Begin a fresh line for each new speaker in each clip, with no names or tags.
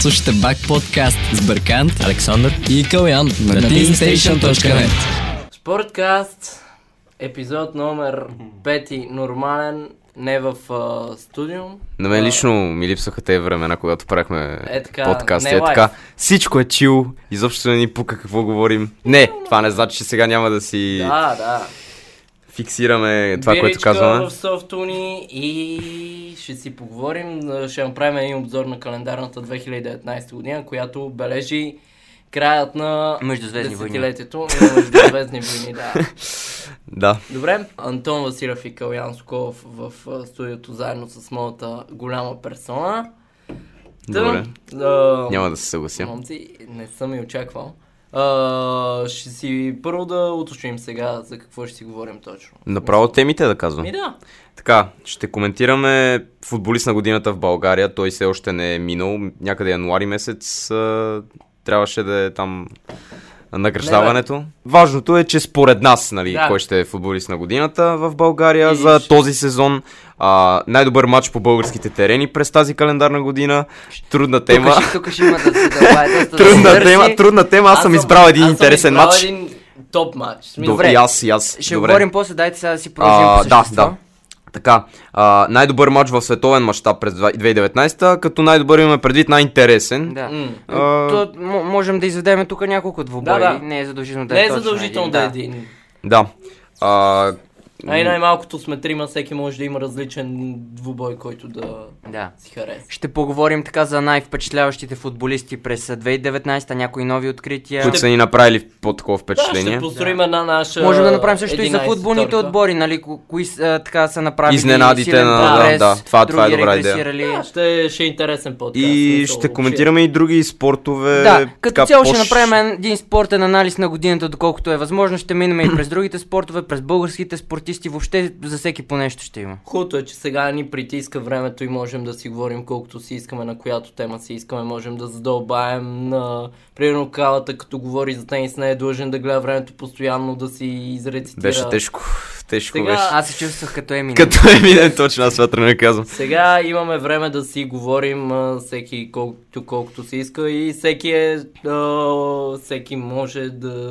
Слушайте Бак подкаст с Бъркант
Александър,
и Калян на teamstation.net
Спорткаст, епизод номер 5, нормален, не в а, студио.
На мен лично ми липсваха тези времена, когато правихме
Е така,
подкаста.
не
Е
лайв.
така, всичко е чил, изобщо не ни пука какво говорим. Не, това не значи, че сега няма да си
Да, да.
фиксираме е това, което
Биричка
казваме.
в софтуни и ще си поговорим, а, ще направим един обзор на календарната 2019 година, която бележи краят на
Междузвездни войни.
десетилетието на Междузвездни войни, да.
Да,
Добре, Антон Василев и Калян Сков в а, студиото заедно с моята голяма персона. Та,
Добре.
а,
няма да се съглася.
Момци, не съм и очаквал. А, ще си първо да уточним сега за какво ще си говорим точно.
Направо темите да казвам.
Ми да.
Така, ще коментираме футболист на годината в България. Той все още не е минал. Някъде януари месец а, трябваше да е там награждаването. Важното е, че според нас, нали,
Да.
кой ще е футболист на годината в България
И
за
ще-
този сезон. А, най-добър матч по българските терени през тази календарна година. Трудна тема.
тук ще, тук ще има да се
е
добавя доста да се
Трудна
държи.
тема, трудна тема. Аз съм избрал един
аз съм
интересен
избрал
матч.
един топ матч. В смисъл,
Добре, и аз, и аз.
Ще
Добре.
говорим после, дайте сега да си продължим по
да,
същество.
да. Така, а, най-добър матч в световен мащаб през 2019, като най-добър имаме предвид най-интересен.
Да.
М.
А,
То, м- можем да изведем тук няколко двубои.
Да, да.
Не е задължително да
Не е
точно нали?
задължително
един,
да е един.
да. А,
Най- най-малкото сме трима, всеки може да има различен двубой, който да
Да.
си хареса.
Ще поговорим така за най-впечатляващите футболисти през 2019, някои нови открития.
които са ни направили
Да,
по-такова
ще
впечатление.
построим една наша
Можем да направим също и за
11
футболните
търка.
отбори, нали, ко- кои с- а, така са направили
Изненадите
силен
на-
да,
прогрес,
да, това- това е
други
добра идея.
регресирали.
Да, ще, ще е интересен подкаст.
И
смисъл,
ще
въобще.
коментираме и други спортове.
Е, Да, като
така,
цяло ще
по-ш-
направим един спортен анализ на годината, доколкото е възможно. Ще минем и през другите спортове, през българските спортисти, въобще за всеки по нещо ще има.
Хубавото е, че сега ни притиска времето и можем да си говорим колкото си искаме, на която тема си искаме. Можем да задълбаем на... Примерно Калата, като говори за тенис, не е длъжен да гледа времето постоянно, да си изрецитира.
Беше тежко. Тежко
Сега-
беше.
Аз се чувствах като Емин.
Като е минен точно, аз това тръгна да казвам.
Сега имаме време да си говорим а, всеки колкото, колкото си иска и всеки, е, а, всеки може да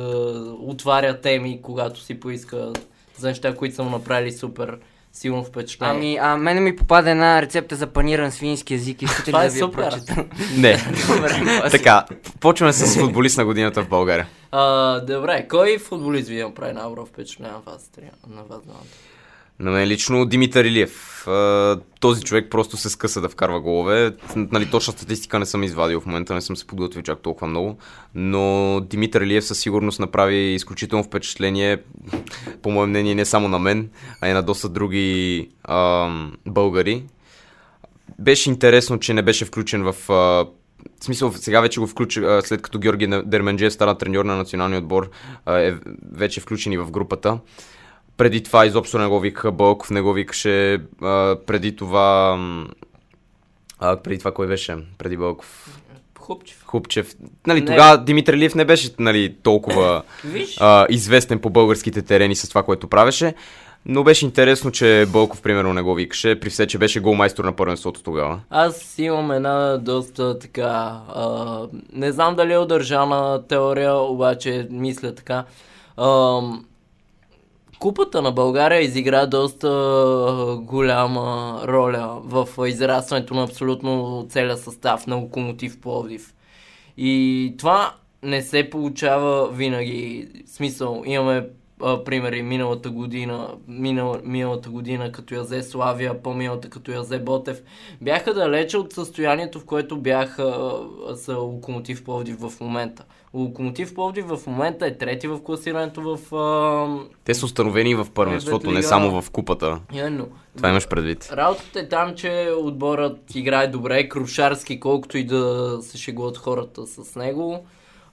отваря теми, когато си поиска за неща, които са му направили супер силно впечатление.
Ами, а мене ми попада една рецепта за паниран свински език. Искате ли
Това
да
е
ви я
супер.
прочета?
Не.
Добре, после.
така, почваме с футболист на годината в България.
А, добре, кой футболист ви направи най-добро впечатление на вас? три- На вас двамата?
На мен лично Димитър Илиев. А, Този човек просто се скъса да вкарва голове. Нали, точна статистика не съм извадил в момента, не съм се подготвил чак толкова много. Но Димитър Илиев със сигурност направи изключително впечатление, по мое мнение, не само на мен, а и на доста други ам, българи. Беше интересно, че не беше включен в... А, в смисъл, сега вече го включи, а, след като Георги На- Дерменджиев стана треньор на националния отбор, а, е вече включен и в групата. Преди това изобщо не го викаха Бълков, не го викаше а, преди това... м, А, преди това кой беше? Преди Бълков.
Хубчев.
Хупчев. Нали,
Не.
тогава Димитър Лив не беше нали, толкова
Виж,
а, известен по българските терени с това, което правеше. Но беше интересно, че Бълков, примерно, не го викаше, при все, че беше голмайстор на първенството тогава.
аз имам една доста така... А, не знам дали е удържана теория, обаче мисля така. А, купата на България изигра доста а, голяма роля в израстването на абсолютно целия състав на Локомотив Пловдив. И това не се получава винаги. В смисъл, имаме а, примери миналата година, минал, миналата година като я взе Славия, по-миналата като я взе Ботев. Бяха далече от състоянието, в което бяха а, са Локомотив Пловдив в момента. Локомотив Пловдив в момента е трети в класирането в... А,
Те са установени в
Е,
първенството, не само в купата.
именно.
Това имаш предвид.
Работата е там, че отборът играе добре, Крушарски, колкото и да се шегуват хората с него.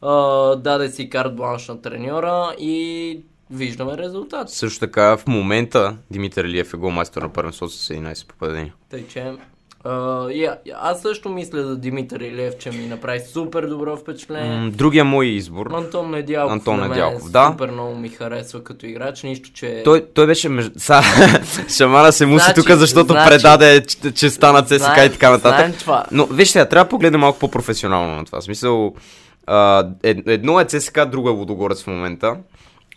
А, даде си карт бланш на треньора и виждаме резултат.
Също така, в момента Димитър Лиев е голмайстор на първенството с 11 попадения.
Тъй, че А, и, а- аз също мисля за Димитър Илев, че ми направи супер добро впечатление.
М, Другия мой избор.
Антон Недялков,
Антон
на мен
Недялков,
е
да.
супер много ми харесва като играч, нищо, че...
Той, той беше между... Са, шамана се муси
Значи-
тук, защото
значи-
предаде, че, че стана ЦСКА и
Знаем-
така нататък.
знаем това.
Но виж сега, трябва да погледнем малко по-професионално на това. В Смисъл, а, ед- едно е ЦСКА, друго е Лудогорец в момента.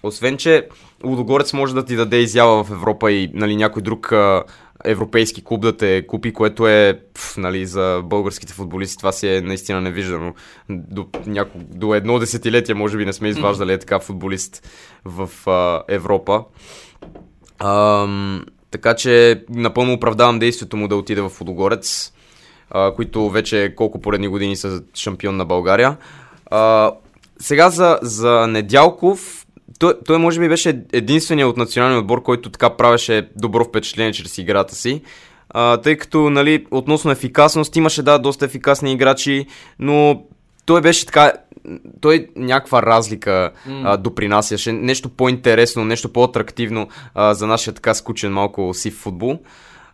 Освен, че Лудогорец може да ти даде изява в Европа и нали, някой друг а, европейски клуб да те купи, което е пф, нали, за българските футболисти. Това си е наистина невиждано. До, няко, до едно десетилетие може би не сме изваждали е така футболист в а, Европа. Ам, така че напълно оправдавам действието му да отиде в Лудогорец, а, които вече колко поредни години са шампион на България. А, сега за, за Недялков, той, той може би беше единственият от националния отбор, който така правеше добро впечатление чрез играта си. А, тъй като, нали, относно ефикасност, имаше, да, доста ефикасни играчи, но той беше така, той някаква разлика а, допринасяше, нещо по-интересно, нещо по-атрактивно а, за нашия така скучен малко сив футбол.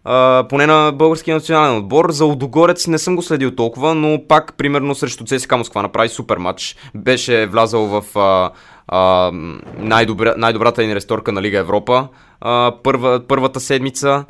А, поне на българския национален отбор. За Удогорец не съм го следил толкова, но пак, примерно, срещу ЦСКА Москва направи супер матч. Беше влязал в а, а, най-добра, най-добрата инвесторка на Лига Европа а, първа, първата седмица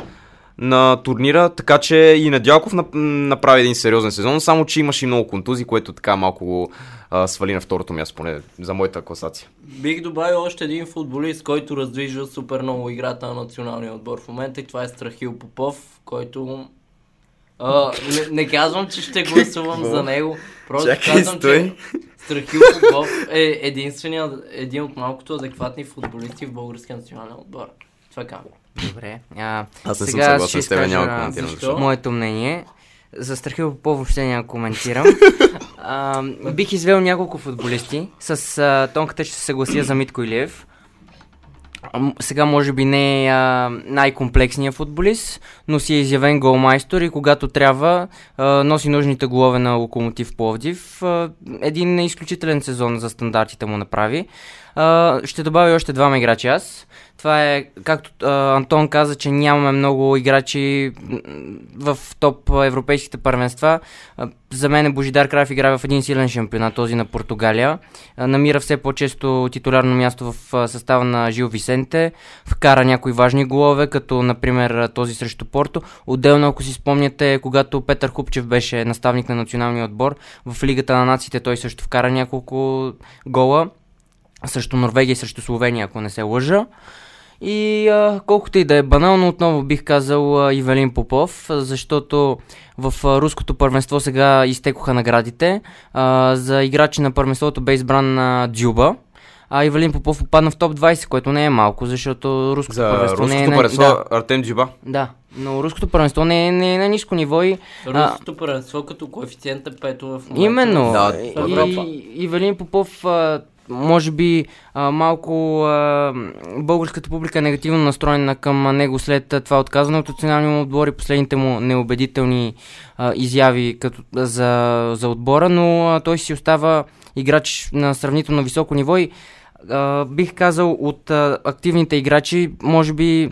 на турнира, така че и Надялков нап- направи един сериозен сезон, само че имаше и много контузии, което така малко го а, свали на второто място, поне за моята класация.
Бих добавил още един футболист, който раздвижва супер много играта на националния отбор в момента и това е Страхил Попов, който... А, не, не казвам, че ще гласувам за него, просто
Чакай,
казвам,
стой.
че Страхил Попов е единствения, един от малкото адекватни футболисти в българския национален отбор. Това казвам.
Добре. А,
Аз не съм
сега
съгласен
ще
с тебе, няма
изкажа
да коментирам.
защо.
защо.
моето мнение. За Страхил Попов въобще няма да коментирам. а, бих извел няколко футболисти. С а, тонката ще се съглася за Митко Илиев. А, м- Сега може би не е а, най-комплексният футболист, но си е изявен голмайстор и когато трябва а, носи нужните голове на Локомотив Пловдив. А, един изключителен сезон за стандартите му направи. А, ще добавя още двама играчи аз. Това е, както а, Антон каза, че нямаме много играчи м, в топ а, европейските първенства. А, за мен е Божидар Крав играе в един силен шампионат, този на Португалия. А, намира все по-често титулярно място в а, състава на Жил Висенте. Вкара някои важни голове, като например а, този срещу Порто. Отделно, ако си спомняте, когато Петър Хупчев беше наставник на националния отбор, в Лигата на нациите той също вкара няколко гола срещу Норвегия и срещу Словения, ако не се лъжа. И а, колкото и да е банално, отново бих казал а, Ивелин Попов, а, защото в а, руското първенство сега изтекоха наградите. А, за играчи на първенството бе избран на Дзюба, а Ивелин Попов попадна в топ 20, което не е малко, защото руското
За
първенство не е
руското
на...
първенство
Да,
Артем Джиба.
да, но руското първенство не е, не е на ниско ниво и... а,
Руското първенство като коефициент е пето в момента.
Именно.
Да,
и,
това е
Европа.
и Велин Попов, а, може би а, малко а, българската публика е негативно настроена към него след а, това отказване от националния му отбор и последните му неубедителни а, изяви като, за, за отбора, но а, той си остава играч на сравнително високо ниво и а, бих казал от а, активните играчи, може би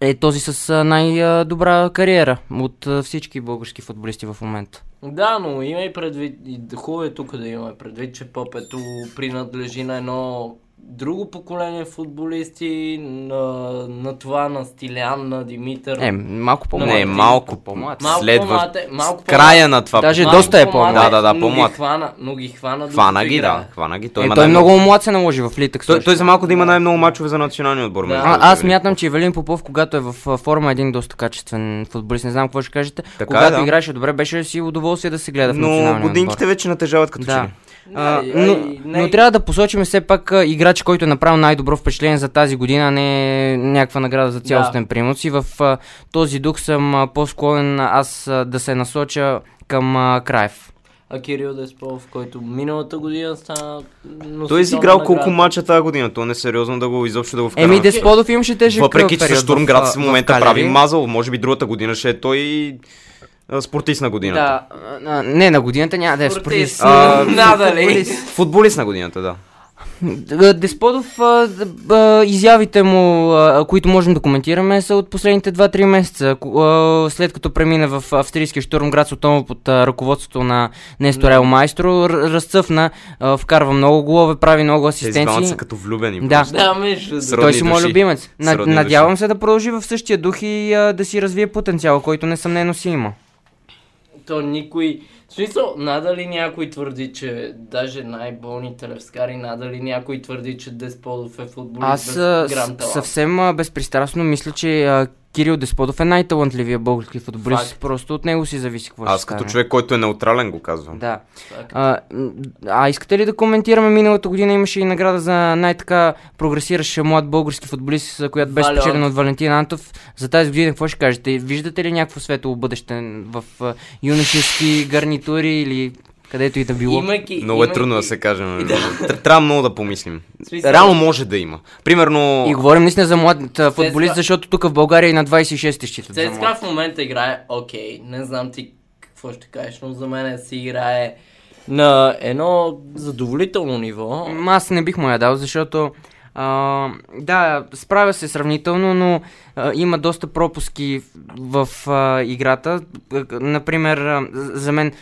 е този с а, най-добра кариера от а, всички български футболисти в момента.
Да, но има и предвид, и д- хубаво е тук да имаме предвид, че Попето принадлежи на едно друго поколение футболисти, на, на това на Стилян, на Димитър.
Е, малко по-млад.
Не,
Един
малко
по-млад.
Малко
Следва.
по-млад е, малко
Края на това.
Даже
Малко
доста е
значи по-млад.
по-млад.
Да, да, да,
но
по-млад.
Ги хвана, но ги хвана.
Хвана
докато
ги, да.
играят.
Хвана ги. Той,
Той, е,
има
той
най-много-
много млад се наложи в Литък.
той,
също.
той за малко нали? да има най-много мачове за националния отбор. между
Да.
другото,
А, аз
Ивелин.
мятам, че Евелин Попов, когато е в а, форма, е един доста качествен футболист. Не знам какво ще кажете.
е,
когато
да.
играеше добре, беше си удоволствие да се гледа в
Но
е националния
годинките
отбор.
вече натежават като че
Да.
ли. е
А,
Не,
но,
ай, не.
но трябва да посочим все пак а, играч, който е направил най-добро впечатление за тази година, а не някаква награда за цялостен принос. И в а, този дух съм а, по-склонен аз а, да се насоча към а, Краев.
А Кирил Деспов, който миналата година стана... носител
Той е
на
изиграл
наградата.
колко мача тази година. То не е сериозно да го изобщо да го вкараме.
Еми, Десподов имаше тежък
Въпреки, че
период
с Штурмград в
а,
момента
Калеви.
прави мазал, може би другата година ще е той а, спортист на годината.
Да, а, а, не, на годината няма да е
Спортист.
спортист.
А, Надали.
Футболист на годината, да.
Д- Десподов, а, д- а, изявите му, а, които можем да коментираме, са от последните 2-3 месеца. Ко- а, След като премина в австрийския Штурмград отново под а, ръководството на Нестор Ел Майстро, р- разцъфна, а, вкарва много голове, прави много
Тези двамата
асистенции.
са като влюбени.
Да.
Да, между
Сродни
Той си мой
души.
любимец. Над-
Сродни
Надявам се да продължи в същия дух и а, да си развие потенциала, който несъмнено си има.
То никой... В смисъл, надали някой твърди, че даже най-болните левскари, надали някой твърди, че Десподов е футболист
Аз
без
а,
грам
с-
талант.
съвсем а, безпристрастно мисля, че а, Кирил Десподов е най-талантливия български футболист.
Факт.
Просто от него си зависи какво ще
Аз
стане.
като човек, който е неутрален, го казвам.
Да.
Факт.
А, м, а искате ли да коментираме? Миналата година имаше и награда за най-така прогресиращ млад български футболист, за която беше
Валио
спечелена
Антов.
от Валентин Антов. За тази година какво ще кажете? Виждате ли някакво светло бъдеще в а, юношески гарнитури или където и да било?
Имайки,
Много е трудно да се каже. между другото. Тр- Трябва много да помислим.
Смисъл-
Реално може да има. Примерно...
И говорим наистина за млад а, футболист,
Цеска-
защото тук в България и на 26 те считат за
ЦСКА
млад.
в момента играе окей. Не знам ти какво ще кажеш, но за мен си играе на едно задоволително ниво.
М, Аз не бих му я дал, защото а, да, справя се сравнително, но а, има доста пропуски в, в а, играта. Е, Например, а, за за мен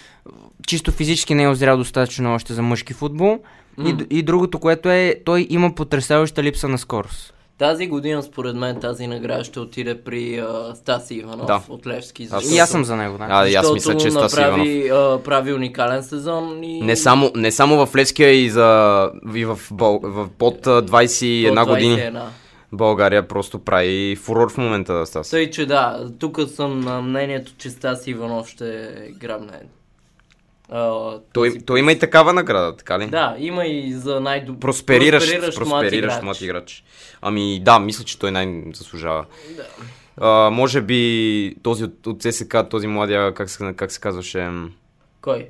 чисто физически не е озрял достатъчно още за мъжки футбол. И, д- и другото, което е, той има потрясаваща липса на скорост.
Тази година, според мен, тази награда ще отиде при а, Стаси Иванов
Да.
от Левски.
Аз
И аз съм за него, да.
А, и аз мисля, че Стаси Иванов.
направи, а, прави уникален сезон и...
Не само, не само в Левския и, за, и в, Бъл, в под а, 21
от
години.
21.
България просто прави фурор в момента, Стас.
Тъй, че да, тук съм на мнението, че Стаси Иванов ще грабне. А,
Той, той има и такава награда, така ли?
Да, има и за най-добър.
Проспериращ, проспериращ млад играч. Ами да, мисля, че той най-заслужава. А, може би този от, от ЦСК, този младия, как се, как се казваше, м,
Кой?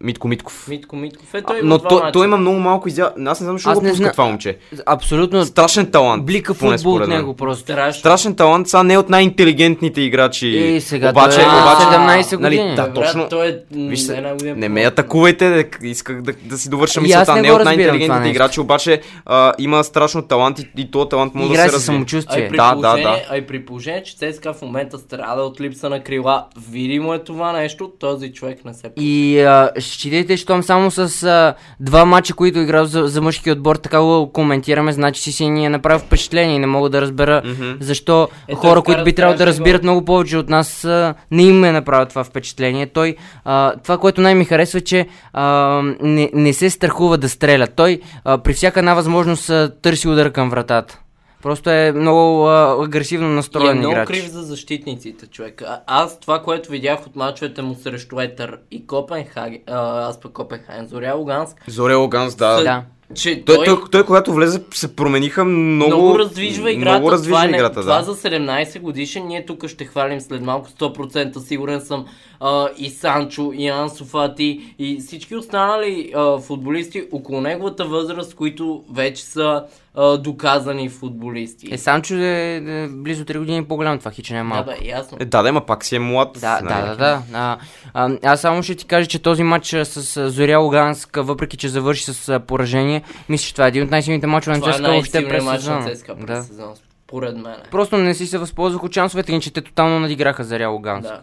Митко Митков.
Митко Митков. Е, той
Но
два
той,
мача.
той има много малко изя... Аз не знам защо
Аз
го
не
пуска
зна-
това момче.
Абсолютно
Страшен талант.
блика
поне
футбол от
според мен.
него просто.
Страшно.
Страшен талант, сега не е от най-интелигентните играчи.
И сега
обаче,
той е на
обаче,
17 години.
Нали, да,
Бе, брат,
точно.
Той е м,
Виж се,
една година
не
по-
ме е атакувайте, да- исках да, да си довърша
И аз
мисълта.
не
Не,
го
от
разбирам това
най-интелигентните
нещо.
играчи, обаче а, има страшно талант и, и този талант може
Играе
да
с
се развие.
А и,
самочувствие.
при
Да, да,
положение,
да.
а и при положение, че ЦСКА в момента страда от липса на крила, видимо е това нещо, този човек не се...
И а, считайте, щом само с а, два мача, които играл за, за мъжки отбор, така го коментираме, значи си си ни е направил впечатление и не мога да разбера защо
Е, той
хора,
вкара
които би трябвало да
страшен гол.
разбират много повече от нас, а, не им е направил това впечатление. Той, а, това, което най-ми харесва, е, че а, не, не се страхува да стреля. Той а, при всяка една възможност а, търси удар към вратата. Просто е много а, агресивно
И е
настроен
много
играч.
крив за защитниците, човек. А, аз това, което видях от мачовете му срещу Етър и Копенхаген, а, аз пък Копенхаген, Зоря Луганск,
Зорел Ганс, да.
Да.
че
Той,
той,
той, той, когато влезе, се промениха много.
много раздвижва играта.
Много раздвижва
това, е не-
играта,
това
да.
за 17 годишен, ние тук ще хвалим след малко 100%, сигурен съм а, и Санчо, и Ансо Фати, и всички останали а, футболисти около неговата възраст, които вече са а, доказани футболисти.
Е, Санчо е, е близо 3 години по-голям от това, хич не е
да,
малко.
бе, ясно.
Е, да, да, ма пак си е млад.
Да,
нали.
да, да, да. А, а, аз само ще ти кажа, че този матч а, с а, Зоря Луганск, а, въпреки че завърши с а, поражение, мисля, че това е един от най-силните мачове на
Това е
ЦСКА въобще
най-силният
през
мач на
сезона.
ЦСКА през
Да.
сезона, поред мен.
Просто не си се възползвах от шансовете, иначе те тотално надиграха Заря Луганск.
Да.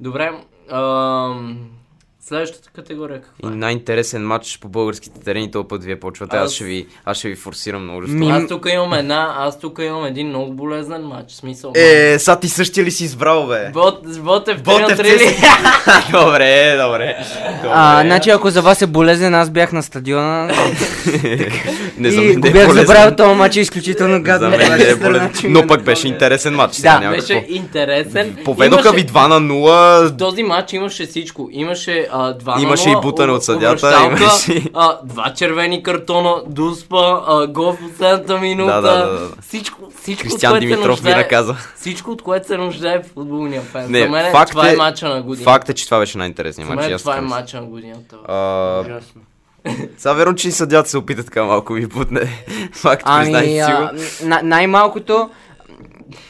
Добре. Ам... Следващата категория
И
каква е?
най-интересен матч по българските терени, този път вие почвате. Аз,
Аз-
ще, ви, аз ще ви форсирам много жестоко.
Ми-
Аз тук имам една, аз тук имам един много болезнен матч, в смисъл. е
Е, са ти същия ли си избрал, бе?
Бот, Ботев,
Ботев
Ботев ли?
Цеци. добре, добре.
А, значи ако за вас е болезнен, аз бях на стадиона
не
и го бях забравил този матч е изключително
За
гадно.
е
Значи,
мен
Ще
не е
се
болезнен.
научим.
Но пък
значи.
беше интересен матч. сега няма
Беше
какво.
интересен.
Поведоха
Имаше-
ви 2 на
В
0.
този матч имаше всичко. Имаше а, два
Имаше
на 0,
и бутане
у-
от съдята,
увръщалка,
имаше-
а, два червени картона, дуспа, а, гол в последната минута.
Да, да, да, да.
Всичко, всичко
Кристиан
от което
Димитров
се
ми
нуждае,
наказа.
Всичко, от което се нуждае футболния фен.
Не,
За мен
факт
това е,
е-
матча на годината.
Факт е, че това беше най-интересният
За
матч. и
мен
аз
това е
така мисля.
матча на годината.
А,
Ужасно.
Сега верно, че и съдята се опита така малко ви бутне. Факт, признай
Ами,
си
а,
го.
на- най-малкото,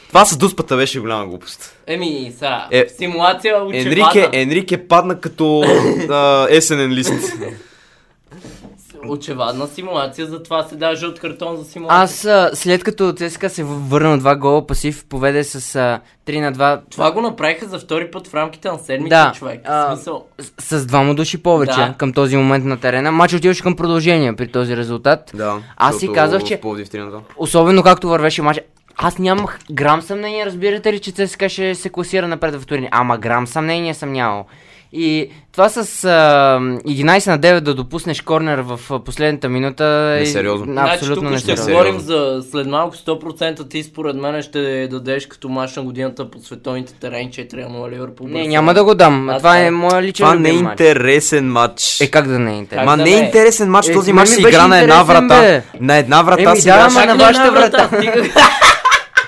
Това с дуспата беше голяма глупост.
Еми, сега,
Е,
е, симулация
е-
учебата.
Енрике, Енрике падна като а, есенен лист.
очевадна симулация, затова се даже от картон за симулация.
Аз а, след като ЦСКА се върна два гола пасив, поведе с а, 3 на 2.
Това го направиха за втори път в рамките на седмица,
Да,
човек.
а,
В смисъл,
С, с двама души повече
Да.
към този момент на терена. Матч отиваше към продължение при този резултат.
Да.
Аз си
защото
казах,
в
че-
Пловдив 3 на 2.
Особено както вървеше матч. Аз нямах грам съмнение, разбирате ли, че ЦСКА ще се класира напред в турнир. Ама грам съмнение съм нямал. И това с а, 11 на 9 да допуснеш корнер в а, последната минута е
Несериозно.
на- абсолютно
значи, тук ще
несериозно.
говорим за след малко 100% ти според мен ще дадеш като мач на годината по световните терени 4-0 Ливърпул.
Не, няма да го дам.
Аз
това
това-
е моя личен
Това не е
любим матч.
интересен матч.
Е, как да не е интересно?
Ма
да
не е
не е?
интересен матч,
Е,
този
на
матч
мен
се
беше
игра на една
интересен,
врата.
бе.
На една врата
Еми
се
да,
игра.
ама на вашата врата.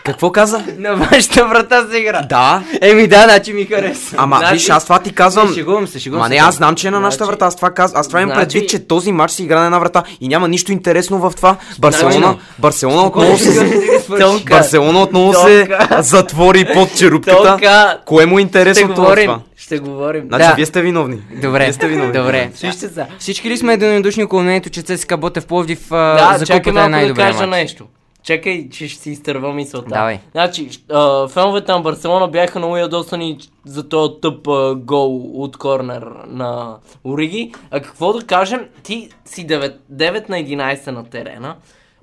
Какво каза?
На вашата врата се игра.
Да,
Еми да, значи ми хареса.
ама
Значи-
виж, аз това ти казвам.
Не, шегувам се, шегувам
Ма
се.
не, аз знам, че е на нашата
Значи-
врата. Аз това казвам. Аз това имам
Значи-
предвид, че този матч се игра на една врата и няма нищо интересно в това. Барселона,
Значи-
Барселона отново се.
Тонка.
Барселона отново се затвори под черупката.
Толка
Кое му е
ще
интересното в
говорим.
това?
Ще говорим.
Значи
Да.
вие сте виновни.
Добре, добре.
Слушайте се.
Всички ли сме единодушни около мнението, че ЦСКА Ботев Пловдив а,
Да,
за
чакай
купата е
малко да
най-добрият
кажа
матч?
нещо. Чакай, че ще си изтърва мисълта.
Давай.
Значи, а, феновете на Барселона бяха много ядосани за този тъп а, гол от корнер на Ориги. А какво да кажем, ти си 9, 9 на 11 на терена.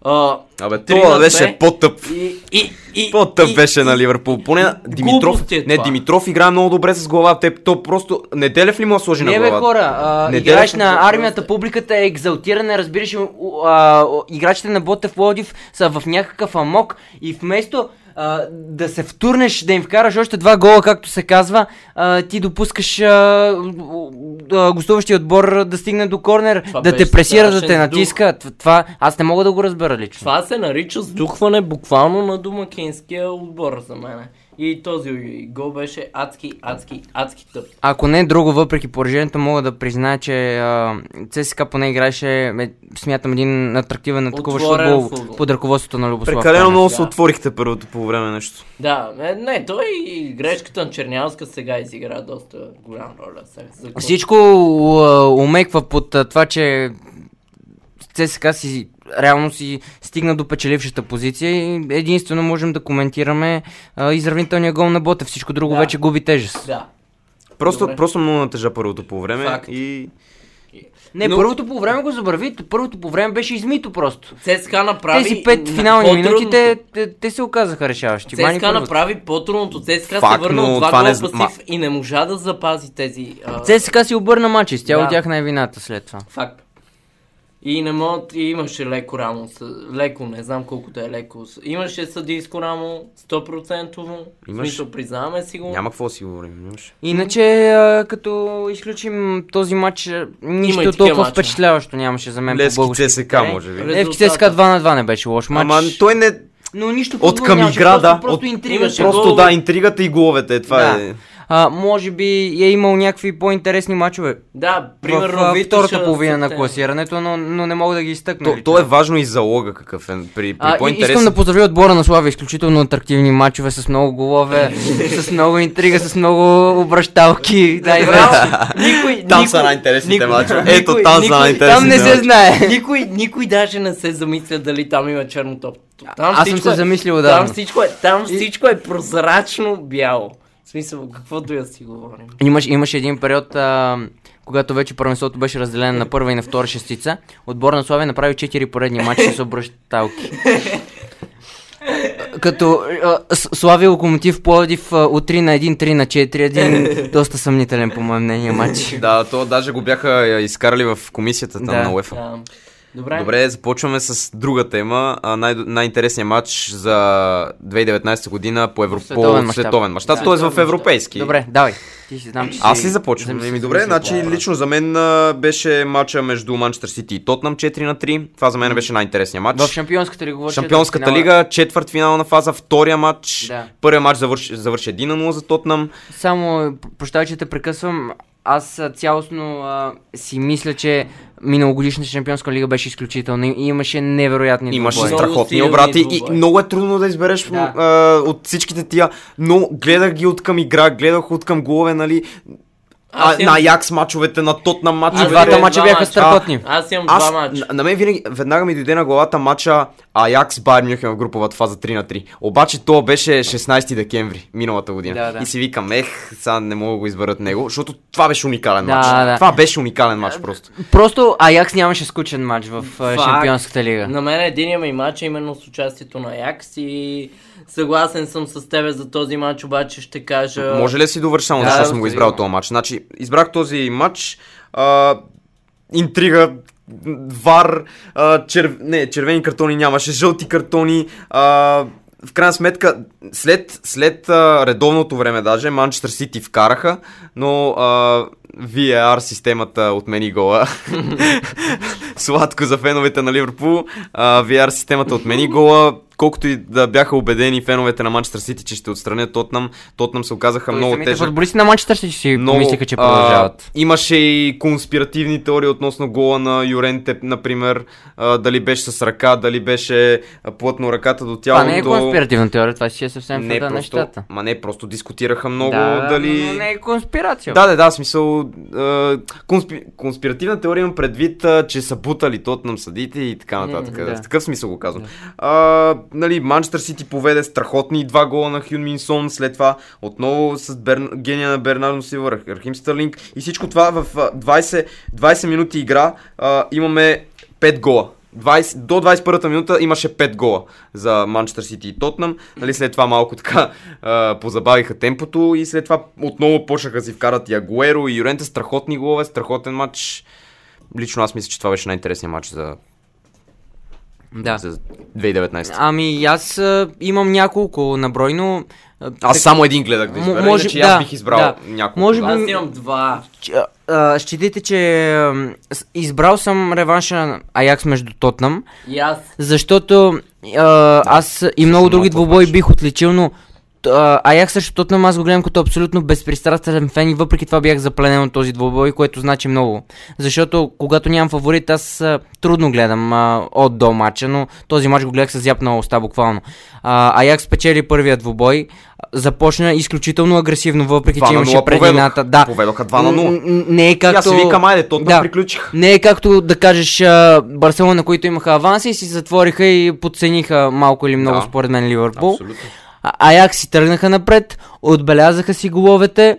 А,
Абе,
три
това
на
беше
е.
две.
по-тъп.
И, и, и,
По-тъп
и-
беше
и-
на Ливърпул. Поне на Димитров.
глупост е
Не,
това.
Димитров играе много добре с глава. Те, то просто. Неделев ли му я сложи на
Не бе
главата?
хора, а,
Не
играеш
дереш
на
на
армията, публиката е екзалтирана, разбираш, у- у- а, у- играчите на Ботев Пловдив са в някакъв амок и вместо а, да се втурнеш, да им вкараш още два гола, както се казва, а, ти допускаш а, у- а, гостуващия отбор да стигне до корнер,
Това
да те
беше
пресира, да
страшен
те
дух.
натиска. Тв- Това аз не мога да го разбера лично.
Това се нарича сдухване буквално на домакинския отбор за мен. И този гол беше адски, адски, адски тъп.
Ако не е друго, въпреки поражението, мога да призная, че а, ЦСКА поне играеше, е, смятам, един атрактивен атакуващ
Отворен
футбол,
футбол.
под ръководството на Любослав.
Прекалено
Панев.
много се отворихте първото по време нещо.
Да, е, не, той и грешката на Чернявска сега изигра доста голяма роля. Сега, за какво-
Всичко а, умеква под а, това, че ЦСКА си реално си стигна до печелившата позиция и единствено можем да коментираме а, изравнителния гол на Ботев. Всичко друго
Да.
вече губи тежест.
Да.
Просто,
Добре.
просто много натежа първото по време.
Факт.
И...
Не,
Но-
първото по време го забрави, първото по време беше измито просто.
ЦСКА направи...
Тези пет
на-
финални
по-трудното.
минути, те, те, те се оказаха решаващи. Мани
ЦСКА
първото.
направи по-трудното. ЦСКА се
Факт,
върна
но
от два
това не
гола
зна-
пасив и не можа да запази тези... а,
ЦСКА си обърна мачи, с тя
Да.
от тях не е вината след това.
Факт. И не могат, и имаше леко рамо, с- леко, не знам колко да е леко. с- Имаше съдийско рамо, 100%-ово,
Имаш.
смисъл признаваме си го.
Няма какво да си говорим. Нямаш.
Иначе, а, като изключим този матч, а, нищо
такива
толкова
мачове.
впечатляващо нямаше за мен по
Левски
български.
ЦСК, може би.
Левски
Резултата.
ЦСКА 2 на 2 не беше лош матч.
Ама той не...
Но нищо
От към
нямаше,
игра,
просто,
да.
Просто
От-
интрига.
имаше
Просто-
Просто
голове.
да, интригата и головете. Това
Да.
е...
А, може би е имал някакви по-интересни матчове.
Да, примерно
Примерно в, а,
Витоша
втората половина на
Септември.
класирането, но, но не мога да ги изтъкна.
То,
лично.
то е важно и залога какъв е. При, при
Нали А, и- искам
по-интересен...
да поздравя отбора на Славя. Изключително атрактивни матчове с много голове, с много интрига, с много обращалки. Дай, вече.
Никой,
Там
никой-
са най-интересните
никой-
мачове.
никой-
Ето там са
никой-
най-интересните
Там не се
мачове.
знае.
Никой, никой даже не се замисля дали там има черно топ. Там
Аз съм
всичко
се
е-
замислил, да.
Там всичко е, там всичко е прозрачно бяло. В смисъл, каквото я си говорим.
Имаш, имаше един период, а, когато вече първенството беше разделено на първа и на втора шестица. Отбор на Славия направи 4 поредни матча с обръщалки. Като а, С- Славия Локомотив Пловдив а, от 3 на 1, 3 на 4, един доста съмнителен по мое мнение матч.
Да, то даже го бяха а, изкарали в комисията там
Да.
на УЕФА.
Да. Добре.
Добре, започваме с друга тема. А, най- най-интересният матч за 2019 година по Европол
Световен мащаб.
световен мащаб.
Да.
Тоест в европейски.
Добре, давай. Ти си знам, че
Аз ли започвам?
Замисли-
Еми, добре,
замисли-
значи лично за мен а, беше матча между Манчестър Сити и Тотнам 4 на 3. Това за мен беше най-интересният матч.
В шампионската ли говориш?
Шампионската лига, четвърт финална фаза, втория матч.
Да.
Първия матч завърши, завърши 1 на 0 за Тотнам.
Само, п- прощавай, че те прекъсвам. Аз а, цялостно а, си мисля, че миналогодишната шампионска лига беше изключителна и имаше невероятни
Имаше
двубои.
Много
страхотни
силни
обрати и
двубои.
много е трудно да избереш
Е, Да.
а, от всичките тия. Но гледах ги от към игра, гледах от към голове, нали. а,
Аз имам-
на Аякс мачовете, на Тотна мачовете.
И двата
имам
мача
два
бяха
мача.
страхотни.
Аз имам
Аз,
два матча.
на- на мен винаги, веднага ми дойде на главата матча Аякс Байер Мюнхен в груповата фаза 3 на 3. Обаче то беше 16 декември миналата година.
Да, да.
И си викам, ех, сега не мога да го изберат него, защото това беше уникален
Да,
матч.
да.
Това беше уникален матч просто.
Просто Аякс нямаше скучен матч в а,
Факт.
Шампионската лига.
На мен единия ми матч е именно с участието на Аякс и съгласен съм с тебе за този матч, обаче ще кажа...
Може ли да си довърши само,
Да,
защо
да,
съм го
да,
избрал
има.
този матч? Значи, избрах този матч, а, интрига, вар, а, черв... не, червени картони нямаше, жълти картони, а, в крайна сметка, след, след а, редовното време даже, Манчестър Сити вкараха, но а, VAR системата отмени гола. Сладко за феновете на Ливърпул. А, VR системата отмени гола. Колкото и да бяха убедени феновете на Манчестър Сити, че ще отстранят Тотнам, Тотнам се оказаха
Той
много
самите
тежък
Футболисти на Манчестър ще си
много,
мислиха, че
а,
продължават.
имаше и конспиративни теории относно гола на Юренте, например. А, дали беше с ръка, дали беше а, плътно ръката до
Това
тялото.
не е конспиративна теория, това си е съвсем факта на нещата.
Ма не, просто дискутираха много
да,
дали...
но не е конспирация.
Да, да, да, в смисъл. А, конспи... Конспиративна теория имам предвид, а, че са бутали тот нам съдите и така нататък.
да.
В такъв смисъл го казвам. А, нали, Манчестър Сити поведе страхотни два гола на Хюн Минсон, след това отново с Берн... гения на Бернардо Силва, Рах- Рахим Стърлинг и всичко това в а, 20, 20 минути игра а, имаме 5 гола. 20, до 21-та минута имаше 5 гола за Манчестър Сити и Тотнам. Нали, след това малко така а, позабавиха темпото и след това отново почнаха да си вкарат Ягуеро и Юренте. Страхотни голове, страхотен матч. Лично аз мисля, че това беше най-интересният матч за,
Да.
за 2019.
Ами аз а, имам няколко набройно. а,
Аз
так-
само един гледах да
М-
избера,
може-
иначе аз
да,
бих избрал
да.
няколко.
Може би-
Аз имам два.
Ч- а, а, Считайте, че ам, с- избрал съм реванша на Аякс между Тотнам,
И аз.
защото а, аз и много
много
други
това
двубои
беше.
бих отличил, но т- а, Аякс срещу Тотнам аз го гледам като абсолютно безпристрастен фен и въпреки това бях запленен от този двубой, което значи много. Защото когато нямам фаворит, аз а, трудно гледам а, от до матча, но този матч го гледах с зяпна уста буквално. А, Аякс спечели първия двубой, а, започна изключително агресивно, въпреки
Два
че
на
имаше
нула поведоха.
предината. Да.
Поведоха два на нула.
Н- н- Не е
И
както...
Аз си викам, айде, Тотнам
Да.
приключиха.
Не е както да кажеш а, Барселона, които имаха аванси и си затвориха и подцениха малко или много
Да.
според мен Ливърпул.
Абсолютно.
А- Аякс си тръгнаха напред, отбелязаха си головете.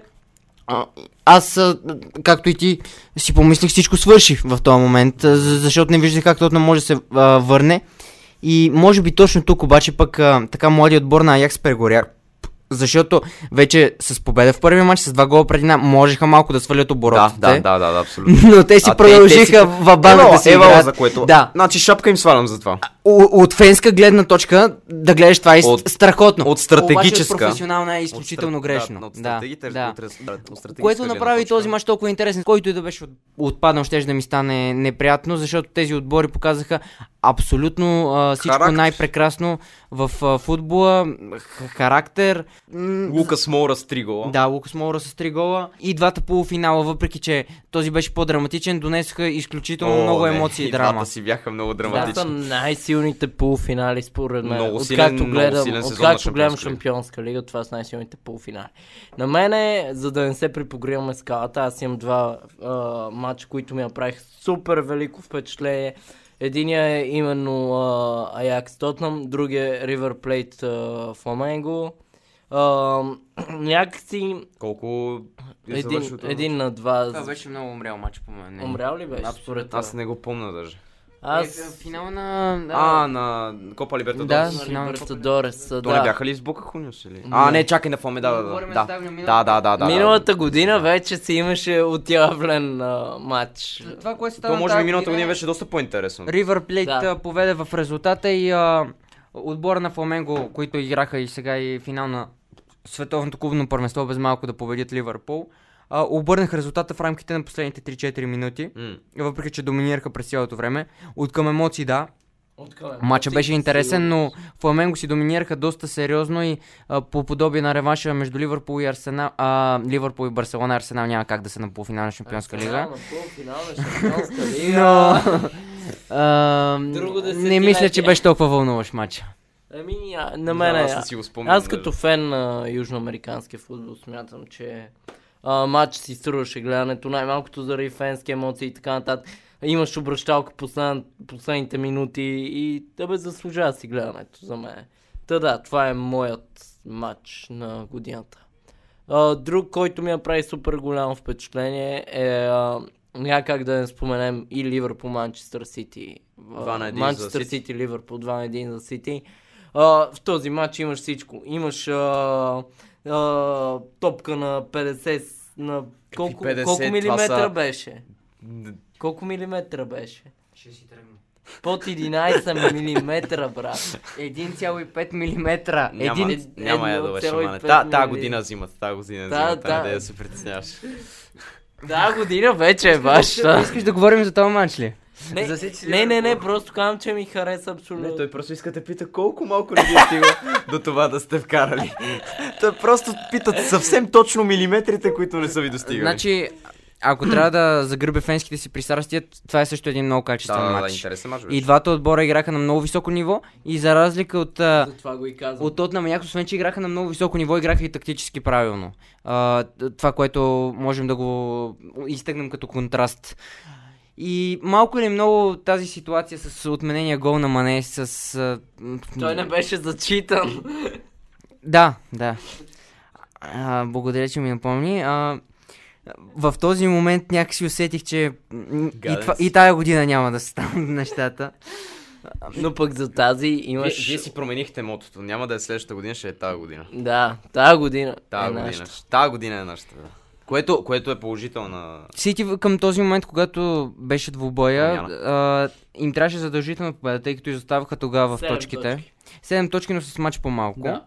А, Аз, а, както и ти, си помислих всичко свърши в този момент, а, за- защото не виждах как Тотнам може да се а, върне. И може би точно тук обаче пък а, така младият отбор на Аякс прегоря. Защото вече с победа в първия матч, с два гола преди нам, можеха малко да свалят
Да,
оборотите.
да, да, да, да, абсолютно.
Но те си
А те-
продължиха
те си-
в банда
Евала,
да си
евала,
играят.
за което.
Да.
Значи шапка им свалям за това.
О- От фенска гледна точка да гледаш това е от,
От-
страхотно.
от стратегическа.
Обаче от професионална е изключително
От стра-
грешно.
Да, от
да,
стратегите-
да.
от раз- да, от стратегическа
Което
гледна
направи
точка.
този мач толкова интересен. Който и да беше от- отпаднал, ще да ми стане неприятно, защото тези отбори показаха абсолютно а, всичко
Характер.
най-прекрасно в а, футбола. Х- характер. М,
Лукас Моура с три гола.
да, Лукас Моура с три гола и двата полуфинала, въпреки че този беше по-драматичен, донесоха изключително
О,
много
не,
емоции и
двата
драма.
си бяха много
Това са
драматични.
най-силните полуфинали според мен.
Много силен-
откакто
много
гледам,
силен сезон на
откакто гледам
Шампионска лига.
Шампионска лига, това са най-силните полуфинали. На мен е, за да не се припогриваме скалата, аз имам два а, матча, които ми направиха супер велико впечатление. Единия е именно а, Аякс Тотнам, другия е River Plate а, Фламенго. А, някакси
Колко е
един,
завършилото?
един на два.
Това беше много умрял матч по мен.
Умрял ли беше? Според
Аз
аз,
не го помня даже.
Е, в
аз
финала на... Да.
А, на Копа Либертадорес.
Да,
на
финал на Купа.
Либертадорес.
То не
Да.
бяха ли с Бока Хуниус или? А, не, чакай на Фоме, да, да, да.
Говорим за
Да,
тази минута.
да, да, да, да.
Миналата година вече си имаше отявлен а, матч.
Това, което стана
То може би
тази
миналата година беше доста по-интересно.
River Plate
Да.
а, поведе в резултата и а, отбора на Фламенго, които играха и сега и финал на световното клубно първенство без малко да победят Ливърпул, а, обърнаха резултата в рамките на последните 3-4 минути,
М.
въпреки че доминираха през цялото време. От към емоции, да,
Откъм,
Матча беше интересен,
Е,
но Фламенго си доминираха доста сериозно и а, по подобие на реванша между Ливърпул и Арсенал, а, Ливърпул и Барселона, Арсенал няма как да са на полуфинал на Шампионска лига.
Но...
А,
Друго
не
десетилетие.
мисля, че беше толкова вълнуващ матча.
Ами, а, на
Да,
мен е...
аз не си го спомням.
Аз
даже.
като фен на южноамериканския футбол смятам, че а, матч си струваше гледането, най-малкото заради фенски емоции и така нататък. Имаш обращалка послед, последните минути и тебе заслужава си гледането за мен. Та да, това е моят матч на годината. А, друг, който ми направи супер голямо впечатление е а, няма как да не споменем и Ливърпул Манчестър Сити.
Два на един за
Манчестър
Сити.
Сити, Ливърпул 2 на 1 за Сити. А, в този матч имаш всичко. Имаш а, а, топка на 50 с- на колко,
50?
колко
Това
милиметра
са-
беше? Колко милиметра беше?
Ще си тръгна.
Под 11 милиметра, брат.
1,5 милиметра.
Няма,
Един-
един, няма я да беше,
1,5
мане. Та, та
милиметра.
година зимата, та година
Та,
зимата,
та.
не да я се притесняваш.
Да, година вече е
Ще-
ваша.
Искаш да говорим за този матч ли?
Не,
За Сити си
не, не, не, просто казвам, че ми хареса абсолютно.
просто иска да пита колко малко не ви е стига до това да сте вкарали. Той просто питат съвсем точно милиметрите, които не са ви достигали.
Значи, ако трябва да загърбя фенските си пристрастия, това е също един много качествен
да, да, да,
матч.
интересен матч.
и двата отбора играха на много високо ниво и за разлика от... а,
Затова го и казвам.
От Тотнам и Аякс, освен че играха на много високо ниво, играха и тактически правилно. А, т- това, което можем да го изтъгнем като контраст. И малко или много тази ситуация с отменения гол на Мане, с... а, м,
Той не беше зачитан.
Да, да. А, благодаря, че ми напомни. А, в този момент някакси усетих, че м, и,
Гаден
това,
си.
и тая година няма да се станат нещата.
Но пък за тази
Вие,
имаш...
вие си променихте мотото. Няма да е следващата година, ще е тази година.
Да, тази година
Тая
е
година.
нашата.
Тая година е нашата. Да. Което, което е положителна.
Сити в- към този момент, когато беше двубоя,
Промяна.
а, им трябваше задължително победа, тъй като изоставаха тогава в
Седем
точките.
точки.
Седем точки, но с матч по-малко.
Да.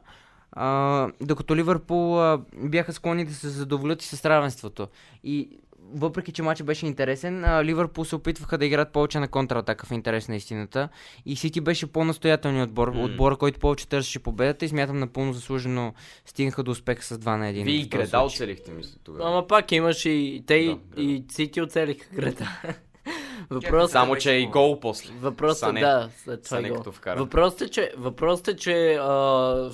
А, докато Ливърпул а, бяха склонни да се задоволят и с равенството. И въпреки, че матчът беше интересен, а, Ливърпул се опитваха да играят повече на контратака в интерес на истината. И Сити беше по-настоятелният отбор,
М.
отбора, който повече търсеше победата и смятам напълно заслужено стигнаха до успеха с 2 на 1.
Вие и
в този
греда
случай.
оцелихте, мисля, тогава.
Ама пак имаш и те и,
Да,
и Сити оцелиха града. Въпрос,
Само, че е и гол после.
въпросът е,
Сане.
да, след това
Сане
е гол.
като вкара.
Въпросът е, че, въпросът е, че а,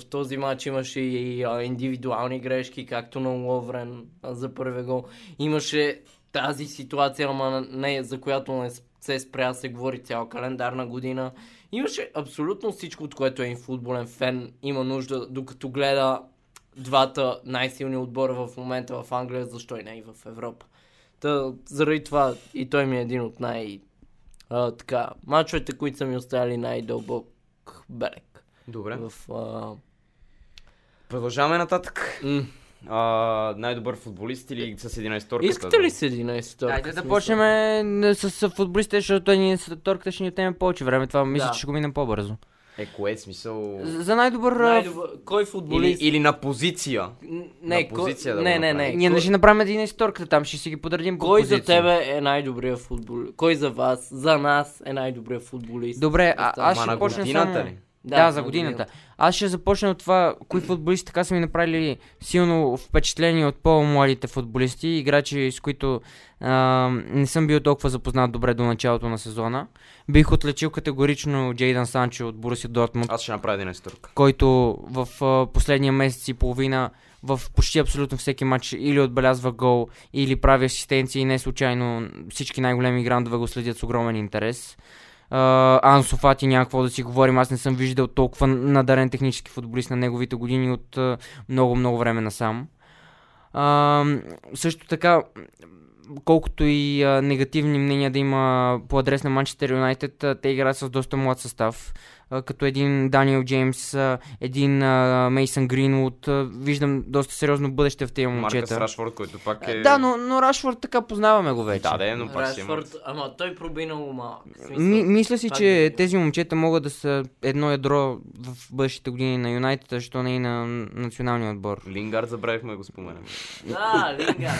в този матч имаше и а, индивидуални грешки, както на Ловрен а, за първия гол. Имаше тази ситуация, ама не, за която не с- се спря, се говори цяла календарна година. Имаше абсолютно всичко, от което един футболен фен има нужда, докато гледа двата най-силни отбора в момента в Англия, защо и не и в Европа. Та, заради това и той ми е един от най- а, така, мачовете, които са ми оставили най-дълбок берег.
Добре.
В, а...
Продължаваме нататък.
м.
А, най-добър футболист или с 11 торката?
Искате ли с 11 торка?
Дайте да
Смисъл.
почнем е, с, с футболистите, защото ни, с торката ще ни отнеме повече време. Това мисля,
Да.
че ще го минем по-бързо.
Е, кое е смисъл?
За за най-добър... най-добър...
Най-добър- Кой
Или,
футболист?
или на позиция?
Н- Не, кой-
на позиция да го
не, не, не.
направим.
е, Ние
Е,
не
Кой-
ще направим един с торката там, ще си ги подредим по
Кой
позиции.
за тебе е най-добрият футболист? Кой за вас, за нас е най-добрият футболист?
Добре, а,
Остава.
аз
Ма
ще
на
почна
годината
само...
ли?
Да,
Да,
за
на
годината.
годината.
Аз ще започна от това, кои футболисти така са ми направили силно впечатление от по-младите футболисти, играчи, с които а, не съм бил толкова запознат добре до началото на сезона. Бих отличил категорично Джейдан Санчо от Борусия Дортмунд.
Аз ще направя 11 торка.
който в а, последния месец и половина в почти абсолютно всеки матч или отбелязва гол, или прави асистенции. Не случайно всички най-големи грандове го следят с огромен интерес. А, Ансо Фати няма какво да си говорим. Аз не съм виждал толкова надарен технически футболист на неговите години от а, много-много време насам. А, също така, м, колкото и а, негативни мнения да има по адрес на Манчестър Юнайтед, а, те играят с доста млад състав. А, като един Даниел Джеймс, а, един а, Мейсън Гринвуд. а, Виждам доста сериозно бъдеще в тези
Маркъс
момчета.
Рашфорд, който пак е...
Да, но, но Рашфорд така познаваме го вече.
Да, да, е, но пак ще има.
Рашфорд, ама той пробина ума.
Ми, мисля си,
пак
че
е
да-
тези момчета могат да са едно ядро в бъдещите години на Юнайтед, защо не и на националния отбор.
Лингард забравихме да го споменем.
Да, Линга.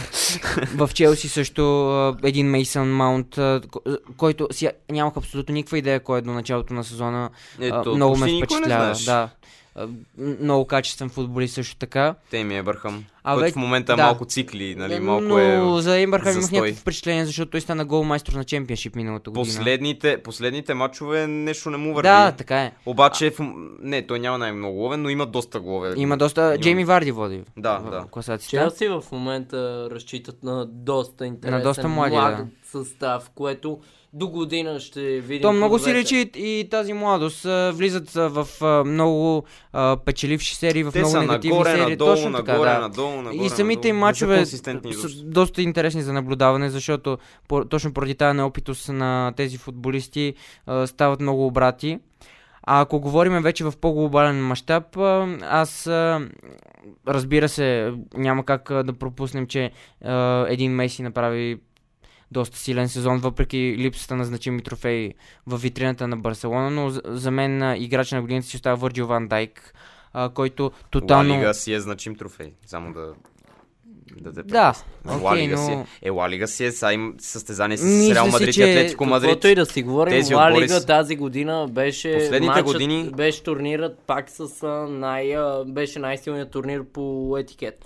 В Челси също а, един Мейсън Маунт, а, ко- който си, нямах абсолютно никаква идея кой е до началото на сезона. А,
Ето,
много ме
почти никой не
впечатлява.
знаеш.
Да. а, м- много качествен футболист също така.
Те ми е бърхам.
А, бе,
който в момента
да.
е малко цикли, нали, малко
Но
е...
за Имбърхам имах
застой.
някакво впечатление, защото той стана голмайстор на чемпионшип миналата година.
Последните, последните матчове нещо не му върви.
Да, така е.
Обаче, в... м- не, той няма най-много голове, но има доста голове.
Има доста...
Имам-
Джейми Варди води
Да,
в-
да.
в класацията.
Челси в момента разчитат на доста интересен
На доста млади,
млад
да.
състав, което до година ще видим.
То много си
плодовете.
речи и, и тази младост. а, Влизат а, в а, много а, печеливши серии, в
Те
много
са
негативни
нагоре,
серии.
надолу,
Точно така,
нагоре,
да.
надолу, нагоре,
и самите им
надолу. Не са
мачове
консистентни изобщо.
са доста интересни за наблюдаване, защото по, точно поради тази неопитост на тези футболисти а, стават много обрати. А ако говорим вече в по-глобален мащаб, а, аз а, разбира се, няма как а, да пропуснем, че а, един Меси направи доста силен сезон, въпреки липсата на значими трофеи в витрината на Барселона, но за- за мен а, играч на годината си остава Върджил Ван Дайк, а, който тотално...
Ла Лига си е значим трофей. Само да... Да, те
Да,
прекъсна. Ла
окей,
Лига си е.
но-
Е, Ла Лига си е са им състезание с
Мисля
Реал
си,
Мадрид и
че
Атлетико Мадрид.
Каквото и да си говорим,
Тези
Ла
отбори
Лига
с-
тази година беше
Последните
матчът,
години-
беше турнирът пак с а, най, а, беше най-силният турнир по етикет.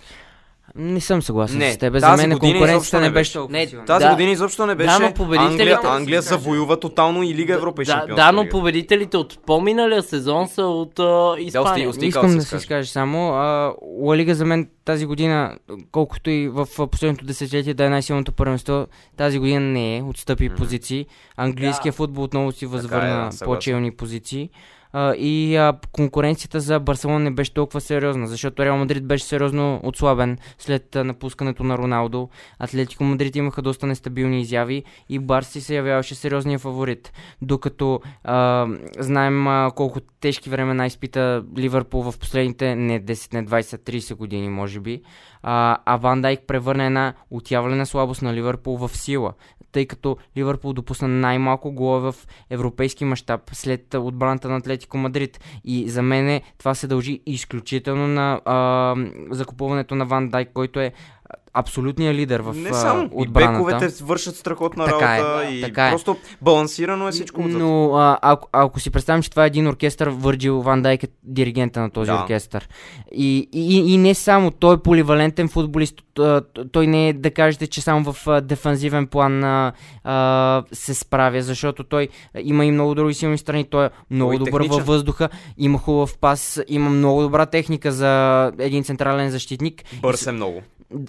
Не съм съгласен
Не,
с теб. За
тази
мен
година изобщо
конкуренцията
не
не
беше.
беше толкова
Не,
силна.
Тази
Да.
година изобщо не
Да,
беше.
но победителите-
Англия, Англия завоюва тотално и Лига Европа и
Да,
Шампионска
да, но
лига.
победителите от по-миналия сезон са от а, Испания.
Остига
Искам
се
да се
изкаже.
изкажа само. а, Ла Лига за мен тази година, колкото и в а, последното десетилетие да е най-силното първенство, тази година не е. Отстъпи позиции. Английския футбол отново си възвърна
е, да, съгласен.
по-челни позиции. А, и а, конкуренцията за Барселона не беше толкова сериозна, защото Реал Мадрид беше сериозно отслабен след а, напускането на Роналдо. Атлетико Мадрид имаха доста нестабилни изяви и Барси се явяваше сериозния фаворит. Докато а, знаем а, колко тежки времена изпита Ливърпул в последните не 10, не 20, 30 години, може би. А, а Ван Дайк превърна една отявлена слабост на Ливърпул в сила, тъй като Ливърпул допусна най-малко голове в европейски мащаб след а, отбраната на Атлетико Мадрид. И за мен е, това се дължи изключително на а, закупуването на Ван Дайк, който е а, абсолютният лидер в
не
а,
само. И
отбраната.
бековете вършат страхотна
Така е,
работа
да,
и
така е.
просто балансирано е всичко. отзад.
Но а, ако, ако си представим, че това е един оркестър, Върджил Ван Дайк е диригента на този
Да.
оркестър. И, и, и не само, той е поливалентен футболист. т- т- Той не е да кажете, че само в а, дефанзивен план а, а, се справя, защото той има и много други силни страни. Той е много
Той е
добър във
техничен.
въздуха, има хубав пас, има много добра техника за един централен защитник.
Бърз е много.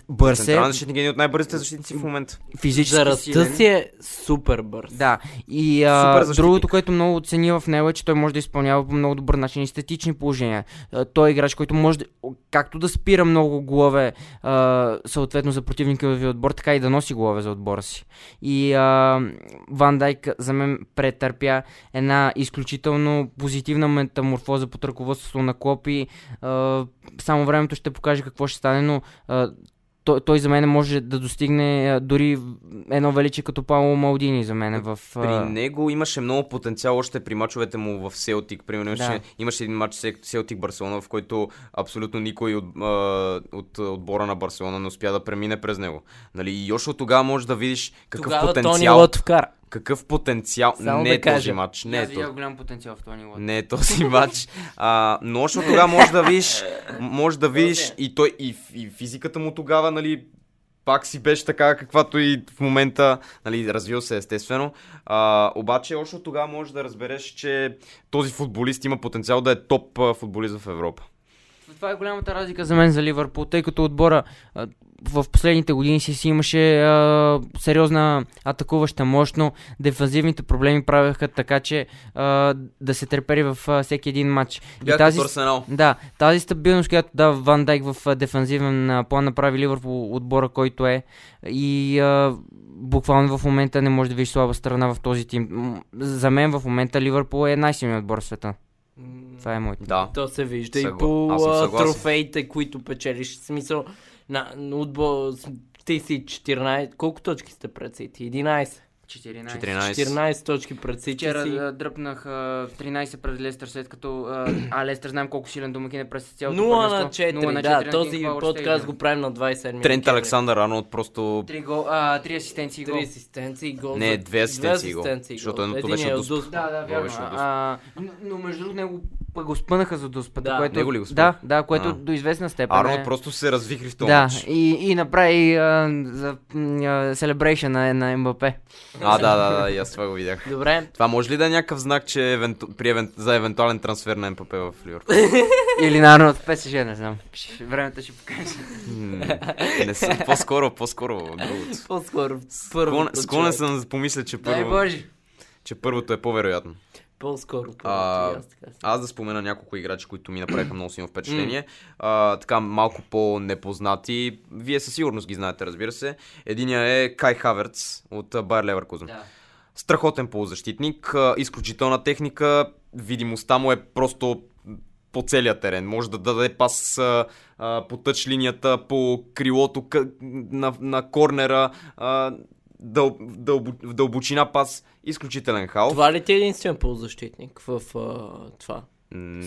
Бърз е,
Централен защитник е един от най-бързите защитници в момента.
физически
За
силен.
ръста си е супер бърз.
Да, и
Супер
а,
защитник.
другото, което много оцени в него е, че той може да изпълнява по много добър начин естетични положения. А, той е играч, който може да, както да спира много голове, а, съответно за противника ви отбор, така и да носи голове за отбора си. И а, Ван Дайк за мен претърпя една изключително позитивна метаморфоза под ръководството на Клоп и а, само времето ще покаже какво ще стане, но а, той, той за мен може да достигне а, дори едно величие като Пауло Малдини за мен в... а,
При него имаше много потенциал още при мачовете му в Селтик. Примерно имаше, имаше един матч Селтик Барселона, в който абсолютно никой от, а, от а, отбора на Барселона не успя да премине през него. Нали? И още от тогава можеш да видиш какъв
Тогава Тони
потенциал.
Лотов кара.
Какъв потенциал.
Само
не
да
е този
кажа.
матч. Не е този.
голям потенциал в това ниво.
Не е този матч. А, но още от тогава може да видиш, може да видиш и той, и, ф- и физиката му тогава, нали, пак си беше така, каквато и в момента, нали, развил се естествено. А, обаче още от тогава можеш да разбереш, че този футболист има потенциал да е топ а, футболист в Европа.
Това е голямата разлика за мен за Ливърпул, тъй като отбора а, в последните години си, си имаше а, сериозна атакуваща мощ, но дефанзивните проблеми правеха така, че а, да се трепери в а, всеки един матч.
Бях
тази,
тази... Арсенал.
Да, тази стабилност, която дава Ван Дайк в а, дефанзивен а, план, направи Ливърпул отбора, който е. И а, буквално в момента не може да видиш слаба страна в този тим. М, За мен в момента Ливърпул е най-силният отбор в света. Това е моето.
Да.
То се вижда
Съгла-
и по
аз съм
а,
съгласен.
трофеите, които печелиш. В смисъл, на, на отбор, с- ти си 14, колко точки сте пред Сити? 11.
14.
14.
14 точки пред Сити
Вчера
си.
а, дръпнах а, 13 пред Лестър, след като... А, а Лестър знаем колко силен домакин е през цялото
0 на
първенство.
4,
0 на 4
да,
на
този
King Power
подкаст
Stadium.
го правим на 27
Трент Александър Арнолд просто...
Три, гол, а, три асистенции и гол.
3 асистенции и гол.
Не,
за-
две асистенции и гол,
асистенции и
защото
гол.
едното
Единият
беше
е
от
от
Дуспа.
Дуспа.
Да, да,
Гол беше
вярно.
от Дуспа.
А, но, но между другото него пък го спънаха за доспада,
Да.
което...
Него ли го спъна?
да, да, което
А.
до известна степен
Арнолд
е...
просто се развихри в този
Да,
матч.
и, и направи а, за, селебрейшън на, на МБП.
А, да, да, да, и аз това го видях.
Добре.
Това може ли да е някакъв знак, че е евенту... при евен... за евентуален трансфер на МПП в Ливърпул?
Или на Арнолд в ПСЖ, не знам. Ще- Времето ще покаже.
М, Не съм, по-скоро, по-скоро другото.
По-скоро
Склон,
първо.
склонен съм да помисля, че,
Дай
първо,
Боже!
че първото е по-вероятно.
По-скоро първото.
А,
и аз така си.
Аз да спомена няколко играчи, които ми направиха много силно впечатление. а, така малко по-непознати. Вие със сигурност ги знаете, разбира се. Единия е Кай Хаверц от а, Байер Леверкузен.
Да.
Страхотен полузащитник, а, изключителна техника, видимостта му е просто по целия терен. Може да даде пас а, а, по тъч линията, по крилото къ- на, на корнера, а, дъл, дълбо, в дълбочина пас. Изключителен хал.
Това ли ти е единствен полузащитник в а, това?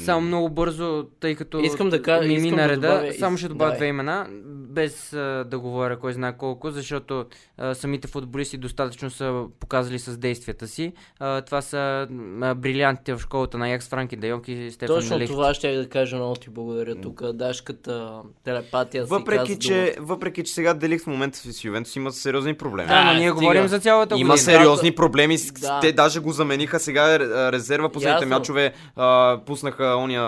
Само много бързо, тъй като
Искам да кажа-
ми
искам
мина
да
реда,
добавя-
само ще добавя
Давай.
две имена, без а, да говоря кой знае колко, защото а, самите футболисти достатъчно са показали с действията си. А, това са а, брилянтите в школата на Якс Франки Дайонки и Стефан
Точно
Лехт.
това ще да кажа, много ти благодаря. Тук дашката телепатия си
Въпреки
каза
че, въпреки, че сега Делих в момента с Ювентус има сериозни проблеми.
Да, но
А,
ние
стига.
говорим за цялата година.
Има сериозни проблеми. с-
Да.
Те даже го замениха. Сега е, а, резерва последните
Ясно.
мачове а, пуснаха ония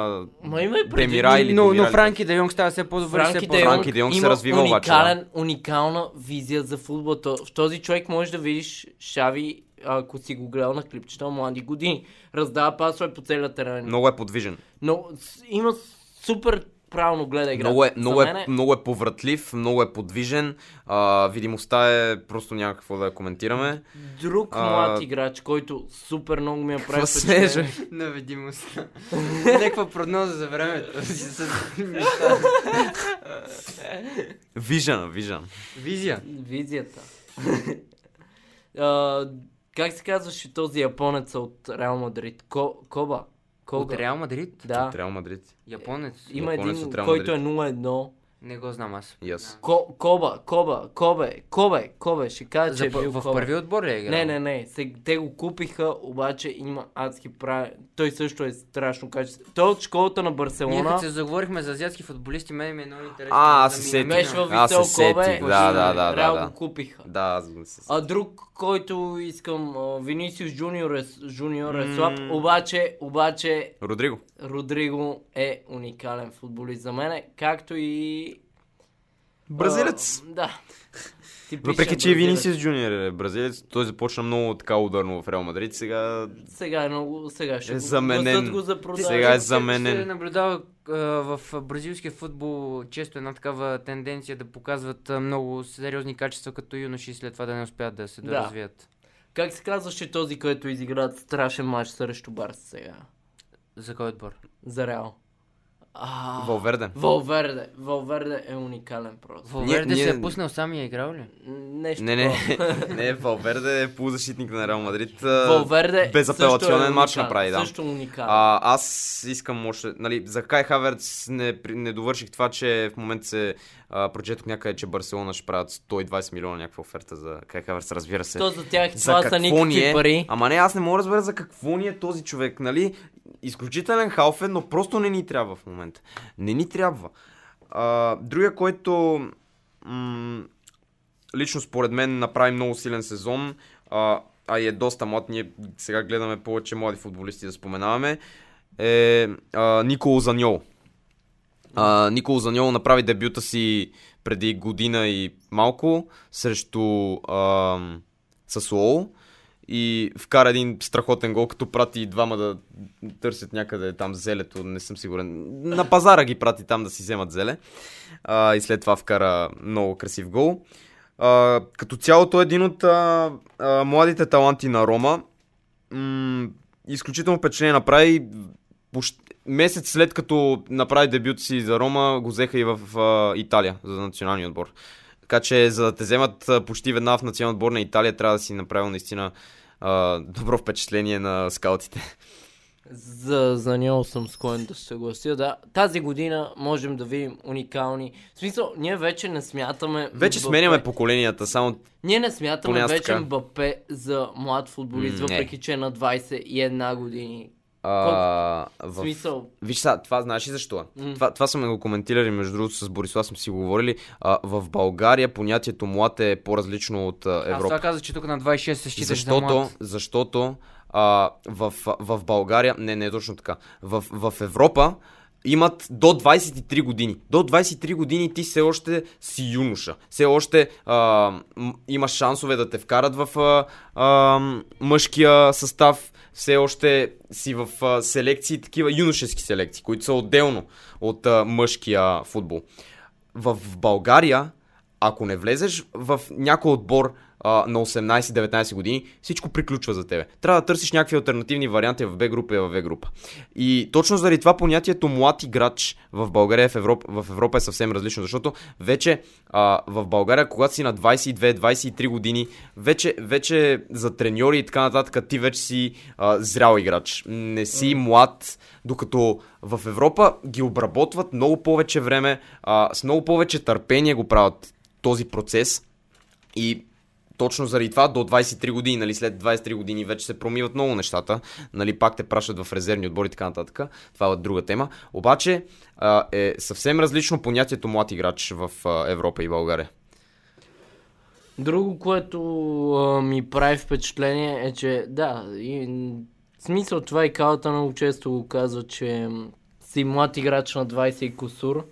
Ма има и преди-
Демира или
но, но
Демирали.
Франки Дайонг става все по-добър и все
Франки Де
по-добър.
Йонг
Йонг
Франки Де Йонг се
има
развива обаче,
уникален, уникална визия за футбол. То- В този човек можеш да видиш Шави, ако си го гледал на клипчета млади години. Раздава пасове по целия терен. Но,
Много е подвижен.
с- има супер правилно гледа игра.
Много е, много,
за
е, много е повратлив, много е подвижен. А, видимостта е просто няма какво да я коментираме.
друг
А,
млад играч, който супер много ми е
Какво
правил
смееш,
впечатление.
бе?
На видимостта. Някаква прогноза за времето.
Вижен, вижен.
Визия.
Визията. а, как се казваше този японец от Реал Мадрид? Ко, Коба?
От
Кога?
Реал Мадрид?
Да.
От Реал Мадрид.
Японец?
Има
Японец
един,
от Реал
който е
Мадрид.
0-1.
Не го знам аз.
И аз.
Ко, Коба, Коба, Кобе, Кобе, Кобе, ще кажа, че
За,
е бил
в
Коба.
първи отбор ли е играл?
Не, не, не, се, те го купиха, обаче има адски прави. Той също е страшно качество. Той е от школата на
Ние като
Барселона.
се заговорихме за азиатски футболисти, мен ми е много интересно.
А, аз
да
се
ми-
сетих.
Мешва
А, се
Висел Кобе,
сетих. Да, да, да,
Реал
да, да.
го купиха.
Да, аз го се-
А друг, който искам, а, Винисиус Джуниор е, с- Джуниор е слаб, обаче, обаче
Родриго.
Родриго е уникален футболист за мен, както и...
Бразилец.
А, да. Типичен
Въпреки, че и
бразилец.
Винисиус Джуниор е бразилец, той започна много така ударно в Реал Мадрид. Сега
Сега е много, сега ще
Е
го
заменен.
гласат го за продажа.
Сега е
Се-
заменен.
Се наблюдава а, в бразилския футбол често една такава тенденция да показват а, много сериозни качества като юноши и след това да не успят да се
Да.
доразвият.
Как се казваше този, който изигра страшен матч срещу Барс сега?
За кой отбор?
За Реал. А,
Валверде.
Валверде. Валверде е уникален просто.
Валверде
ние-
се е пуснал сам и е играл ли?
Нещо
Не, не,
такова.
не, Валверде е полузащитник на Реал Мадрид. а,
Валверде
безапелационен
също е
матч
уникален,
направи, да.
Също уникален.
А, аз искам още, нали, за Кай Хаверц не, при- не довърших това, че в момента се а, прочетох някъде, че Барселона ще правят 120 милиона някаква оферта за Кай Хаверц, разбира се.
То за тях
за
това са
какво ни
никакви
е,
пари.
ама не, аз не мога да разбера за какво ни е този човек, нали? Изключителен халф е, но просто не ни трябва в момента. Не ни трябва. А, другия, който м- лично според мен направи много силен сезон, а, а и е доста млад, ние сега гледаме повече млади футболисти да споменаваме, е а, Николо Заньол. А, Николо Заньол направи дебюта си преди година и малко срещу а, Сасуол и вкара един страхотен гол, като прати и двама да търсят някъде там зелето, не съм сигурен. На пазара ги прати там да си вземат зеле. А, и след това вкара много красив гол. А, като цяло той е един от а, а, младите таланти на Рома. М- изключително впечатление направи. Почти, месец след като направи дебют си за Рома, го взеха и в а, Италия за националния отбор. Така че за да те вземат а, почти веднага в националния отбор на Италия, трябва да си направил наистина а, добро впечатление на скаутите.
За, за него съм склонен да се съглася. Да, тази година можем да видим уникални. В смисъл, ние вече не смятаме.
Вече
Мбапе.
сменяме поколенията, само
Ние не
Поне
смятаме
аз
вече
така.
Мбапе за млад футболист,
М, не.
въпреки че е на 21 години.
А, в...
Смисъл.
Виж са, това знаеш ли защо?
М.
Mm. Това, това сме го коментирали, между другото, с Борислав сме си го говорили. А, в България понятието млад е по-различно от а,
Аз
Европа.
това казах, че тук на 26 се считаш за
Защото,
млад.
защото а, в, в България, не, не е точно така, в, в Европа имат до 23 години. До 23 години ти все още си юноша. Все още а, м- имаш шансове да те вкарат в а, а, мъжкия състав. Все още си в а, селекции, такива юношески селекции, които са отделно от а, мъжкия футбол в в България, ако не влезеш в някой отбор а, на 18-19 години, всичко приключва за тебе. Трябва да търсиш някакви альтернативни варианти в Б група и в В група. И точно заради това понятието млад играч в България и в Европа, в Европа е съвсем различно, защото вече а, в България, когато си на 22-23 години, вече, вече за треньори и така нататък, ти вече си а, зрял играч. Не си млад, докато в Европа ги обработват много повече време, а, с много повече търпение го правят този процес и точно заради това до 23 години, нали, след 23 години вече се промиват много нещата, нали, пак те пращат в резервни отбори и така нататък, това е друга тема, обаче а, е съвсем различно понятието млад играч в а, Европа и България.
Друго, което а, ми прави впечатление е, че да, и, м, в смисъл това и калата много често го казва, че м, си млад играч на 20 и косур.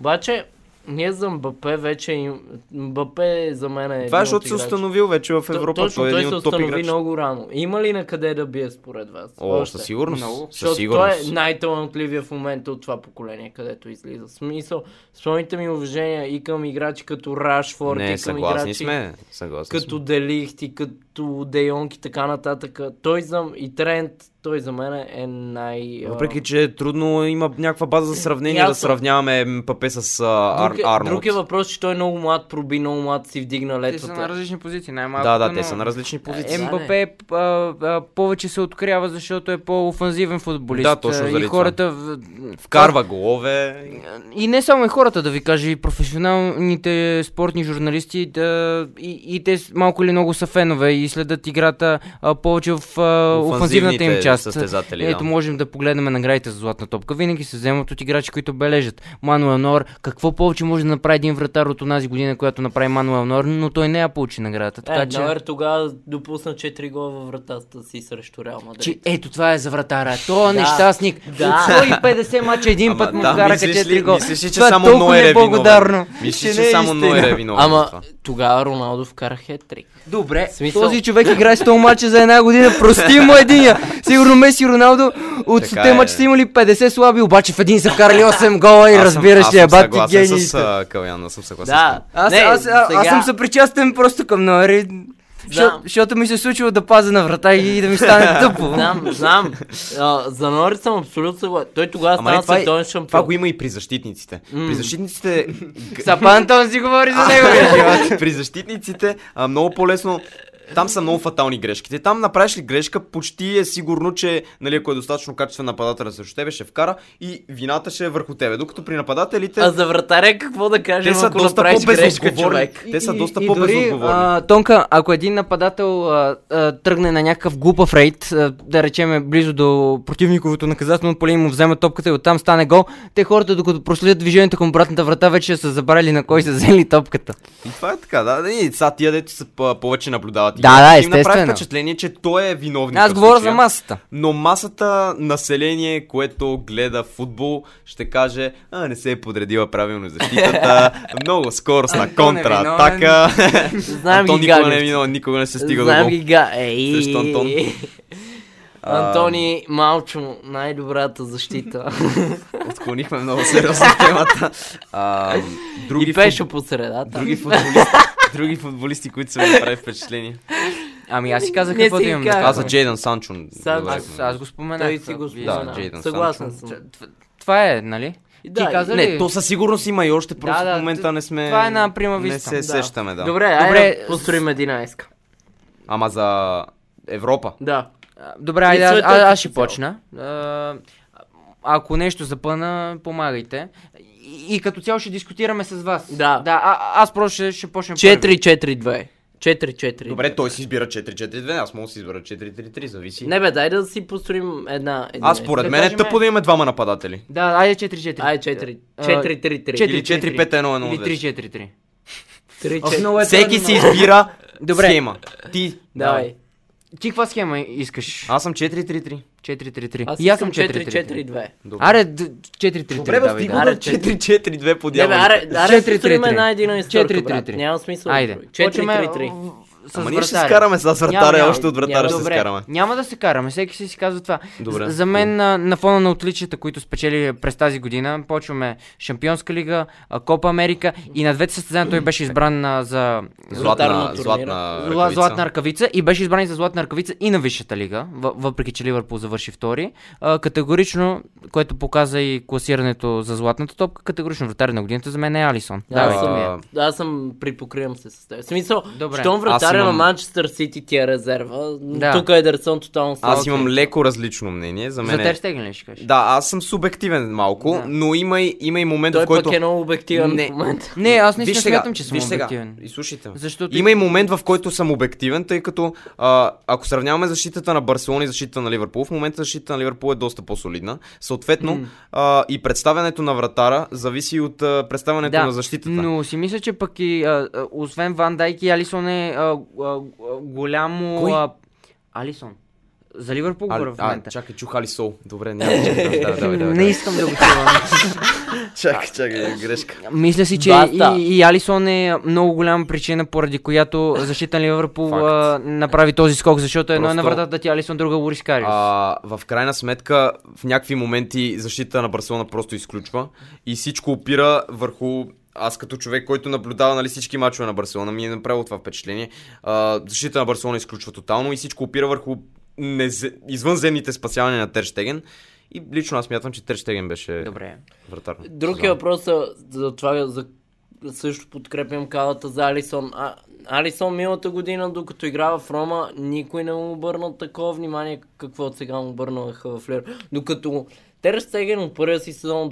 Обаче, ние за Мбапе вече, им- Мбапе за мен е един
Това е
от
защото се
играчите.
установил вече в
Т-
Европа,
Точно
той е
той
един
се
от топ
установи
играч.
много рано. Има ли на къде да бие според вас?
О,
Още.
със сигурност,
Много.
със
Защото той
сигурност.
е най-талантливия в момента от това поколение, където излиза. В Смисъл, с моите ми уважения и към играчи като Рашфорд,
Не,
и към
съгласни
играчи
сме, съгласни сме.
като Делихт и като Дейонг и така нататък. Той за... и Трент, той за мен е най... а,
Въпреки, че е трудно има някаква база за сравнение
Ясно.
да сравняваме МПП с а, Ар,
друг, е,
Арнолд.
друг е въпрос, че той много млад проби, много млад си вдигна
Те са на
летвата.
различни позиции, най-малко.
да, да, те са на различни позиции.
Е,
Мбапе а, а, повече се открява, защото е по-офанзивен футболист.
Да, точно
а, И
заради
хората... в-
Вкарва голове.
И не само и хората, да ви кажа, и професионалните спортни журналисти, да, и, и те с- малко или много са фенове и следят играта а, повече в а, офанзивната им
Офанзивните
част.
състезатели, да.
Ето можем да погледнем наградите за златна топка. Винаги се вземат от играчи, които бележат. Мануел Нор, какво повече може да направи един вратар от онази година, която направи Мануел Нор, но той не я получи наградата. Така
Е,
че...
Нойер тогава допусна 4 гола във вратата си срещу Реал Мадрид.
Че ето това е за вратара. То е
Да.
нещастник.
Да.
От 150 мача един
Ама
път му
да,
вкара
мислиш ли-
4 гола.
мислиш ли, че
Това е
само
толкова
Нойер е виновен?
неблагодарно,
Мислиш
че
ли, че
не е
само
истина.
Нойер е виновен? за
Ама
това?
тогава Роналдо вкара хетрик.
Добре,
Смисъл-
този човек играе 100 мача за една година, прости му единия. Сигурно Меси и Роналдо от
Така
100
е.
мача са имали 50 слаби, обаче в един са вкарали 8 гола и
Аз съм-
разбираш
е
ли, е,
аз съм
бати
съгласен
гений.
с а, Калян, аз съм съгласен. с
Да.
теб.
Аз,
не,
аз, а, аз
сега-
съм съпричастен просто към Нойер,
Знам.
защото ми се е случило да пазя на врата и да ми стане тъпо.
Знам, знам. А, за Нори съм абсолютно съгласен. Той тогава
Ама
стана
не, това, е,
световен
това
шампион.
го има и при защитниците. При защитниците... г-
Сапа Антон си говори за него. бе.
при защитниците а, много по-лесно там са много фатални грешките. Там направиш ли грешка, почти е сигурно, че нали, ако е достатъчно качествен нападател срещу тебе, ще вкара и вината ще е върху тебе. Докато при нападателите...
А за вратаря какво да кажем,
Те са
ако
доста
направиш грешка,
по-безотговорни.
човек?
Те са
И-
доста
и
по-безотговорни.
дори, а, Тонка, ако един нападател а, а, тръгне на някакъв глупав рейд, а, да речеме близо до противниковото наказателно поле и му вземе топката и оттам стане гол, те хората, докато проследят движението към обратната врата, вече са забрали на кой са взели топката.
И това е така, да. да, И са тия дето са п- повече наблюдават.
Да,
игрите,
да,
им направи
естествено.
впечатление, че той е виновник.
Аз
в
говоря
случая.
за масата.
Но масата население, което гледа футбол, ще каже, а не се е подредила правилно защитата, много скорост на
Антон е
контратака.
Знаем
Антон
ги
никога не е
гадите.
виновен, никога не се стига до
Знаем
гол.
ги га... Ей,
Срещу Антон.
Антони Малчо, най-добрата защита.
Отклонихме много сериозно темата. А, други,
и пеше по средата.
други, футболисти, други футболисти, които са ми направи впечатление.
Ами аз си казах
Не
какво
си
да имам.
казах.
да кажа.
Аз за Джейдан Санчо.
Санчо.
Аз, аз го споменах.
Той си го
Вие-
Да,
спомена.
Джейдън
Съгласен
Т-
съм.
т- Това е, нали?
И
Ти каза ли?
Не, то със сигурност има и още, просто
да,
в момента
т-
не сме...
това е на прима
Не
виста.
се
Да.
сещаме, да.
Добре,
Добре,
айде
с-
построим една иска.
Ама за Европа.
Да.
А, Добре, айде, аз,
света
аз,
като
аз ще
цяло.
почна. А, ако нещо запъна, помагайте. И, и като цяло ще дискутираме с вас.
Да.
да а, аз просто ще, ще почна. първи.
4-4-2. 4-4.
Добре, той си избира 4-4-2, аз мога да си избера 4-3-3, зависи.
Не бе, дай да си построим една... една
аз според
да
мен е
кажем-
тъпо да има двама нападатели.
Да, айде 4-4.
Ай, 4.
А,
4-3-3.
Или 4-5-1-1-2.
Или 3-4-3.
4-3.
Много е
Всеки
трудно.
си избира
Добре.
схема. Ти.
Давай.
Ти каква схема искаш?
Аз съм 4-3-3.
4-3-3.
Аз
и аз съм
съм
4-4.
4-4-2.
Добре.
Аре, д- 4-3-3.
Добре, бе,
давай,
стига
да.
да
аре,
4-4-2 по
Не бе,
дяволите.
аре, аре,
4-3-3.
построим една едина история, брат.
4-3-3.
Няма смисъл.
Айде. Почваме,
4-3-3.
а, в- с
Ама ние ще се
вратаря.
скараме с вратаря,
Няма,
още от вратаря
няма.
ще се
Добре,
скараме.
няма да се караме, всеки си си казва това.
Добре.
За, за мен на, на фона на отличията, които спечели през тази година, почваме Шампионска лига, а, Копа Америка и на двете състезания той беше избран а, за
Златна,
Златна
златна
зла-
ръкавица.
златна ръкавица и беше избран и за златна ръкавица и на висшата лига, в- въпреки че Ливърпул завърши втори. А, категорично, което показа и класирането за златната топка, категорично вратаря на годината за мен е Алисон.
Аз
Давай, ми я.
съм, аз съм припокривам се с теб. В смисъл,
Добре.
щом
Аз
вратаря
имам-
на Манчестър Сити ти е резерва,
Да.
тук Едерсон тотално слаб.
Аз имам леко различно мнение. За
За
мен
Тер
е...
Стеген ли ще кажеш?
Да, аз съм субективен малко,
Да.
но има и, има и момент,
Той
в който...
пък е много обективен
Не.
в момента.
Не, аз не
Виж
смятам, че съм
виж сега,
обективен.
И слушайте.
Защото
Има и момент, в който съм обективен, тъй като а, ако сравняваме защитата на Барселона и защитата на Ливърпул, в момента защитата на Ливърпул е доста по-солидна. Съответно, а, и представянето на вратара зависи от а, представянето на защитата.
Но си мисля, че пък и а, а, освен Ван Дайк и Алисон е а, а, а, голямо...
Кой?
А, Алисон. За Ливърпул
а,
говоря в
а,
момента.
чакай, чух Али Сол. Добре, няма. да, давай, давай, давай,
Не
давай.
искам да го чувам.
Чакай, чакай, грешка.
Мисля си, че
Баста.
и, и Алисон е много голяма причина, поради която защита на Ливърпул
Факт.
а, направи този скок, защото едно е на
Просто-
вратата ти Алисон, друга Лорис Кариус.
А, в крайна сметка, в някакви моменти защита на Барселона просто изключва и всичко опира върху аз като човек, който наблюдава нали, всички мачове на Барселона, ми е направило това впечатление. А, защита на Барселона изключва тотално и всичко опира върху незе... извънземните спасявания на Терштеген. И лично аз мятам, че Терштеген беше
Добре.
вратар. на
Друг е
сезона.
въпрос е за това, за... също подкрепям калата за Алисон. А, Алисон миналата година, докато играва в Рома, никой не му обърна такова внимание, какво от сега му обърнаха в Лир. Докато Тер Стеген от първия си сезон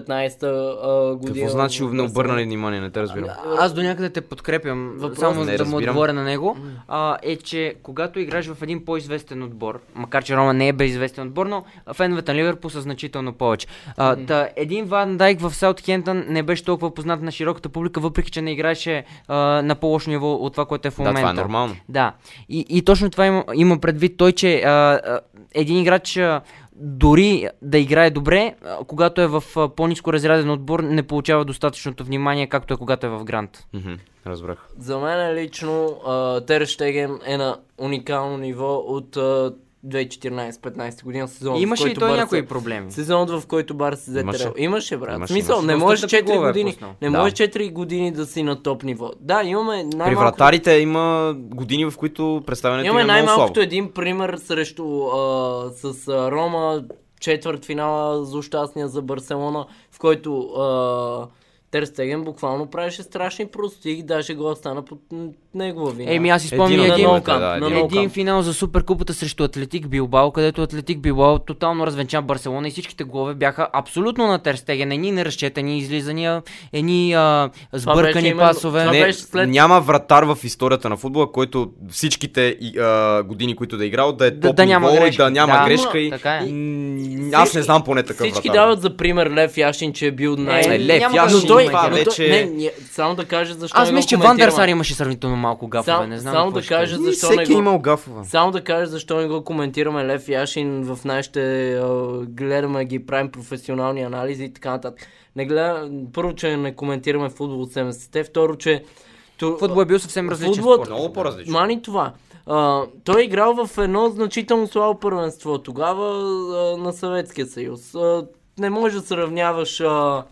2014-15 а, година.
Какво значи
в
не обърнали внимание, не те разбирам.
Аз до някъде те подкрепям, само
Не
за да му
разбирам.
отговоря на него, а, е, че когато играеш в един по-известен отбор, макар че Рома не е безизвестен отбор, но феновете на Ливърпул са значително повече. А, та, един Ван Дайк в Саутхемптън не беше толкова познат на широката публика, въпреки че не играеше а, на по-лошо ниво от това, което е в
Да,
момента.
това е нормално.
Да. И, и точно това има, има предвид той, че а, а, един играч а, дори да играе добре, а, когато е в а, по-низко разряден отбор, не получава достатъчното внимание, както е когато е в Грант.
Мгм, Разбрах.
За мен лично а, Тер Стеген е на уникално ниво от а, 2014-15 година сезон. в
Имаше и
който
той
Барса-
някои проблеми.
Сезонът, в който Барс се взе
Имаше.
Терел. Имаше, брат.
Имаше,
Имаше, Смисъл,
имаше.
не
Доста
можеш
тъпи
4
голове е
години.
пуснал.
Не
Да.
можеш 4 години да си на топ ниво. Да, имаме
При
най-малко.
вратарите има години, в които представянето им
Имаме
е много слабо.
най-малкото един пример срещу а, с а, Рома, четвърт финала злощастния за Барселона, в който а, Тер Стеген буквално правеше страшни прости и даже го стана под м, негова вина.
Еми, аз изпомня
Един от
един,
двамата,
Ноукам,
да,
на
един от
Ноукам.
един финал за Суперкупата срещу Атлетик Билбао, където Атлетик Билбао тотално развенча Барселона и всичките голове бяха абсолютно на Терстеген. Едни неразчетени излизания, едни а, сбъркани
именно-
пасове.
това
Не,
беше след-
Няма вратар в историята на футбола, който всичките и, а, години, които да е играл, да е
Да-
топ
да няма
ниво и
грешки.
да няма
Да,
грешка. И...
така е.
М, Аз не знам поне такъв
Всички
вратар.
дават за пример Лев Яшин, че е бил най...
Е, Лев,
няма
аз
как да
но
го
той,
коментирам.
това
но той-
вече- е-
не, ние- само да кажа защо
Аз
не го
мисля, че Ван
коментирам.
Дер Сар имаше сравнително малко гафове.
Сам-
не
е
знам
само
какво
да
ще
кажа
И
защо не
Всеки е
го...
имал гафова.
Само да кажа защо не го коментираме Лев Яшин в нашите... а, гледаме ги, правим професионални анализи и така нататък. Не гледа... Първо, че не коментираме футбол от 70-те. Второ, че... Ту...
Футбол е бил съвсем различен
Футболът-
спорт.
Много по-различно.
Мани това. А, той е играл в едно значително слабо първенство. Тогава а, на Съветския съюз. А, не можеш да сравняваш а,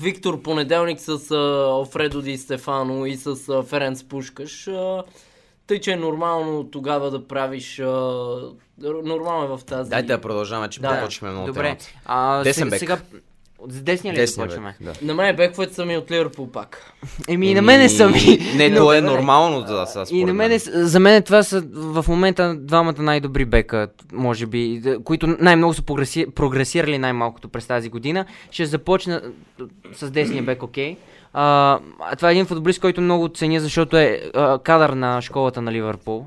Виктор Понеделник с а, Офредо Ди Стефано и с а, Ференц Пушкаш. А, тъй, че е нормално тогава да правиш... А, нормално е в тази...
Дайте да продължаваме, че
Да.
поточваме много
Добре.
темата.
А,
Десен
сега,
бек.
сега от с десния ли
Десния
започваме?
бек, да.
На мен е бековете са ми от Ливърпул пак.
Еми и на мене са ми.
Не,
Но-
то е нормално да сега
И
според
на мене, с- за мен това са в момента двамата най-добри бека, може би, да- които най-много са прогреси- прогресирали най-малкото през тази година. Ще започна е, с десния бек, окей. А, а това е един футболист, който много ценя, защото е а, кадър на школата на Ливърпул.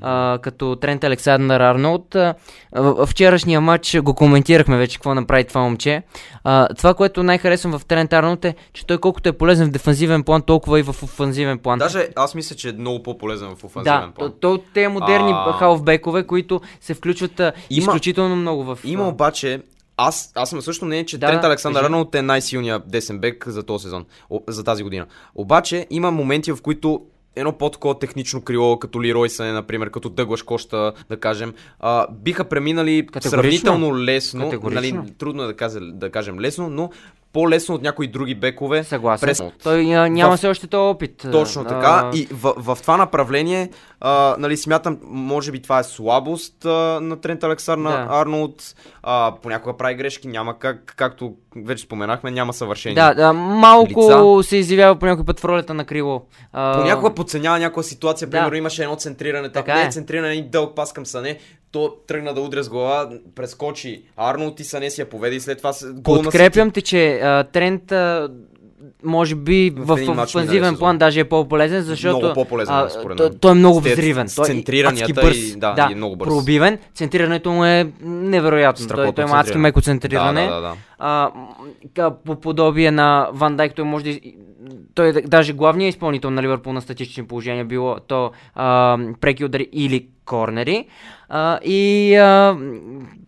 А, като Трент Александър Арнолд. А, в- вчерашния матч го коментирахме вече какво направи това момче. А, това, което най-харесвам в Трент Арнолд е, че той колкото е полезен в дефанзивен план, толкова и в офанзивен план.
Даже аз мисля, че е много по-полезен в офанзивен
да,
план.
то, то, те модерни
А.
а... халфбекове, които се включват а,
Има-
изключително много в...
Има обаче, аз, аз съм също мнение, че
Да,
да, Трент
да,
Александър
кажи.
Арнолд е най-силният десен бек за този сезон, о, за тази година. Обаче има моменти, в които едно по-такова технично крило, като Лирой Сане, например, като Дъглаш Кошта, да кажем, а, биха преминали
Категорично.
сравнително лесно, нали,
Категорично.
трудно е да, каза, да кажем лесно, но по-лесно от някои други бекове.
Съгласен.
през-
Той а, няма
В-
все още този опит.
Точно
А,
така. И в, в това направление, а, нали, смятам, може би това е слабост а, на Трент Александър
Да.
да. Арнолд. А, понякога прави грешки, няма как, както вече споменахме, няма съвършение.
Да, да, малко
Лица.
се изявява по някой път в ролята на крило. А,
Понякога подценява някаква ситуация,
Да.
примерно имаше едно центриране, така
Така
не е
е.
центриране, един дълг пас към Сане, то тръгна да удря с глава, прескочи Арнолд и Сане си я поведе и след това с- гол на
Подкрепям те, че а, Трент а, може би
В
в,
един
в
матч миналия
офанзивен
сезон.
план даже е по-полезен, защото
Много по-полезен,
а,
според
той,
мен.
той е много
С те-
взривен.
с
Той е
центрирания,
адски
той
бърз.
и- да, и е много бърз.
Пробивен, центрирането му е невероятно. Той,
Страхотно
той има адски
центриране.
меко
Да,
центриране.
да, да, да.
а, м, ка- по подобие на Ван Дайк, той може да... из- Той е д- даже главният изпълнител на Ливърпул на статични положения, било то а, м, преки удари или корнери. А, и а, м,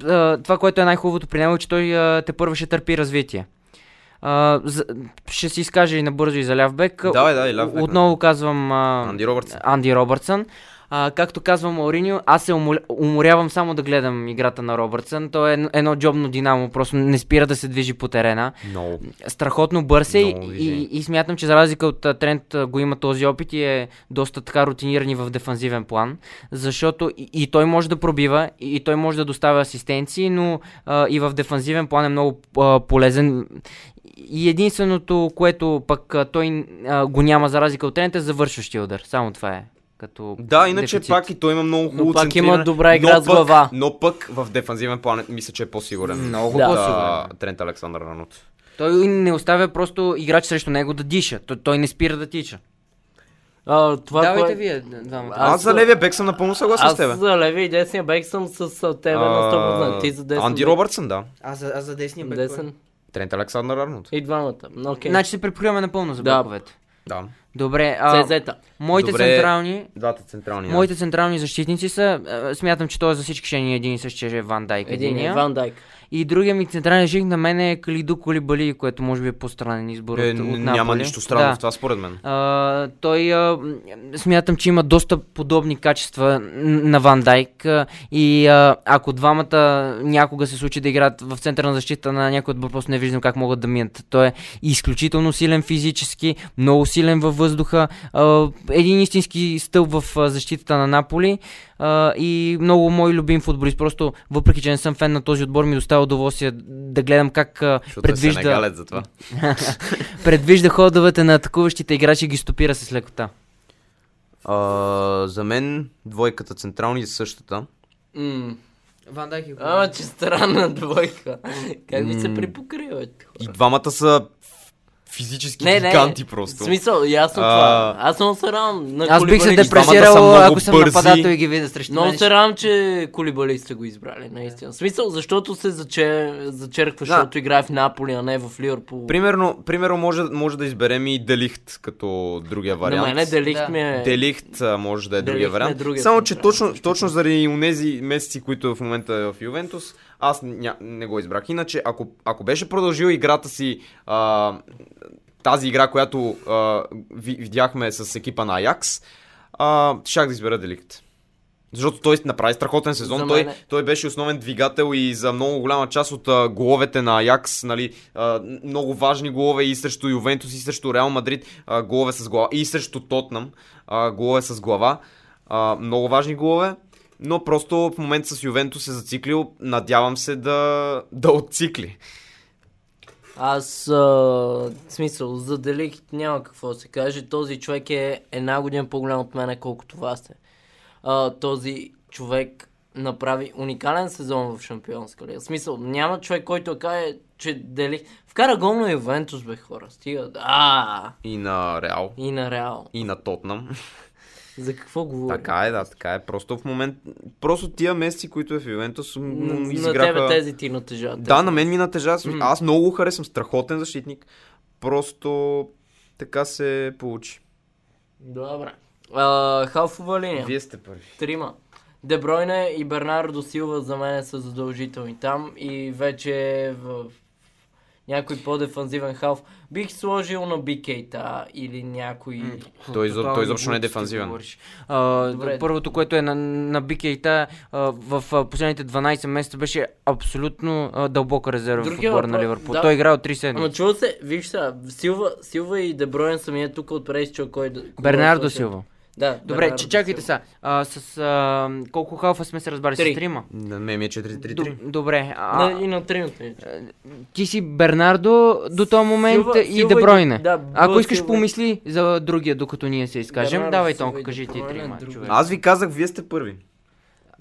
а, това, което е най-хубавото при него, е, че той а, те първо ще търпи развитие. А, за, ще си изкаже и набързо и за Лявбек.
Да, да, и ляв бек, да.
Отново казвам... А,
Анди Робъртс.
Анди Робъртсън. А, както казва Мауриньо, аз се умоля- уморявам само да гледам играта на Робъртсън. Той е ед- едно джобно динамо, просто не спира да се движи по терена.
Много.
Страхотно бърз е и,
Много движение.
и, и смятам, че за разлика от а, Трент а, го има този опит и е доста така рутиниран и в дефанзивен план, защото и, и той може да пробива, и, и той може да доставя асистенции, но а, и в дефанзивен план е много а, полезен. И единственото, което пък а, той а, го няма за разлика от Трент е завършващия удар. Само това е. Като
Да, иначе
дефицит.
пак и той има много хубаво
пак има
центриране,
добра игра
но
с
пък-
глава.
Но пък в дефанзивен план мисля, че е по-сигурен.
Много
Да.
по-сигурен.
Трент Александър Ранут.
Той не оставя просто играч срещу него да диша. Той, той не спира да тича.
А, това,
Давайте
кое-
вие двамата.
Аз,
Аз
за
за-
левия бек съм напълно съгласен
Аз
с тебе.
за леви и десния бек съм с а, тебе на 100%. Ти за десен.
Анди
бек.
Робъртсън, да.
Аз за, аз за десния бек.
Десен.
Трент Александър Арнолд.
И двамата. Окей.
Значи се препоръваме напълно за
Да.
бековете.
Да.
Добре, а,
CZ-та.
моите
Добре.
централни...
Двата централни. да.
Моите централни защитници са, а, смятам, че той за всички ще ни е един и същи, ще е Ван Дайк.
Един
единия.
е Ван Дайк.
И другия ми централен защитник на мен е Калиду Колибали, което може би е по-странен избор
Е,
от,
н-
от
няма
Наполи.
нищо странно
Да.
в това, според мен.
А, той а, м, смятам, че има доста подобни качества н- на Ван Дайк а, и а, ако двамата някога се случи да играят в центъра на защита на някой отбор, просто не виждам как могат да минат. Той е изключително силен физически, много силен във въздуха, а, един истински стълб в а, защитата на Наполи а, и много мой любим футболист. Просто въпреки, че не съм фен на този отбор, ми доставя удоволствие да гледам как а,
Защото е
предвижда,
сенегалец за това.
предвижда ходовете на атакуващите играчи и ги стопира с лекота.
А, за мен двойката централни е същата.
М.
Ван Дайк е и
Ама, че странна двойка. Как ви се припокриват?
И двамата са ф- физически
Не, не.
гиганти просто.
В смисъл, ясно
А,
това. Аз много се радвам на
Аз бих се
Кулибали.
Двамата са
депресирал, значи-
много
ако съм
бързи.
нападател и ги видя срещу
Много
мен.
се радвам, че Колибали сте го избрали, наистина. В смисъл, защото се заче... зачерква,
Да.
защото играе в Наполи, а не в Ливърпул.
Примерно, примерно може, може да изберем и Делихт като другия
На
вариант.
мене Делихт
Да.
ми е...
Делихт а, може да е другия
Делихт
вариант.
не е другия
Само, че
вариант.
точно, точно заради онези месеци, които в момента е в Ювентус, аз ня, не го избрах. Иначе, ако, ако беше продължил играта си, а, тази игра, която а, ви, видяхме с екипа на Аякс, а, щях да избера Делихт. Защото той направи страхотен
За
сезон. Той,
мене-
той беше основен двигател и за много голяма част от а, головете на Аякс, нали, а, много важни голове и срещу Ювентус, и срещу Реал Мадрид, а, голове с глава, и срещу Тотнам, а, голове с глава. А, много важни голове. Но просто в момента с Ювентус е зациклил. Надявам се да, да отцикли.
Аз, а, в смисъл, за Делихт няма какво да се каже. Този човек е една година по-голям от мене, колкото вас е. А, този човек направи уникален сезон в Шампионска лига. В смисъл, няма човек, който каже, че дели... Вкара гол на Ювентус, бе хора. Стига. А,
И на Реал.
и на Реал.
И на Тотнам.
За какво говорим?
Така е, да, така е. Просто в момент... Просто тия месеци, които е в Ювентус, м-
На,
м-
на тебе
изиграха...
тези ти натежат.
Да, на мен ми натежа. Аз- Аз много го харесвам. Страхотен защитник. Просто така се получи.
Добре. А, халфова линия.
Вие сте първи.
Трима. Дебройне и Бернардо Силва за мен са задължителни там и вече в някой по-дефанзивен халф. Бих сложил на Бикейта или някой...
Той, изо-
Тотално
той изобщо не е
глупости
дефанзивен.
говориш. А,
Добре.
Първото, което е на, на Бикейта а, в а, последните 12 месеца беше абсолютно а, дълбока резерва в
Другия
отбора на
въпрос-
Ливърпул.
да.
Той е играл 3 седмици.
Ама чува се, виж сега, Силва, Силва и Деброен самия е тук от чул кой... да- кого
Бернардо
сложи.
Силва.
Да,
Добре,
Бернардо
че чакайте
Силва.
сега. А, с а, колко халфа сме се разбрали?
Три.
С трима?
На мен ми е 4-3-3.
Доб- Добре. А,
На, и на тримата. е.
Ти си Бернардо до този момент
Силва-
и
Силва
Дебройне.
и- да,
Ако
Бъл
искаш,
Силва и-
помисли за другия, докато ние се изкажем.
Бернардо
Давай,
Силва
Тонко,
и
кажи ти
Дебройне,
трима
е друг-
човека.
Аз ви казах, вие сте първи.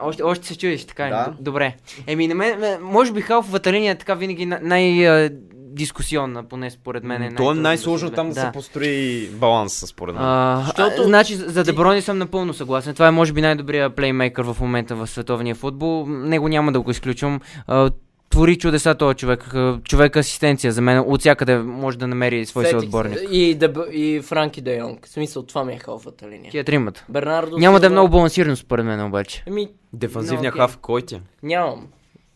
Още, още се чудиш, така ли?
Да.
Д- Добре. Еми, на мен, ме- може би халфовата линия е така винаги на- най- а, дискусионна, поне според мен.
То
Е
е
най-трудно
най-сложно
да се
там да
разбере.
се построи баланс, според мен.
А,
Защото-
а, значи, за Деброни съм напълно съгласен. Това е, може би, най-добрият плеймейкър в момента в световния футбол. Него няма да го изключвам. А, твори чудеса този човек. А, Човек е асистенция за мен. От всякъде може да намери свой
Сетих се.
съотборник.
И, Деб- и Франки Де Йонг. В смисъл, това ми е халфата линия.
Тия тримата.
Бернардо
Няма да е
Силва- Ами,
много балансирано, според мен, обаче.
Еми,
Дефанзивния
окей.
хаф, кой ти е?
Нямам.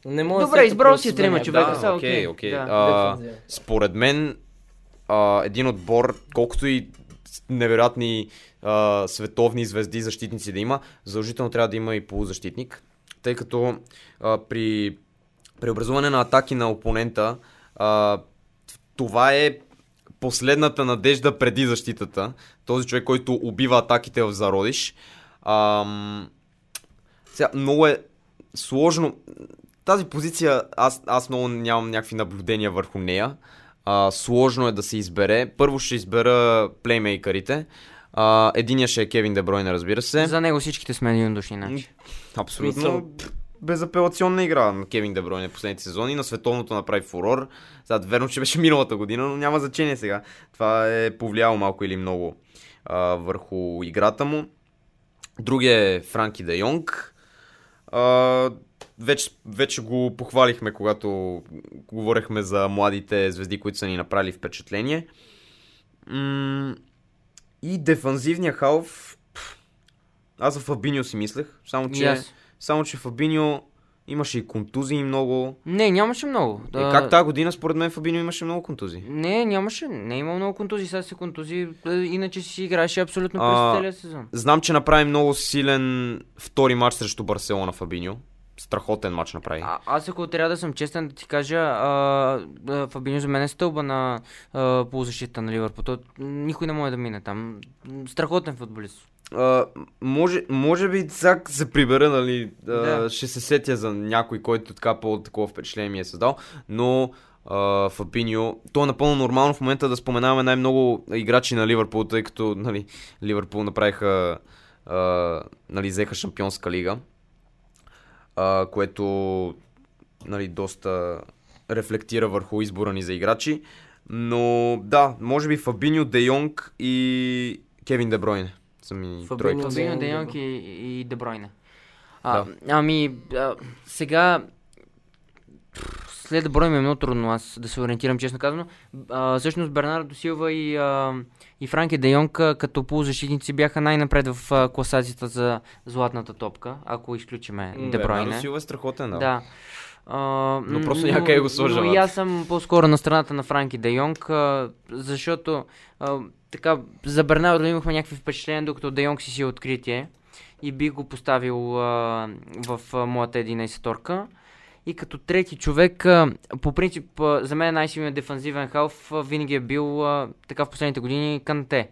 Не мога
Добре, избрал си трима човека.
Да,
са,
окей,
окей,
окей.
да.
А,
Дефанзивен.
Според мен, а, един отбор, колкото и невероятни а, световни звезди защитници да има, задължително трябва да има и полузащитник, тъй като а, при преобразуване на атаки на опонента, а, това е последната надежда преди защитата. Този човек, който убива атаките в зародиш. Ам, сега, много е сложно. Тази позиция, аз, аз много нямам някакви наблюдения върху нея. А, сложно е да се избере. Първо ще избера плеймейкърите. А, единия ще е Кевин Дебройн, разбира се.
За него всичките сме единодушни, значи.
Абсолютно.
Мисъл-
Безапелационна игра на Кевин Дебройне последните сезони. На световното направи фурор. Сега, верно, че беше миналата година, но няма значение сега. Това е повлияло малко или много а, върху играта му. Другия е Франки Де Йонг. А, вече, вече го похвалихме, когато говорехме за младите звезди, които са ни направили впечатление. М- и дефанзивния халф. пф, Аз за Фабиньо си мислех, само
И
че,
аз.
само че Фабиньо имаше и контузии много.
Не, нямаше много.
Да. Е, как тази година, според мен, Фабиньо имаше много контузии.
Не, нямаше. Не е имал много контузии, сега се контузии. Е, Иначе си играеше абсолютно през
А,
целия сезон.
Знам, че направи много силен втори матч срещу Барселона Фабиньо. Страхотен матч направи.
А, аз ако трябва да съм честен да ти кажа, а, а, Фабиньо за мен е стълба на а, полузащита на Ливърпул. То, никой не може да мине там. М, Страхотен футболист.
А, може, може би сега като се прибера, нали, а, да.
Да.
ще се сетя за някой, който така по-такова впечатление ми е създал, но а, Фабиньо, то е напълно нормално в момента да споменаваме най-много играчи на Ливърпул, тъй като нали, Ливърпул направиха, а, нали, взеха Шампионска лига, а, което нали, доста рефлектира върху избора ни за играчи, но да, може би Фабиньо, Де Йонг и Кевин Дебройне са ми
Фабиньо,
тройката.
Много
Фабиньо, Де
добър.
Йонг и, и Дебройне. А,
Да.
ами, а, сега... пф, След Дебройне ми е много трудно аз да се ориентирам, честно казано. А, всъщност Бернардо Силва и, а, и Франки Де Йонг а, като полузащитници бяха най-напред в а, класацията за златната топка, ако изключиме
М, Бернардо
Дебройне.
Силва е страхотен, да.
Да. А,
Но
м,
просто някъде го сложа
Но и
вътре.
аз съм по-скоро на страната на Франки Де Йонг, а, защото а, така, за Бернардо имахме някакви впечатления, докато Де Йонг си си е откритие и би го поставил а, в а, моята 11-торка. И като трети човек, а, по принцип, а, за мен най-силният дефанзивен халф а, винаги е бил а, така в последните години Канте.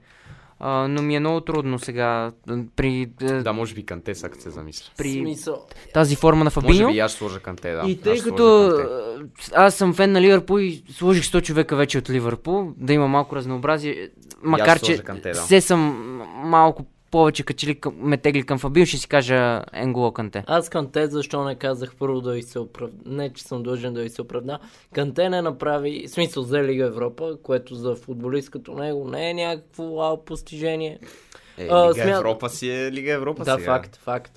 А, но ми е много трудно сега а, при, а,
Да, може би Канте, сега като се замисля.
при
Смисъл.
тази форма на
Може
Фабиньо.
би и аз ще сложа Канте, да.
И
Аз
тъй
ще сложа
като
Канте.
а, аз съм фен на Ливърпул и сложих 100 човека вече от Ливърпул, да има малко разнообразие, макар
сложа
че
Канте, да.
все съм малко повече качили към, ме тегли към Фабил, ще си кажа Енголо Канте.
Аз Канте, защо не казах първо да ви се оправда. Не, че съм длъжен да ви се оправда. Канте не направи, в смисъл за Лига Европа, което за футболист като него не е някакво вау постижение.
Е,
А,
Лига
смя-
Европа си е Лига Европа
да,
сега.
факт, факт.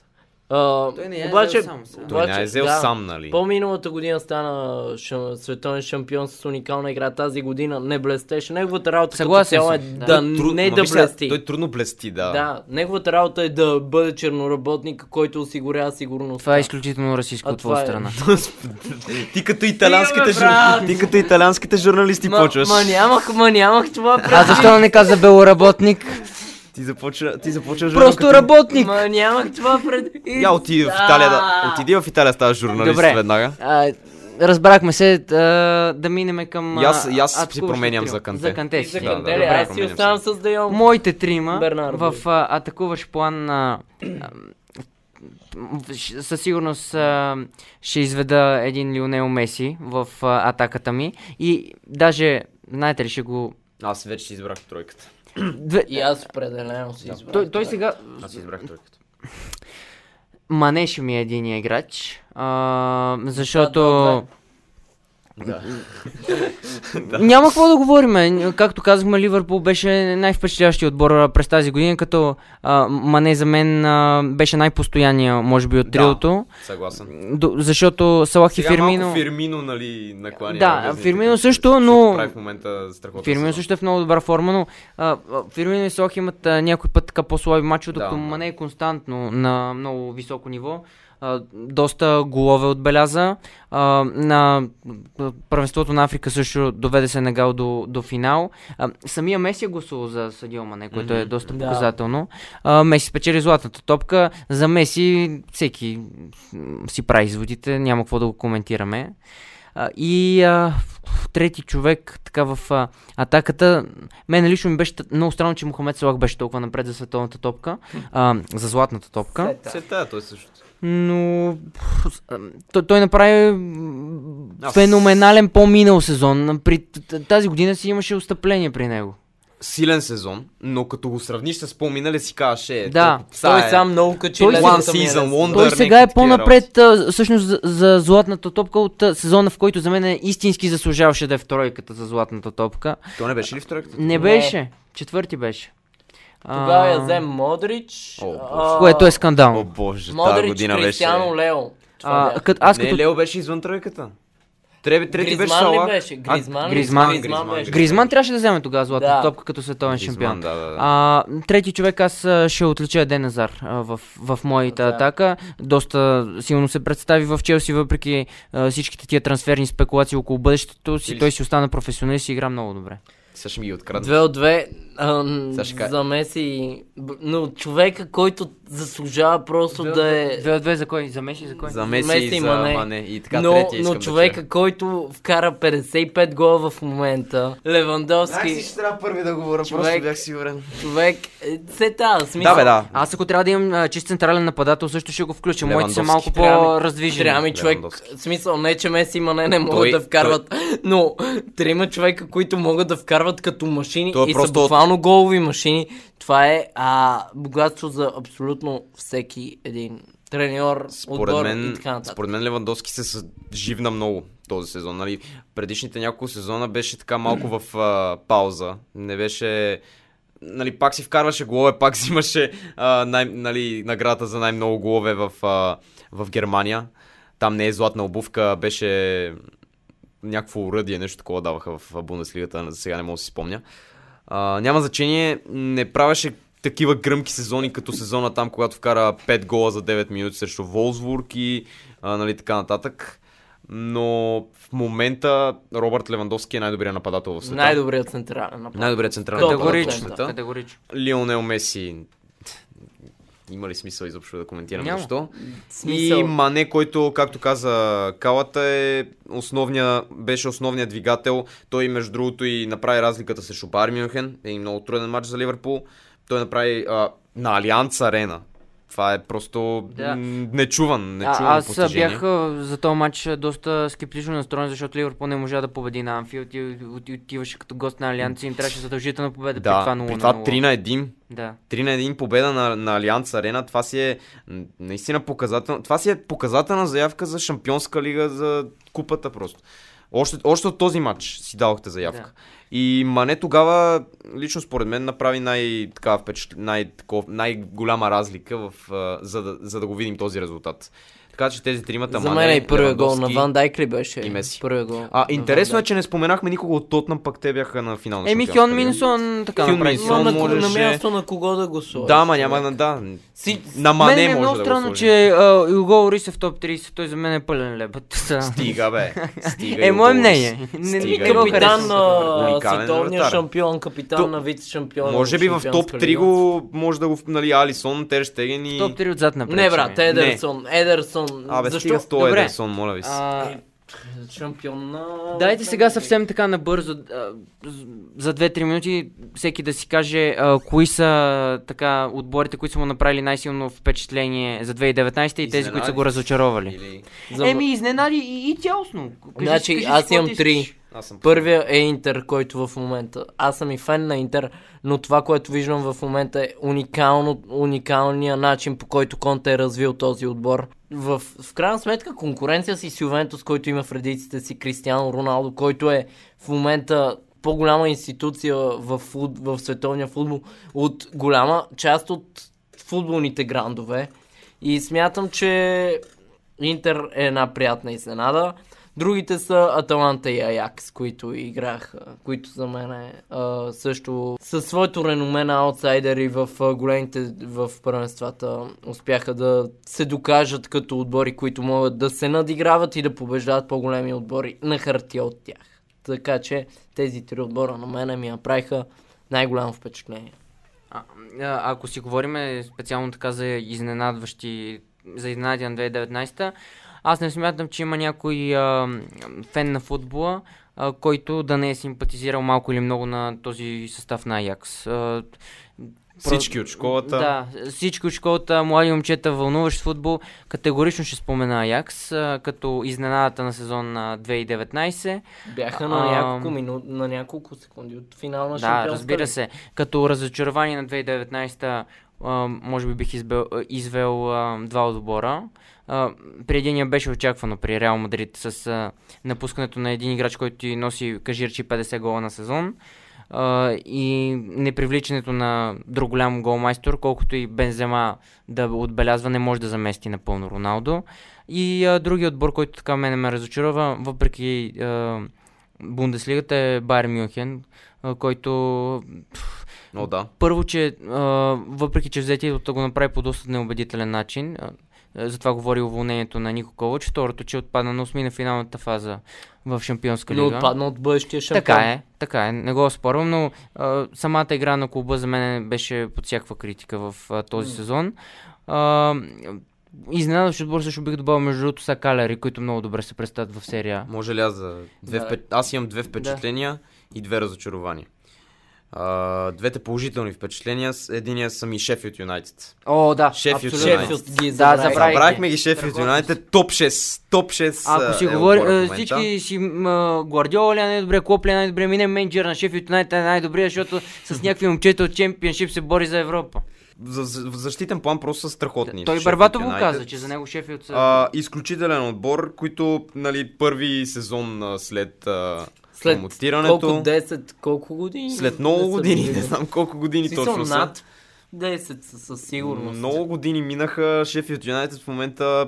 А,
Той не я е
обаче,
взел сам, сега.
Той
обаче,
не е взел
да,
сам, нали?
По-миналата година стана шам, световен шампион с уникална игра. Тази година не блестеше. Неговата работа като
Съгласен
цяло е
съм,
да,
да.
Труд-
не
ма
да
виж сега,
блести.
Той трудно блести, да.
Да, неговата работа е да бъде черноработник, който осигурява сигурността.
Това е изключително расистско
А
от твоя
това е.
страна.
Ти като италянските,
Стига, бе, брат!
жур... ти като италянските журналисти
Ма,
почваш.
ма нямах, ма нямах това
А защо не каза белоработник?
Ти, започва, ти започваш
Просто работник!
Ма нямах това пред... И-
Я отиди в Италия, да. Отиди в Италия, става журналист
Добре.
веднага.
А, разбрахме се а, да минеме към... а,
И аз- и аз си
атакуващо
променям
трио.
за Канте.
За Канте
И
си.
за
Да, да,
Канделя,
добре,
аз си
променям се.
оставам с Дейон.
Моите трима
Бернардо.
в а, атакуваш план а, а, ш- със сигурност а, ще изведа един Лионел Меси в а, атаката ми и даже, знаете ли, ще го...
Аз вече избрах тройката.
Две...
И аз определено си избрах.
Той, той сега...
Аз избрах тройката.
Мане ще ми е единия играч, а, защото...
Да, да,
Няма какво да говорим. Както казахме, Ливърпул беше най-впечатляващия отбор а, през тази година, като а, Мане за мен а, беше най-постоянния, може би, от триото.
Съгласен.
До, защото Салах и
Сега
Фирмино...
малко Фирмино, нали, накланя.
Да,
везните,
Фирмино
като-
също,
защото
но-
Прави в момента страхотен
Фирмино
сезон.
също е в много добра форма, но а, а, Фирмино и Салах имат а, някой път така по-слаби матчове,
Да,
докато
да.
Мане е константно на много високо ниво. А, доста голове отбеляза. А, на п- първенството на Африка също доведе се нагал до, до финал. А, самия Меси е гласувал за Садио Мане, което е доста
Да.
показателно. А, Меси спечели златната топка. За Меси всеки м, си прави изводите, няма какво да го коментираме. А, и а, трети човек така в а, атаката. Мен лично ми беше т- много странно, че Мохамед Салах беше толкова напред за световната топка, а, за златната топка.
Сета.
Сета, той също.
Но пф, а, той, той направи м,
Аз-
феноменален по-минал сезон. При т- т- тази година си имаше отстъпление при него.
Силен сезон, но като го сравниш с по-миналия си казваш, е,
Да.
то- са
Той
е-
сам много качи
Той си-
One
лесната ми е лесна.
season wonder.
Той
Дърник,
сега е
такива
по-напред, а, всъщност, за, за златната топка от а, сезона, в който за мен е истински заслужаваше да е в тройката за златната топка.
То не беше ли в тройката?
Не беше. Четвърти беше. А,
Тогава я взем Модрич.
О, боже.
а,
Което е скандално.
О боже, тази
Модрич,
година беше.
Кристиано Лео. Това
А,
бяха.
кът, аз
не,
като...
Лео беше извън тройката. Треби, трети беше
Гризман
Салах.
ли беше?
А,
Гризман, ли?
Гризман.
Гризман беше.
Гризман трябваше да вземе тогава златната
Да.
топка като световен
Гризман,
шампион.
Да, да, да.
А, трети човек аз а, ще отлича Ден Азар а, в, в моята
Да.
атака. Доста силно се представи в Челси, въпреки а, всичките тия трансферни спекулации около бъдещето си.
Или-
Той си остана професионалист и игра много добре.
Сега ще ми ги открадна.
Две от две ам,
Сега ще кажа.
за Меси, б- но човека, който заслужава просто да е...
Две от две за кой? За Меси за кой?
За Меси,
Меси
и
и
за
Мане.
Мане. И така
но,
третия искам
но човека,
Да
който вкара 55 гола в момента,
Значи
Левандовски,
трябва първи да говоря,
е- Човек.
сигурен.
човек, е, се тази смисъл.
Да, бе, да.
Аз ако трябва да имам а, чист централен нападател, също ще го включа. Моите са
Левандовски.
малко
Трябва ми-
по-раздвижени.
Трябва ми човек,
Левандовски.
в смисъл не, че Меси и Мане не могат
Той-
да вкарват, но трима човека, които могат да вкарват като машини
Той е
и
просто
са
от-
буквално голови машини, това е а, богатство за абсолютно всеки един треньор,
Според
отбор
мен,
и така нататък.
според мен Левандовски се с- живна много този сезон. Нали? Предишните няколко сезона беше така малко в а, пауза. Не беше... Нали, пак си вкарваше голове, пак си имаше а, най, нали, наградата за най-много голове в, а, в Германия. Там не е златна обувка, беше някакво уръдие, нещо такова даваха в а, Бундеслигата, за сега не мога да си спомня. А, няма значение, не правеше такива гръмки сезони, като сезона там, когато вкара 5 гола за 9 минути срещу Волсбург и а, нали, така нататък. Но в момента Робърт Левандовски е най-добрият нападател в света.
Най-добрият централен напад.
Най-добрият централен нападател в
Категорично,
Категорично.
света.
Категорично.
Лионел Меси. Има ли смисъл изобщо да коментираме
Няма.
защо?
Смисъл.
И Мане, който, както каза Калата, е основния, беше основният двигател. Той, между другото, и направи разликата срещу Бар Мюнхен. Е и много труден матч за Ливърпул. Той направи а, на Алианс Арена. Това е просто
Да.
да. нечуван,
А,
нечуван
аз
постижение.
бях а, за този матч а, доста скептично настроен, защото Ливърпул не можа да победи на Анфилд и от- и отиваше като гост на Алианс и им трябваше задължителна победа при това
Да,
0 на
при това
0.
3 на 1
Да.
3 на 1 победа на, на Алианс Арена, това си е м, наистина показателно. Това си е показателна заявка за Шампионска лига, за купата просто. Още, още от този матч си дадохте заявка.
Да.
Да. И Мане тогава, лично според мен, направи най- така, впечатл... най- таков, най-голяма разлика, в, а, за, да, за да го видим този резултат. Така че тези тримата
За
Мане,
мен е и първия гол на
Левандовски-
Ван Дайк ли беше?
и Меси.
Първия гол.
А, интересно е, че не споменахме никого от Тотнам, пък те бяха на финал на
Еми,
Шампионска
Хьон
лига.
Минсон така
Хюн
направи.
Минсон.
Но на, ко-
можеше-
на място на кого да го сложи?
Да, ма няма, да.
Си-
На
Мен
Мане
е
може
много
да го
странно,
сложим.
че а, Илго Орис е в топ 30, той за мен е пълен лебът.
Стига, бе. Стига.
Е,
Илго
мое
Борис.
мнение. Не-
Стига.
не го харесвам.
Капитан на
Уникален е
световния
вратар.
шампион, капитан
То-
на вице-шампион.
Може би в топ
Шампионска
3
лига.
го може да го, нали, Алисон, Терштеген и...
Топ 3 отзад напред.
Не,
за
брат,
мен.
Едерсон, Едерсон.
Абе, стига с този
Добре.
Едерсон, моля ви се.
А,
Шампион на...
Дайте сега съвсем така набързо, а, з- за 2-3 минути, всеки да си каже а, кои са така отборите, които са му направили най-силно впечатление за 2019 и тези, които са го
Изненади.
разочаровали.
Или-
За-
Еми, изненади и, и цялостно. Кажи,
Значи,
кажи си
аз
какво
имам
ти искаш.
три.
Аз съм
Първия е Интер, който в момента... Аз съм и фен на Интер, но това, което виждам в момента е уникално, уникалния начин, по който Конте е развил този отбор. В, в крайна сметка конкуренция си с Ювентус, който има в редиците си Кристиано Роналдо, който е в момента по-голяма институция в, фут, в световния футбол от голяма част от футболните грандове. И смятам, че Интер е една приятна изненада. Другите са Аталанта и Аякс, които играха, които за мен е, а, също със своето реноме на аутсайдери в а, големите в първенствата успяха да се докажат като отбори, които могат да се надиграват и да побеждават по-големи отбори на хартия от тях. Така че тези три отбора на мене ми направиха най-голямо впечатление.
А, а, ако си говорим специално така за изненадващи, за изненади на 2019, аз не смятам, че има някой а, м, фен на футбола, а, който да не е симпатизирал малко или много на този състав на Аякс. А,
Всички от школата.
да, всички от школата, млади момчета, вълнуващ футбол, категорично ще спомена Аякс, а, като изненадата на сезон на 2019.
Бяха на
А,
няколко, мину... на няколко секунди от финал на
Да,
шампионска
разбира
лига.
се. Като разочарование на 2019-та, а, може би бих избел, а, извел а, два отбора. А, при единия беше очаквано при Реал Мадрид с а, напускането на един играч, който ти носи, кажи речи, 50 гола на сезон. А, и непривличането на друг голям голмайстор, колкото и Бензема да отбелязва, не може да замести напълно Роналдо. И а, другия отбор, който така мене ме разочарова, въпреки а, Бундеслигата е Байер Мюнхен, а, който
Но да.
първо, че а, въпреки, че взетието го направи по доста неубедителен начин, а, а, за това говори уволнението на Нико Ковач, второто, че отпадна на 8 на финалната фаза в Шампионска
Но
лига.
отпадна от бъдещия шампион.
Така е, така е, не го спорвам, но а, самата игра на клуба за мен беше под всякаква критика в а, този сезон. А, изненадващ отбор също бих добавил между другото са Калери, които много добре се представят в серия.
Може ли аз за две
Да.
впе... Аз имам две впечатления и две разочарования. А, двете положителни впечатления. с- Единия са ми Шефилд Юнайтед.
О, да.
Шефилд
абсолютно.
Юнайтед.
Шефилд ги
Да,
забрави.
забравих.
Забравихме ги Шефилд Юнайтед. Топ 6. Топ 6.
Ако си
е,
говори,
отбора в
е,
момента.
всички си м, а, Гвардиола ли е най-добре, Клоп ли е най-добре, мине менеджер на Шеф и Юнайтед е най-добрия, защото с някакви момчета от Чемпионшип се бори за Европа.
За, за, в защитен план просто са страхотни.
Той
Шефилд
Барбатов го
Юнайтед.
каза, че за него Шефилд са...
А, изключителен отбор, които нали, първи сезон а, след, а,
След
промотирането.
колко 10, колко години?
След
Не
много
са
години,
били.
не знам колко години
Смисъл,
точно са.
над 10 са със сигурност.
Много години минаха, Шефилд Юнайтед в момента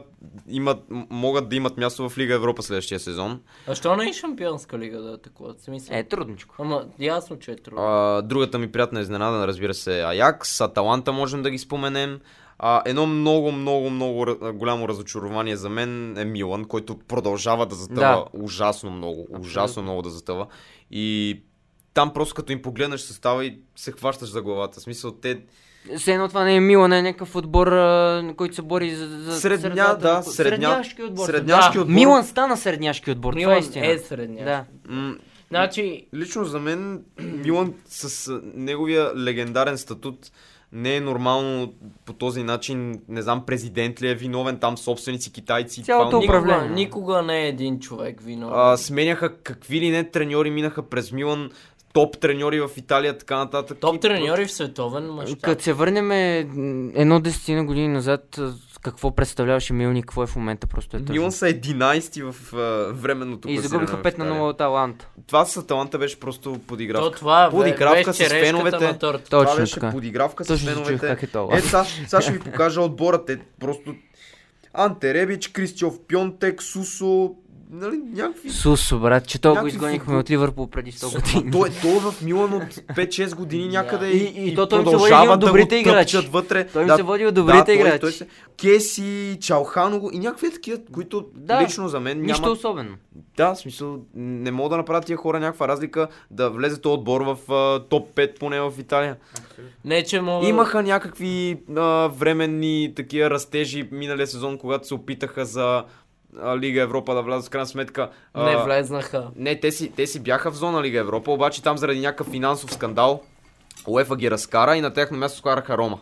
имат, м- могат да имат място в Лига Европа следващия сезон.
А що не е шампионска лига да атакуват? Си мисля.
Е, трудничко.
Ама ясно, че е трудно.
А, другата ми приятна изненада, разбира се, е Аякс, Аталанта можем да ги споменем. А, едно много, много, много ра- голямо разочарование за мен е Милан, който продължава да затъва ужасно много, ужасно много да затъва. И там просто като им погледнеш състава и се хващаш за главата. В смисъл, те
Все едно това не е Милан, е някакъв отбор, а, който се бори за... за
Средня,
средата
да,
на-
средня-
средняшки отбор.
средняшки
да.
отбор.
Милан стана средняшки отбор, това е
Милан
истина.
е средния.
Да.
м-
Значи,
Лично за мен Милан с а, неговия легендарен статут не е нормално по този начин, не знам, президент ли е виновен, там собственици, китайци.
Цялото
това,
управление.
Никога,
Управление.
никога не е един човек
а,
виновен.
сменяха какви ли не треньори, минаха през Милан, топ треньори в Италия, така нататък. И
Топ треньори в световен мащаб.
Като се върнем е, м, едно десетина години назад, а, какво представляваше Милни, какво е в момента, просто е
просто-
тъжно.
Милан са 11 в а, временното
И загубиха
класиране в
5 на
Италия.
0 от Талант.
Това с таланта беше просто подигравка.
То това е бе,
Подигравка
беше
с
черешката
феновете.
на торта.
Това
Точно
беше
така.
подигравка с
Точно чух
феновете.
как е това.
Е, сега сега ще ви покажа отбора. Те просто... Анте Ребич, Кристиов Пьонтек, Сусо... Нали, някакви...
Сусо, брат, че то го
Някакви
изгонихме
футбол-
от Ливърпул преди 100 години.
Той, той е в Милан от 5-6 години някъде
И- и то той им се води един
продължава
от добрите
да го тъпчат
играчи.
вътре.
Той им се води от добрите
да,
играчи.
Той, той се... Кеси, Чалханово и някакви такива, които
Да.
лично за мен
Нищо
няма...
особено.
Да, в смисъл, не мога да направя тия хора някаква разлика да влезе този отбор в а, топ 5 поне в Италия.
Не, че мога...
Имаха някакви а, временни такива растежи миналия сезон, когато се опитаха за а, Лига Европа да влязат. В крайна сметка. а,
Не влезнаха.
не, те си, те си бяха в зона Лига Европа, обаче там заради някакъв финансов скандал УЕФА ги разкара и на тяхно място скараха Рома.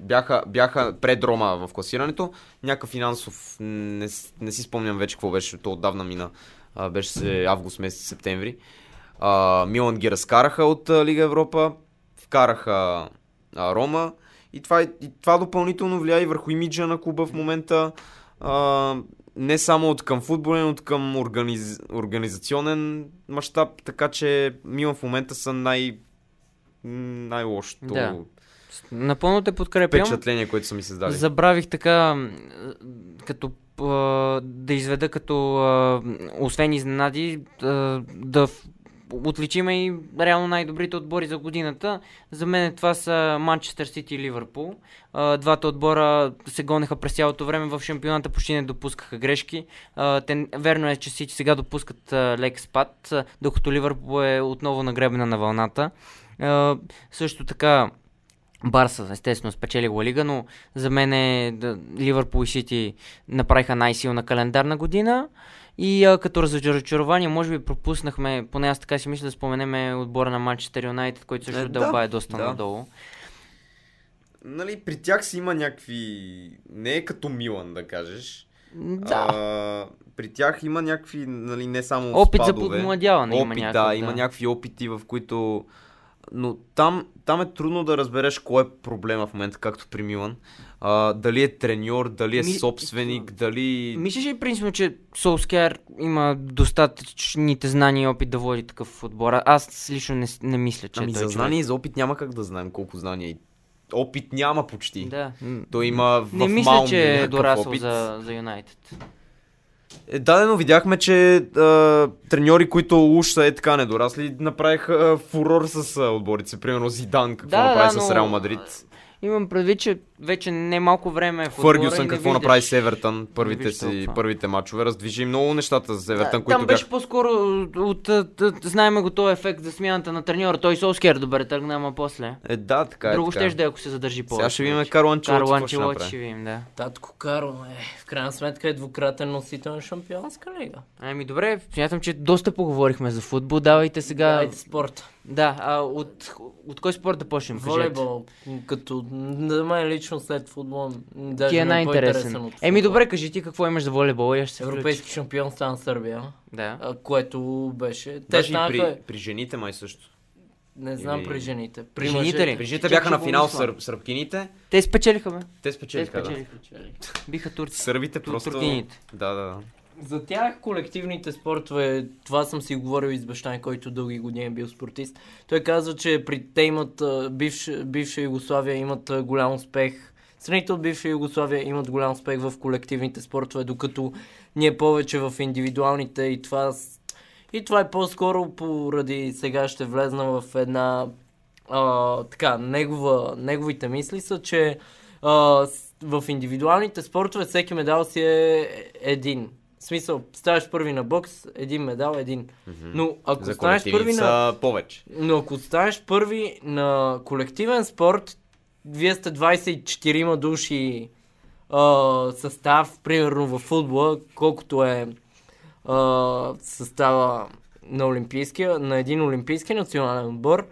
Бяха, бяха пред Рома в класирането. Някакъв финансов, не, с- не си спомням вече какво беше, то отдавна мина. А, беше се август месец, септември. А, Милан ги разкараха от а, Лига Европа, вкараха а, Рома и това, и това допълнително влияе и върху имиджа на клуба в момента. А, не само от към футболен, от към организ... организационен мащаб, така че Милан в момента са най... най-лошото
Да. Напълно те подкрепям.
впечатление, което са ми създали.
Забравих така, м, като а, да изведа като, а, освен изненади, а, да в- отличиме и реално най-добрите отбори за годината. За мен това са Манчестър Сити и Ливърпул. А, Двата отбора се гонеха през цялото време в шампионата, почти не допускаха грешки. А, Те, верно е, че Сити сега допускат а, лек спад, а, докато Ливърпул е отново нагребена на вълната. А, Също така, Барса, естествено, спечели Ла Лига, но за мен е, да, Ливърпул и Сити направиха най-силна календарна година. И а, като разочарование, може би пропуснахме, поне аз така си мисля да споменеме отбора на Манчестър Юнайтед, който също
Е, да,
дълба е доста
да.
надолу.
Нали, при тях си има някакви... Не е като Милан, да кажеш.
Да.
А, при тях има някакви, нали, не само
Опит за
спадове.
подмладяване има
опит,
някакъв,
да,
да.
има някакви опити, в които... Но там, там е трудно да разбереш кой е проблема в момента, както при Милан. А, дали е треньор, дали е
Ми-
собственик, дали...
Мислиш ли принципно, че Солскияр има достатъчните знания и опит да води такъв отбор? А- Аз лично не, с- не мисля, че
ами
той
за
е
знание и за опит няма как да знаем колко знания. и- Опит няма почти.
човек. Да.
Той има в
Не мисля,
Малмо
че е
някакъв
дорасъл
опит.
за, за Юнайтед.
Е, да, но видяхме, че а, треньори, които уж са е така недорасли, направиха а, фурор с а, отборите. си. Примерно Зидан, какво
Да,
направи
да,
с
но-
Реал Мадрид.
Имам предвид, че вече не малко време е в отбора и
Фъргюсън
не
какво
виждаш.
направи с Евертън, първите,
виждаш
си,
толкова.
първите матчове. Раздвижи много нещата с Евертън,
Да,
които бяха...
Там беше по-скоро от, от, от, от знаеме го този ефект за смяната на треньора. Той Солскер добре тръгна, ама после.
Е, да, така е.
Друго
така.
ще да е, ако се задържи повече.
Сега ще видим Карло Анчелоти.
Карло
какво ще
Анчелоти
направи.
ще видим, да.
Татко Карло е, в крайна сметка е двукратен носител на шампионска лига.
Ами добре, смятам, че доста поговорихме за футбол. Давайте сега...
Айде спорт.
Да, а от, от кой спорт да почнем? кажете?
Волейбол, като за мен лично след футбол, м, даже
Ти е
ми по-интересен
най-интересен.
от
Еми
футбола.
добре, кажи ти какво имаш за волейбола и аз ще се включа.
Европейски шампион стана Сърбия,
Да.
а, което беше... Те
Даже и
станаха,
при, при жените май също.
не знам
или-
при жените. При
Жените
мъжете.
ли?
При жените
Чак
бяха
ще
на
го
финал
мисля.
сърб, сърбкините.
Те спечелиха, бе.
Те
Те
спечелиха, да.
спечелиха. Биха турци.
Сърбите
Ту-
просто...
туркините.
Да, да, да.
За тях колективните спортове, това съм си говорил и с баща ми, който дълги години е бил спортист. Той казва, че при те имат, а, бивш, бивша Югославия имат а, голям успех. Страните от бивша Югославия имат голям успех в колективните спортове, докато ние повече в индивидуалните и това, с- и това е по-скоро поради сега ще влезна в една а, така, негова, неговите мисли са, че а, с- в индивидуалните спортове всеки медал си е един. В смисъл, ставаш първи на бокс, един медал, един. Но ако
За
станеш първи
колективите
на...
са повече.
Но ако станеш първи на колективен спорт, вие сте 24 души а, състав, примерно в футбола, колкото е а, състава на Олимпийския, на един Олимпийски национален отбор,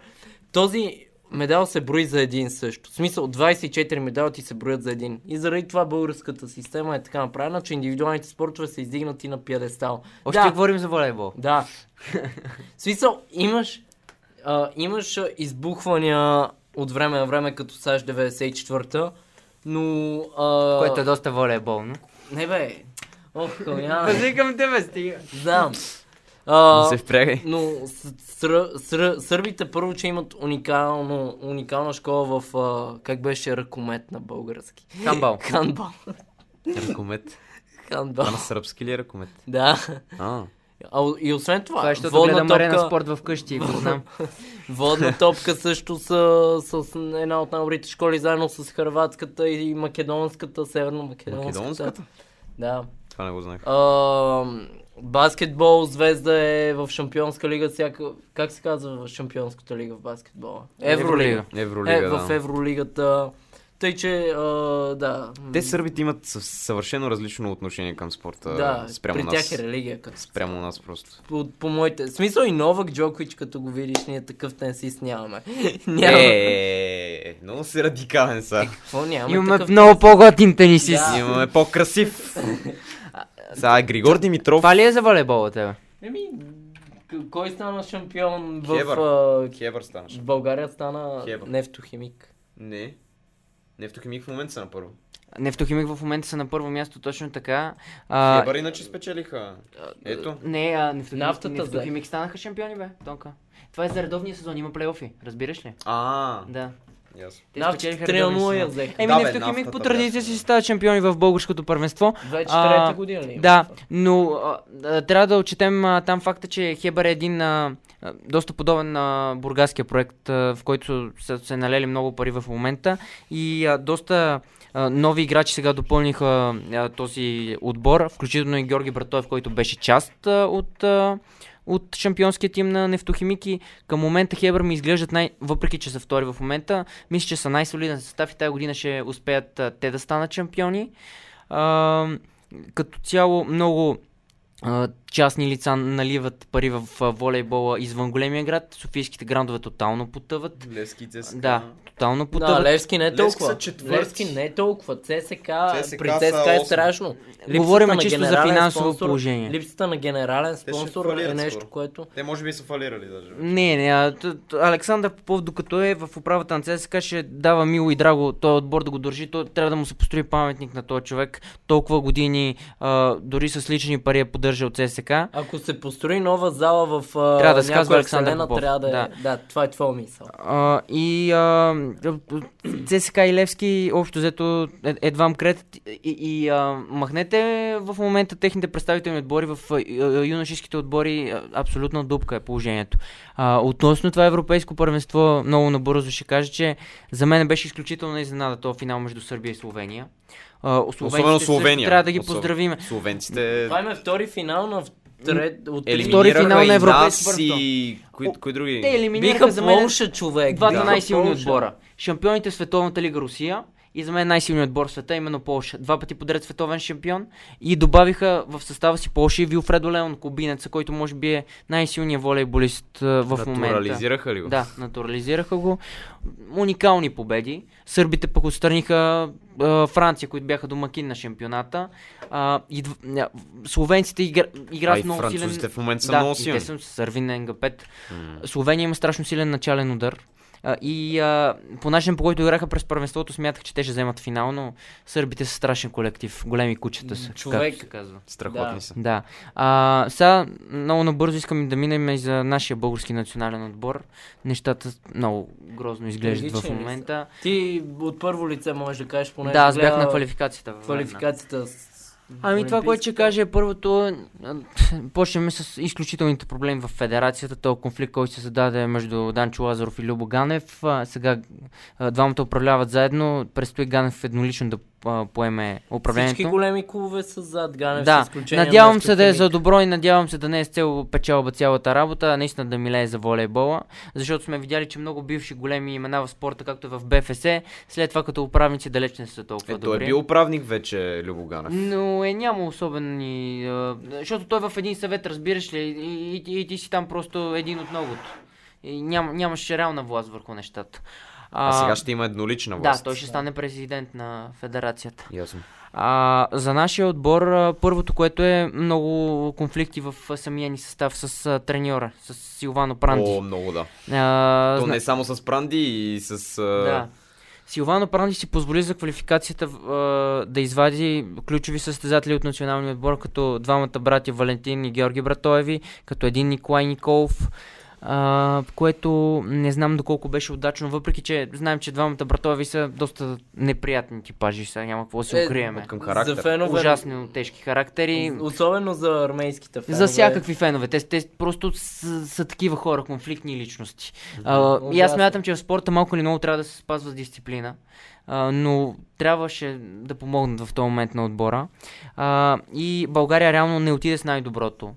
този медал се брои за един също. В смисъл, 24 медала ти се броят за един. И заради това българската система е така направена, че индивидуалните спортове са издигнати на пиедестал.
Още да. говорим за волейбол.
Да. В смисъл, имаш, а, имаш а, избухвания от време на време, като САЩ 94-та, но... А...
Което е доста волейболно.
Не бе, ох, Каляна,
Възикам те, бе, стига.
знам. А,
Не се впрягай.
но с- ср- ср- сърбите първо, че имат уникално, уникална школа в, а, как беше, ръкомет на български.
Хамбал.
Ханбал.
Ръкомет.
Ханбал.
А на сръбски ли е ръкомет?
Да.
А,
А, о- и освен това,
Това е, защото
водна
гледам арена
топка,
спорт вкъщи и го знам.
водна топка също са с една от най-добрите школи, заедно с хърватската и македонската, северно-македонската.
македонската?
Да.
Това не го знаех.
А, баскетбол звезда е в шампионска лига, всяка... Как се казва в шампионската лига в баскетбола? Евролига.
Евролига,
Е,
да.
в Евролигата. Тъй, че, а, да.
Те сърбите имат съв- съвършено различно отношение към спорта
да,
спрямо
при
нас.
тях е религия. Като...
Спрямо нас просто.
По, по моите... В смисъл и Новак Джокович, като го видиш, ние такъв тенсист нямаме. Няма.
Е, много си радикален са.
Какво нямаме?
Имаме
такъв...
много по-готин тенисист.
Да.
Имаме по-красив. Сега Григор Димитров.
Това ли е за волейбол, тебе?
Еми, к- кой стана шампион в...
Хебър.
а,
Хебър станаш.
в България стана
Хебър.
нефтохимик.
Не. Нефтохимик в момента са на първо.
Нефтохимик в момента са на първо място, точно така. А,
Хебър иначе спечелиха. Ето.
не, а, нефтохимик,
Нафтата,
нефтохимик станаха шампиони, бе, Тонка. Това е за редовния сезон, има плейофи, разбираш ли?
А,
Да.
ясно.
Те
Нафтата
спечелиха
3:0
редовния
я
сезон.
взеха.
Еми,
Да, бе,
нефтохимик по
нафтата,
традиция
ясно.
си стават шампиони в българското първенство.
2004
А,
година ли? има
Да,
това?
но а, а, трябва да отчетем а, там факта, че Хебър е един а, а, доста подобен на бургаския проект, а, в който са се налели много пари в момента и а, доста а, нови играчи сега допълниха а, този отбор, включително и Георги Братоев, който беше част а, от, а, от шампионския тим на Нефтохимики. Към момента Хебър ми изглеждат най... Въпреки, че са втори в момента, мисля, че са най-солиден състав и тази година ще успеят а, те да станат шампиони. А, като цяло много а, частни лица наливат пари в а, волейбола извън големия град. Софийските грандове тотално потъват.
Левски ЦСКА.
Да, тотално
Да,
потъват.
Левски не е
Левски са
толкова.
четвърти.
Левски не е толкова. ЦСК,
ЦСКА
при
са
ЦСК е
осми.
страшно. Липсата
Говорим
на
чисто за
генерален
финансово
спонсор-
положение.
Липсата на генерален
ще
спонсор е
фалират
нещо,
скоро.
което...
Те може би са фалирали даже.
Не, не, а, т- т- Александър Попов, докато е в управата на ЦСКА, ще дава мило и драго този отбор да го държи. Той трябва да му се построи паметник на този човек. Толкова години, а, дори с лични пари е поддържал ЦСКА.
Ако се построи нова зала в а,
Трябва да се
някоя
казва Александър
вселена,
Попов.
Трябва да, да.
Да.
да, това е твоя мисъл.
А, и а, ЦСКА и Левски общо взето е- едвам кретът и, и а, махнете в момента техните представителни отбори в а, ю- юношеските отбори а, абсолютна дупка е положението. А, относно това европейско първенство много набързо ще кажа, че за мен беше изключителна изненада този финал между Сърбия и Словения. А,
Особено
също
Словения.
Трябва да ги
Особено.
поздравим.
Словенците
Това им е втори финал на трет, от три
Втори
елиминираха
финал на
и нас,
Европейско първенство.
и... Кои, кои други?
Те елиминираха
Биха
за мен
Полша,
Е,
човек.
Двата
биха
най-силни
Полша.
отбора. Шампионите в Световната лига Русия и за мен най-силният отбор в света е именно Полша. Два пъти подред световен шампион и добавиха в състава си Полша и Вилфредо Леон, кубинеца, който може би е най-силният волейболист а, в момента.
Натурализираха ли го?
Да, натурализираха го. Уникални победи. Сърбите пък отстраниха а, Франция, които бяха домакин на шампионата. А, и, дв- а, словенците игра,
а
играят
и
много
французите
силен...
в момента са
да,
много
и
силни.
те са сърви на НГ5. Словения има страшно силен начален удар. А, и а, по начин, по който играха през първенството, смятах, че те ще вземат финал, но сърбите са страшен колектив. Големи кучета са.
Човек.
Както се казва.
Страхотни
Да.
са.
Да. А, сега много набързо искам да минем и за нашия български национален отбор. Нещата много грозно изглеждат
Трагични
в
ли са?
момента.
Ти от първо лице можеш да кажеш поне.
Да, аз бях на квалификацията. във Варна.
квалификацията. с-
Ами това, което ще
олимпийската.
кажа е първото, а, почнем с изключителните проблеми в федерацията, този конфликт, който се създаде между Данчо Лазаров и Любо Ганев. А, Сега а, двамата управляват заедно, предстои Ганев еднолично да а, поеме управлението.
Всички големи клубове са зад Ганев, с
Да,
изключение на
надявам се да е
Нефтохимик.
за добро и надявам се да не е с цел печалба цялата работа, а наистина да милее за волейбола, защото сме видяли, че много бивши големи имена в спорта, както и в БФС, след това като управници далеч не са толкова
Е, той
добри.
е бил управник вече, Любоганов.
Но е няма особени... а, Защото той в един съвет, разбираш ли, и, и, и ти си там просто един от многото. И ням, нямаше реална власт върху нещата.
А сега ще има еднолична власт.
Да, той ще стане президент на федерацията.
Ясно.
А, за нашия отбор а, първото, което е много конфликти в а, самия ни състав с а, треньора, с Силвано Пранди.
О, много да.
а,
То
зна-
не само с Пранди и с... а,
да. Силвано Пранди си позволи за квалификацията в- а, да извади ключови състезатели от националния отбор, като двамата братя Валентин и Георги Братоеви, като един Николай Николов, а, което не знам доколко беше удачно, въпреки че знаем, че двамата братоеви са доста неприятни типажи, сега няма какво да се
Е,
укриеме.
Към характер.
За фенове.
Ужасно тежки характери.
Особено за армейските фенове.
За всякакви фенове. Те, те просто са, са такива хора, конфликтни личности. А, и аз
Ужасно.
смятам, че в спорта малко или много трябва да се спазва с дисциплина. А, но трябваше да помогнат в този момент на отбора. А, и България реално не отиде с най-доброто.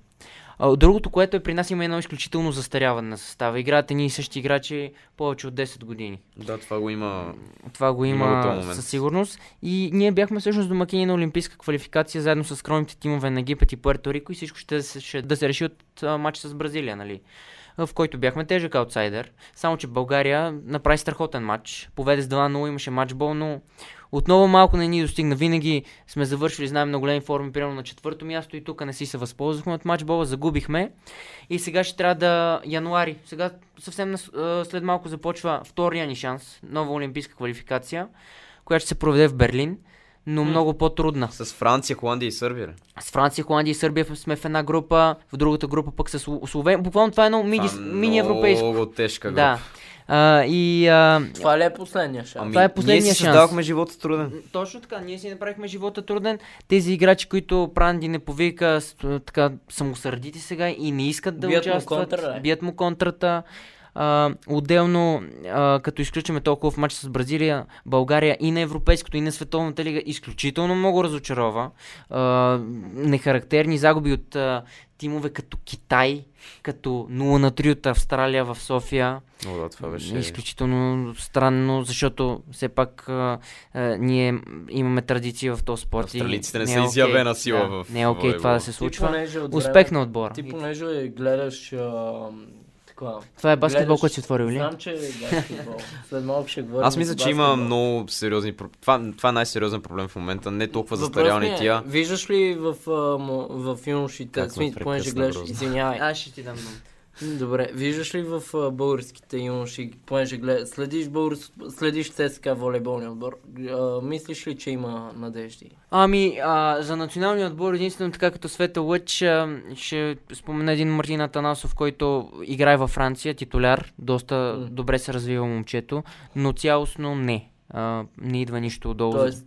А, другото, което е при нас има едно изключително застаряване на състава. Играят едни и същи играчи повече от 10 години.
Да, това го има.
Това го
Има го този
има
момент.
със сигурност. И ние бяхме всъщност домакини на олимпийска квалификация заедно с кромните тимове на Египет и Пуерто Рико и всичко ще, се- ще да се реши от а, матча с Бразилия, нали? А, В който бяхме тежък аутсайдер. Само, че България направи страхотен матч. Поведе с 2-0, имаше матчбол, но отново малко не ни достигна. Винаги сме завършили, знаем, на големи форми, примерно на четвърто място и тук не си се възползвахме от матчбола, загубихме. И сега ще трябва да януари. Сега съвсем нас- а, след малко започва втория ни шанс. Нова олимпийска квалификация, която ще се проведе в Берлин, но много по-трудна.
С Франция, Холандия и Сърбия. ли?
С Франция, Холандия и Сърбия сме в една група, в другата група пък с Сло- Словения. Буквално това е едно мини,
Това е
мини европейско.
Много тежка група.
Да. А, и а,
Това ли е последния шанс?
Ами,
Това е последния
ние си
шанс.
създавахме живота труден.
Точно така, ние си направихме живота труден. Тези играчи, които Пранди не повика, с- така самосърдити сега и не искат да
Бият му
участват.
контра, е.
бият му контрата. А, отделно, а, като изключиме толкова в матч с Бразилия, България и на Европейското, и на Световната лига, изключително много разочарова. А, нехарактерни загуби от а, тимове като Китай, като 0 на 3 от Австралия в София.
О, да, това беше.
Изключително странно, защото все пак а, а, ние имаме традиция в този спорт. и
Австралийците не
е
са
окей,
изявена сила
да,
в
Не е окей това
волейбола.
да се
Ти
случва.
понеже от
Успех
време-
на отбора.
Ти понеже гледаш... а, така,
Това е баскетбол,
гледаш-
който си отворил, ли?
Знам, че е баскетбол. След малко ще говорим
Аз мисля,
за
че има
баскетбол.
много сериозни... про- Това, това е най-сериозен проблем в момента. Не толкова
Въпрос ми
застарялни
е,
тия.
Виждаш ли в, а, м- в юношите,
Как
в смисъл,
ме
понеже
прекъсна,
гледаш,
Гроздан.
извинявай,
Аз ще ти дам думата.
добре, виждаш ли в а, българските юноши, понеже гледаш, следиш, българс, следиш ЦСКА волейболния отбор, а, мислиш ли, че има надежди?
Ами, а, за националния отбор единствено така като Света Лъч а, ще спомена един Мартин Атанасов, който играе във Франция, титуляр, доста
М.
добре се развива момчето, но цялостно не. А, не идва нищо отдолу.
Тоест,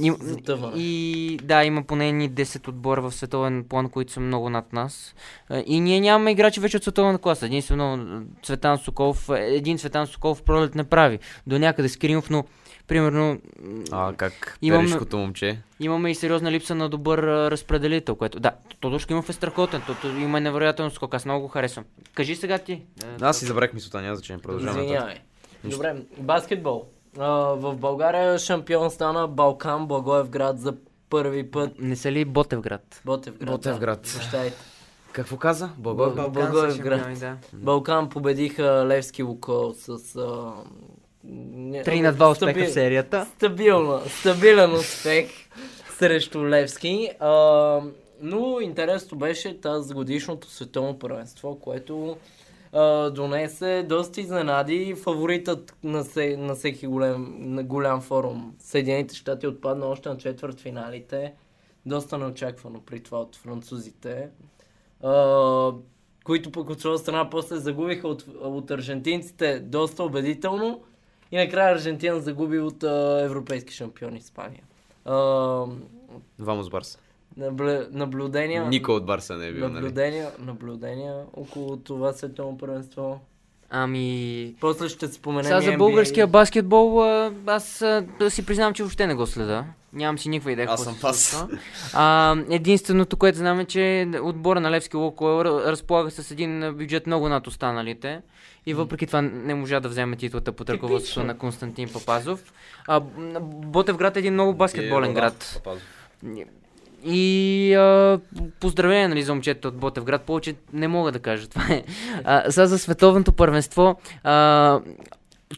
Им-
затъване.
и да, има поне ни 10 отбора в световен план, които са много над нас. А, И ние нямаме играчи вече от световна класа. Единствено м, Цветан Соколов, е, един Цветан Соколов пролет не прави. До някъде Скринов, но примерно м,
А, как
Имам-
перишкото момче.
Имаме и сериозна липса на добър а, разпределител, което... Да, Тодор има е страхотен, то, то има невероятен скок, аз много го харесвам. Кажи сега ти. Е,
Аз си забрах мисълта, няма значение. Продължаваме. нататък.
Извинявай. Добре, баскетбол. А, в България шампион стана Балкан Благоевград за първи път.
Не са ли Ботевград?
Ботевград.
Ботевград.
Да, прощайте.
Какво каза? Благо.
Балкан Благоевград. Балкан победиха Левски Лукол с... А, не- ами
Три на два успеха
стаби-
в серията.
Стабилно, стабилен успех срещу Левски. А, но интересно беше тази годишното световно първенство, което а, донесе доста изненади. Фаворитът на, се, на всеки голем, на голям форум Съединените щати отпадна още на четвърт финалите. Доста неочаквано при това от французите. А, които пък от своя страна после загубиха от, от аржентинците доста убедително. И накрая Аржентина загуби от а, европейски шампион Испания. А,
Двама с Барса.
набле, наблюдения,
Никой от Барса не е бил, нали?
наблюдения, наблюдения около това световно първенство.
Ами...
После ще споменем
Сега
и
за
NBA.
българския баскетбол, а, аз а, да си признавам, че въобще не го следа. Нямам си никаква идея.
Аз
какво
съм
се
пас.
случва. А, единственото, което знам е, че отбора на Левски Локоел разполага с един а, бюджет много над останалите. И въпреки това не можа да вземе титлата под ръководството на
Е,
Е, Константин Папазов. А, Ботевград е един много баскетболен град. И а, поздравления нали, за момчетата от Ботевград, повече не мога да кажа това е. А, сега за световното първенство, а,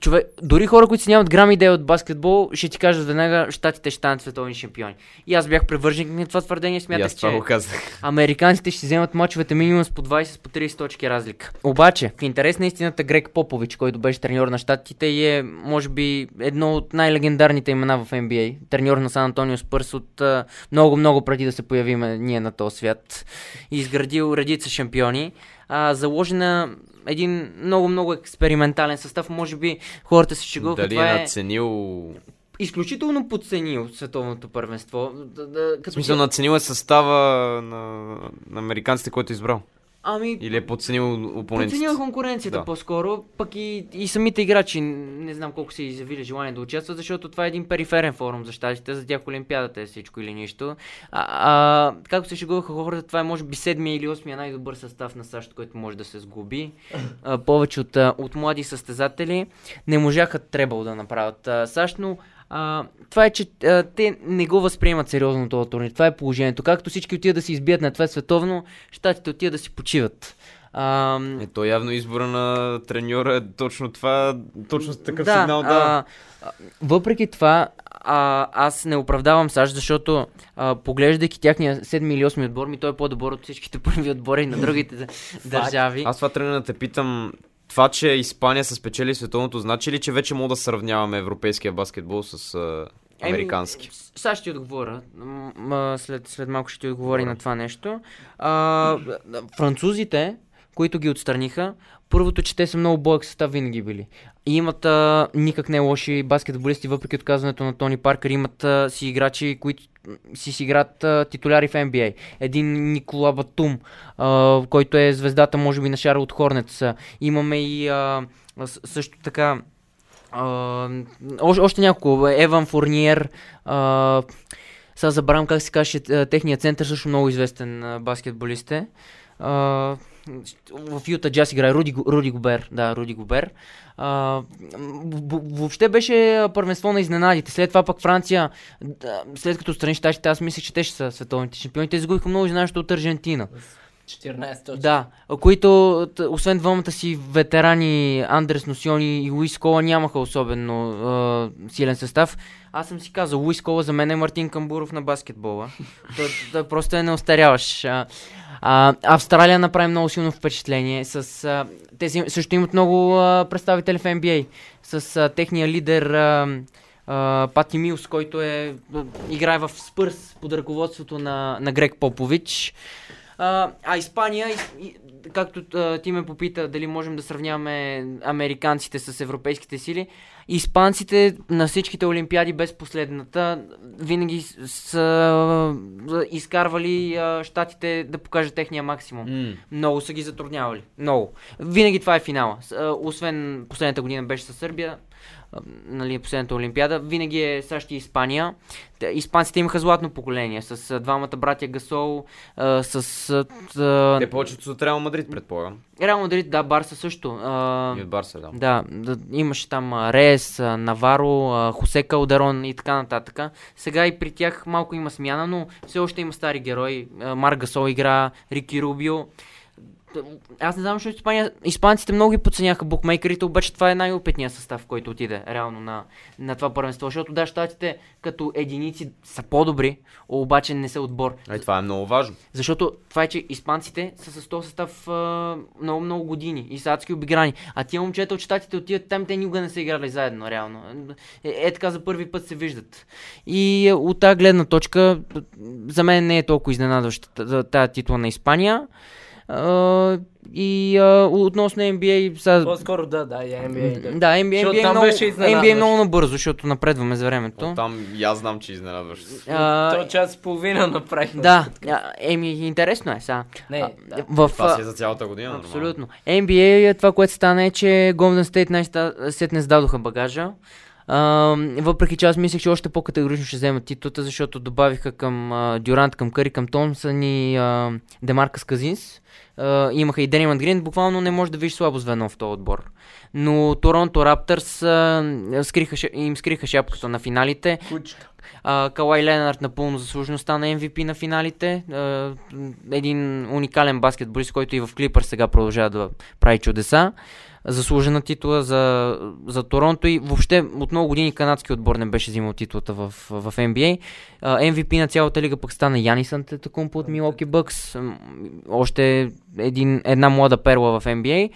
човек, дори хора, които си нямат грам идея от баскетбол, ще ти кажат веднага, щатите ще станат световни шампиони. И аз бях превърженик на това твърдение,
И
смятах,
аз това
че
го казах.
американците ще вземат мачовете минимум с по 20, с по 30 точки разлика. Обаче, в интерес на истината, Грег Попович, който беше треньор на щатите и е, може би, едно от най-легендарните имена в NBA. Треньор на Сан Антонио Спърс от а, много-много преди да се появим ние на този свят. И изградил редица шампиони. А, заложи на един много-много експериментален състав. Може би хората се шегуваха.
Дали
това
е
е
наценил...
изключително подценил световното първенство. Да, да, като
В смисъл,
цяло-
наценил е състава на, на американците, който е избрал.
Ами,
Или е подценил опонентите.
Подценява конкуренцията
Да.
по-скоро, пък и, и самите играчи не знам колко са изявили желание да участват, защото това е един периферен форум за щатите, за тях Олимпиадата е всичко или нищо. А, а, както се шегуваха хората, това е може би седмия или осмия най-добър състав на САЩ, който може да се сгуби. А, повече от, а, от млади състезатели не можаха требал да направят а, САЩ, но а, това е, че а, те не го възприемат сериозно този турнир. Това е положението. Както всички отидат да се избият на това световно, щатите отидат да си почиват. А,
Е, то явно избора на треньора е точно това, точно с такъв
да,
сигнал, да.
А, а, въпреки това, а, аз не оправдавам САЩ, защото а, поглеждайки тяхния седми или осми отбор, ми той е по-добър от всичките първи отбори на другите д- държави.
Аз това тръгна да те питам, това, че Испания са спечели световното, значи ли, че вече мога да сравняваме европейския баскетбол с а,
Еми,
американски?
Ами, с- Сега ще ти отговоря. М- м- след, след малко ще ти отговоря и на това нещо. А, французите, които ги отстраниха, първото, че те са много боек състав винаги били. И имат а, никак не лоши баскетболисти, въпреки отказването на Тони Паркър, имат а, си играчи, които м, си си играят а, титуляри в NBA. Един Никола Батум, а, който е звездата, може би, на Шарл от Хорнец. Имаме и а, с- също така а, още, още няколко. Еван Фурниер. А, сега забравям как се каже техният център, също много известен а, баскетболист е. А, в Юта Джаз играе Руди, Го- Руди Гобер. Да, Руди Гобер. А, м, в- въобще беше а, първенство на изненадите. След това пък Франция, да, след като страни щатите, аз мислех, че те ще са световните шампиони. Те загубиха много изненадащо от Аржентина.
14 точки.
Да, а които т- освен двамата си ветерани Андрес Носиони и Луис Кола нямаха особено а, силен състав. Аз съм си казал, Луис Кола за мен е Мартин Камбуров на баскетбола. той, той просто е неостаряваш. А, а, Австралия направи много силно впечатление. С, а, те си- също имат много а, представители в NBA. С а, техния лидер а, а, Пати Милс, който е, а, играе в Спърс под ръководството на, на Грег Попович. А, а Испания, из- и- както а, ти ме попита дали можем да сравняваме американците с европейските сили, испанците на всичките олимпиади без последната винаги с- са а, изкарвали а, щатите да покажат техния максимум.
М.
Много са ги затруднявали. Много. Винаги това е финала. С- а, Освен последната година беше със Сърбия, а, нали, последната Олимпиада, винаги е САЩ и Испания. Те- Испанците имаха златно поколение с а, двамата братя Гасол, а, с... а, т- а,
Те повечето са от Реал Мадрид, предполагам.
Реал Мадрид, да, Барса също. А,
И от Барса, да.
да, да, имаше там а, Рес, а, Наваро, а, Хосе Калдарон и така нататък. Сега и при тях малко има смяна, но все още има стари герои. А, Марк Гасол игра, Рики Рубио. Т- Аз не знам, защото Испания... испанците много ги подценяха букмейкерите, обаче това е най-опитният състав, който отиде реално на, на това първенство. Защото да, щатите като единици са по-добри, обаче не са отбор.
А и това е много важно.
Защото това е, че испанците са с този състав а, много, много години и са адски обиграни. А тия момчета от щатите отиват там, те никога не са играли заедно, реално. Е, е така за първи път се виждат. И е, от тази гледна точка, за мен не е толкова изненадваща тази титла на Испания. А, и а, относно NBA, сега...
По-скоро да, да, и NBA.
Да, NBA,
Защото
NBA, е
там
много,
беше изненадващ.
NBA е много набързо, защото напредваме за времето.
Там и аз знам, че изненадваш.
А,
То час и половина направихме.
да, а, еми, интересно е сега.
Не,
А,
да.
в,
Това
а,
си е за цялата година, нормално.
Абсолютно. NBA, това, което стана е, че Golden State най-ста- сетне сдадоха багажа. А, въпреки че аз мислех, че още по-категорично ще вземат титлата, защото добавиха към а, Дюрант, към Къри, към Томсън и а, Демаркас Казинс. А, имаха и Дениман Грин, буквално не може да видиш слабо звено в този отбор. Но Торонто Раптърс а, скриха, ша- им скриха шапката на финалите.
Кучка.
А, Калай Ленард напълно заслужено стана MVP на финалите. А, един уникален баскетболист, който и в Клипър сега продължава да прави чудеса. Заслужена титла за, за Торонто и въобще от много години канадски отбор не беше взимал титлата в, в NBA. А, MVP на цялата лига пък стана Янис Антетокумпо от Милоки Бъкс. М, Още един, една млада перла в NBA.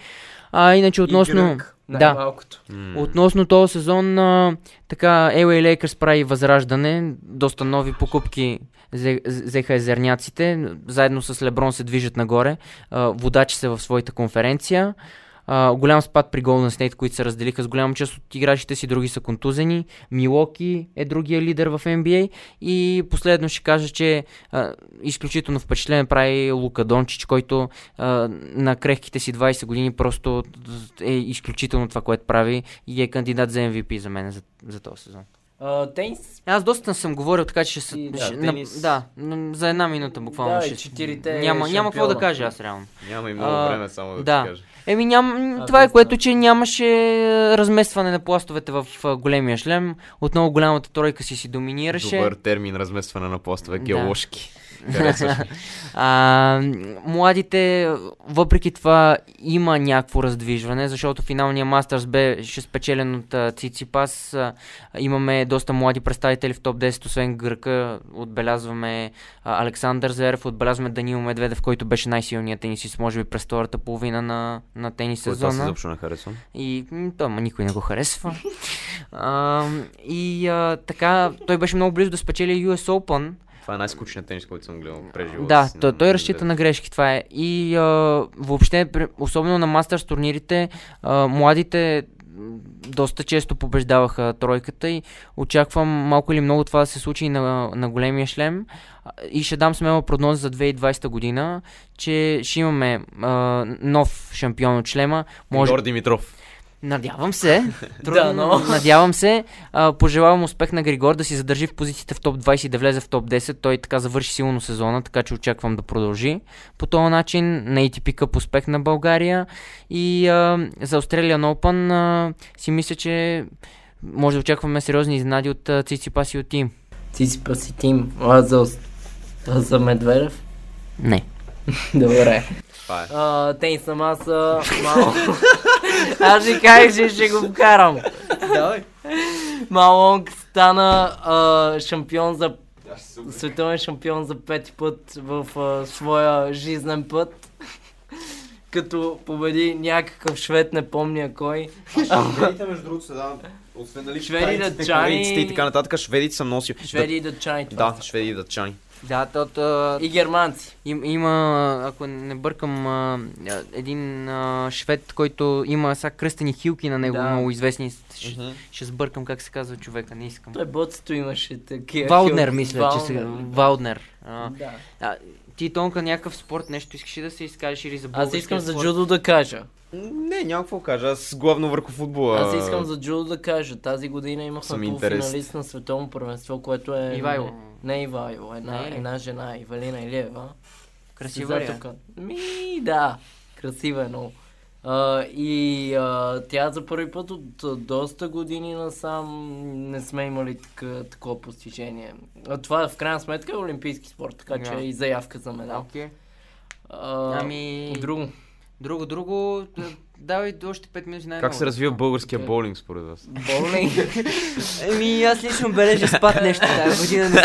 А иначе относно...
грък.
да,
Най-малкото.
Относно този сезон, а, така LA Lakers прави възраждане, доста нови покупки взе- взеха езерняците, заедно с Леброн се движат нагоре, а, водачи се в своята конференция. А, голям спад при Golden State, които се разделиха с голяма част от играчите си, други са контузени. Милоки е другия лидер в NBA. И последно ще кажа, че а, изключително впечатлен прави Лука Дончич, който а, на крехките си 20 години просто е изключително това, което прави и е кандидат за MVP за мен за, за този сезон.
А, тенис.
Аз доста съм говорил, така че ще се...
И да,
ще,
тенис.
да, м, за една минута буквално
Да,
ще...
и четирите
няма, няма какво да
шампиона.
кажа аз реално.
Няма и много
А,
време само да,
да.
ти кажа.
Еми, ням...
А,
това е
да,
което,
знам.
че нямаше е, разместване на пластовете в а, големия шлем. Отново голямата тройка си си доминираше.
Добър термин, разместване на пластове,
Да.
геоложки. Харесваш.
А, младите, въпреки това, има някакво раздвижване, защото финалния Мастърс бе ще спечелен от а, Циципас. А, Имаме доста млади представители в топ 10, освен Гърка. Отбелязваме а, Александър Зверев, отбелязваме Данил Медведев, който беше най-силният тенисист, може би през втората половина на, на тенис
Който аз
сезона.
изобщо не харесвам.
И м, той, ма никой не го харесва. а, и а, така, той беше много близо да спечели US Open,
Това е най-скучният тенис, който съм гледал през живота
да,
си. нали,
той,
Не-
той
не-
разчита на грешки, това е. И а, въобще, при- особено на мастърс турнирите, а, младите м, доста често побеждаваха тройката и очаквам малко или много това да се случи и на, на големия шлем. А, И ще дам смела прогноза за 2020 година, че ще имаме а, нов шампион от шлема. Може...
Тодор Димитров.
Надявам се. Трудно,
Да, но-
Надявам се. А, пожелавам успех на Григор да си задържи в позициите в топ 20 и да влезе в топ 10. Той така завърши силно сезона, така че очаквам да продължи. По този начин на ATP Cup успех на България и а, за Australian Open а, си мисля, че може да очакваме сериозни изненади от а, Циципас и от Тим.
Ти си паси тим. А за, Ос- а за Медведев?
Не.
Добре.
Това е.
А, тенис на маса, малко. Аз ще кажа, че ще го вкарам.
Давай.
Малонг стана а, шампион за световен шампион за пети път в а, своя жизнен път. Като победи някакъв швед, не помня кой.
Шведите, между другото, се дават, освен нали...
Шведи
китайците,
да
които-
Корейците и
чани.
така нататък, шведите съм носил.
Шведи и датчани. това
Да,
са.
да, шведи и датчани.
Да, тот, а,
И германци.
Им, има, ако не бъркам, а, а, един а, швед, който има сега кръстени хилки на него,
Да.
много известни. Ще, ще сбъркам как се казва човека, не искам.
Той ботсто имаше
Е,
такива.
Валднер,
хилки.
мисля, че сега.
Валднер.
Валднер. А,
Да.
а, ти, Тонка, някакъв спорт, нещо искаш ли да се изкажеш или
Аз
за
искам
българския
за
спорт?
джудо да кажа.
Не, няма какво кажа. Аз главно върху футбола.
Аз искам за джудо да кажа. Тази година
Съм
имахме
интерес.
полуфиналист на световно първенство, което е...
Ивайло.
Не Ивайло, една,
Не е ли?
една жена, Ивалина Илиева.
Красива ли е?
Затока. Ми, да. Красива е много. А, и а, тя за първи път от а, доста години насам не сме имали така, такова постижение. А, това в крайна сметка е олимпийски спорт, така че
Да.
е и заявка за медал.
Окей.
А,
Ами,
Друго.
друго, друго, д- давай още 5 минути най
Как се развива българския боулинг според вас?
Боулинг.
Еми, аз лично бележа спад нещо тази година. Не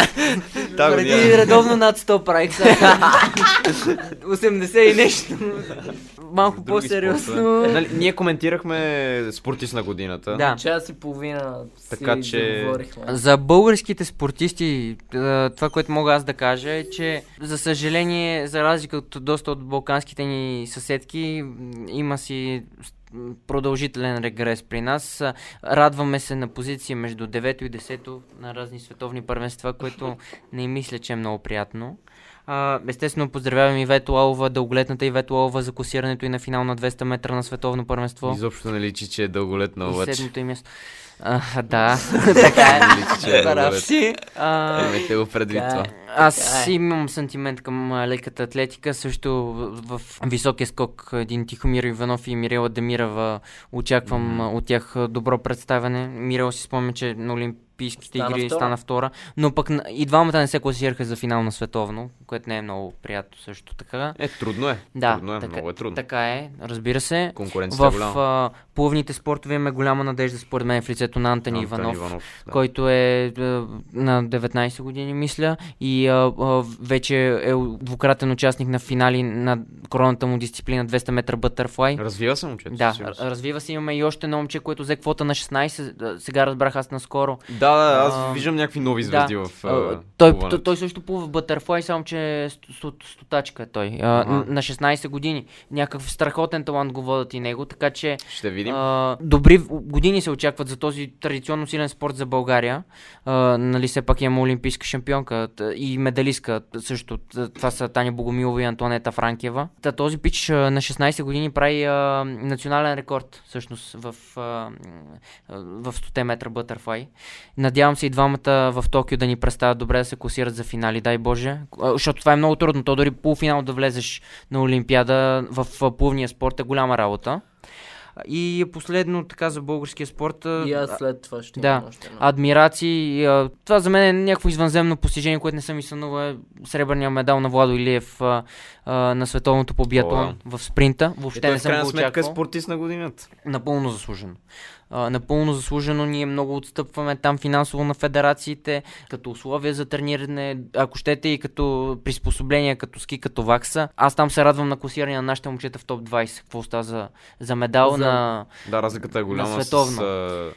Та
Преди редовно над 100 правих сега. 80 и нещо. Малко
други
по-сериозно.
спортове. Нали, ние коментирахме спортист на годината.
Да.
Час и половина си
Така че-
говорихме.
За българските спортисти, е, това, което мога аз да кажа е, че за съжаление, за разлика от доста от балканските ни съседки, м, има си м, продължителен регрес при нас. А, Радваме се на позиции между 9 и 10 на разни световни първенства, което не мисля, че е много приятно. А, естествено, поздравявам и Вето Лалова, дълголетната и Вето Лалова за класирането и на финал на 200 метра на световно първенство.
Изобщо не личи, че е дълголетна
И
обаче.
седмото им място. А, да, така е.
Личи, че е
Прав
дълголетна.
си. А,
Имайте го предвид
Така
това.
е.
аз
Така е.
имам сантимент към а, леката атлетика, също в, в високия скок един Тихомир Иванов и Мирела Демирова очаквам а, от тях а, добро представяне. Мирела си спомня, че на Олимпиадата Олимпийските
Стана
игри,
втора.
стана втора. Но пък на- и двамата не се класираха за финал на световно, което не е много приятно също така.
Е, трудно е.
Да,
трудно е,
така,
много е трудно.
Така е, разбира се.
Конкуренцията е
В
голяма.
а, плувните спортове имаме голяма надежда, според мен, в лицето на Антони,
Антони
Иванов,
да.
който е а, на 19 години, мисля, и а, а, вече е двукратен участник на финали на короната му дисциплина 200 метра бътърфлай.
Развива се момчето.
Да,
със сигурност.
р- развива се. Имаме и още едно момче, което взе квота на 16. а, Сега разбрах аз наскоро.
Да, да,
А,
аз виждам някакви нови звезди
да.
в.
А,
а,
той,
плуването.
той, той също плува в Бътърфлай, само че е сто- сто- стотачка е той. А, н- на 16 години. Някакъв страхотен талант го водят и него, така че
Ще видим.
а, добри в- години се очакват за този традиционно силен спорт за България. А, нали все пак имаме олимпийска шампионка т- и медалистка т- също. Т- Това са Таня Богомилова и Антонета Франкева. Та, този пич а, на 16 години прави а, национален рекорд всъщност в, а, м, а, в 100 метра бътърфлай. Надявам се и двамата в Токио да ни представят добре да се класират за финали, дай Боже. А, Защото това е много трудно. То дори полуфинал да влезеш на Олимпиада в а, плувния спорт е голяма работа. И последно така за българския спорт. а,
И аз след това ще
да.
имам още едно.
Адмирации. а, Това за мен е някакво извънземно постижение, което не съм и сънува. Сребърния медал на Владо Илиев а, а, на световното по биатлон в спринта.
Е,
Въобще
той
не
в
съм
крайна
го
сметка е
очаквал.
спортист на годината.
Напълно заслужено. А, напълно заслужено. Ние много отстъпваме там финансово на федерациите, като условия за трениране, ако щете и като приспособления, като ски, като вакса. Аз там се радвам на класиране на нашите момчета в топ 20. Какво става за, за медал
За-
на...
Да, разликата е голяма.
световно.
С, а,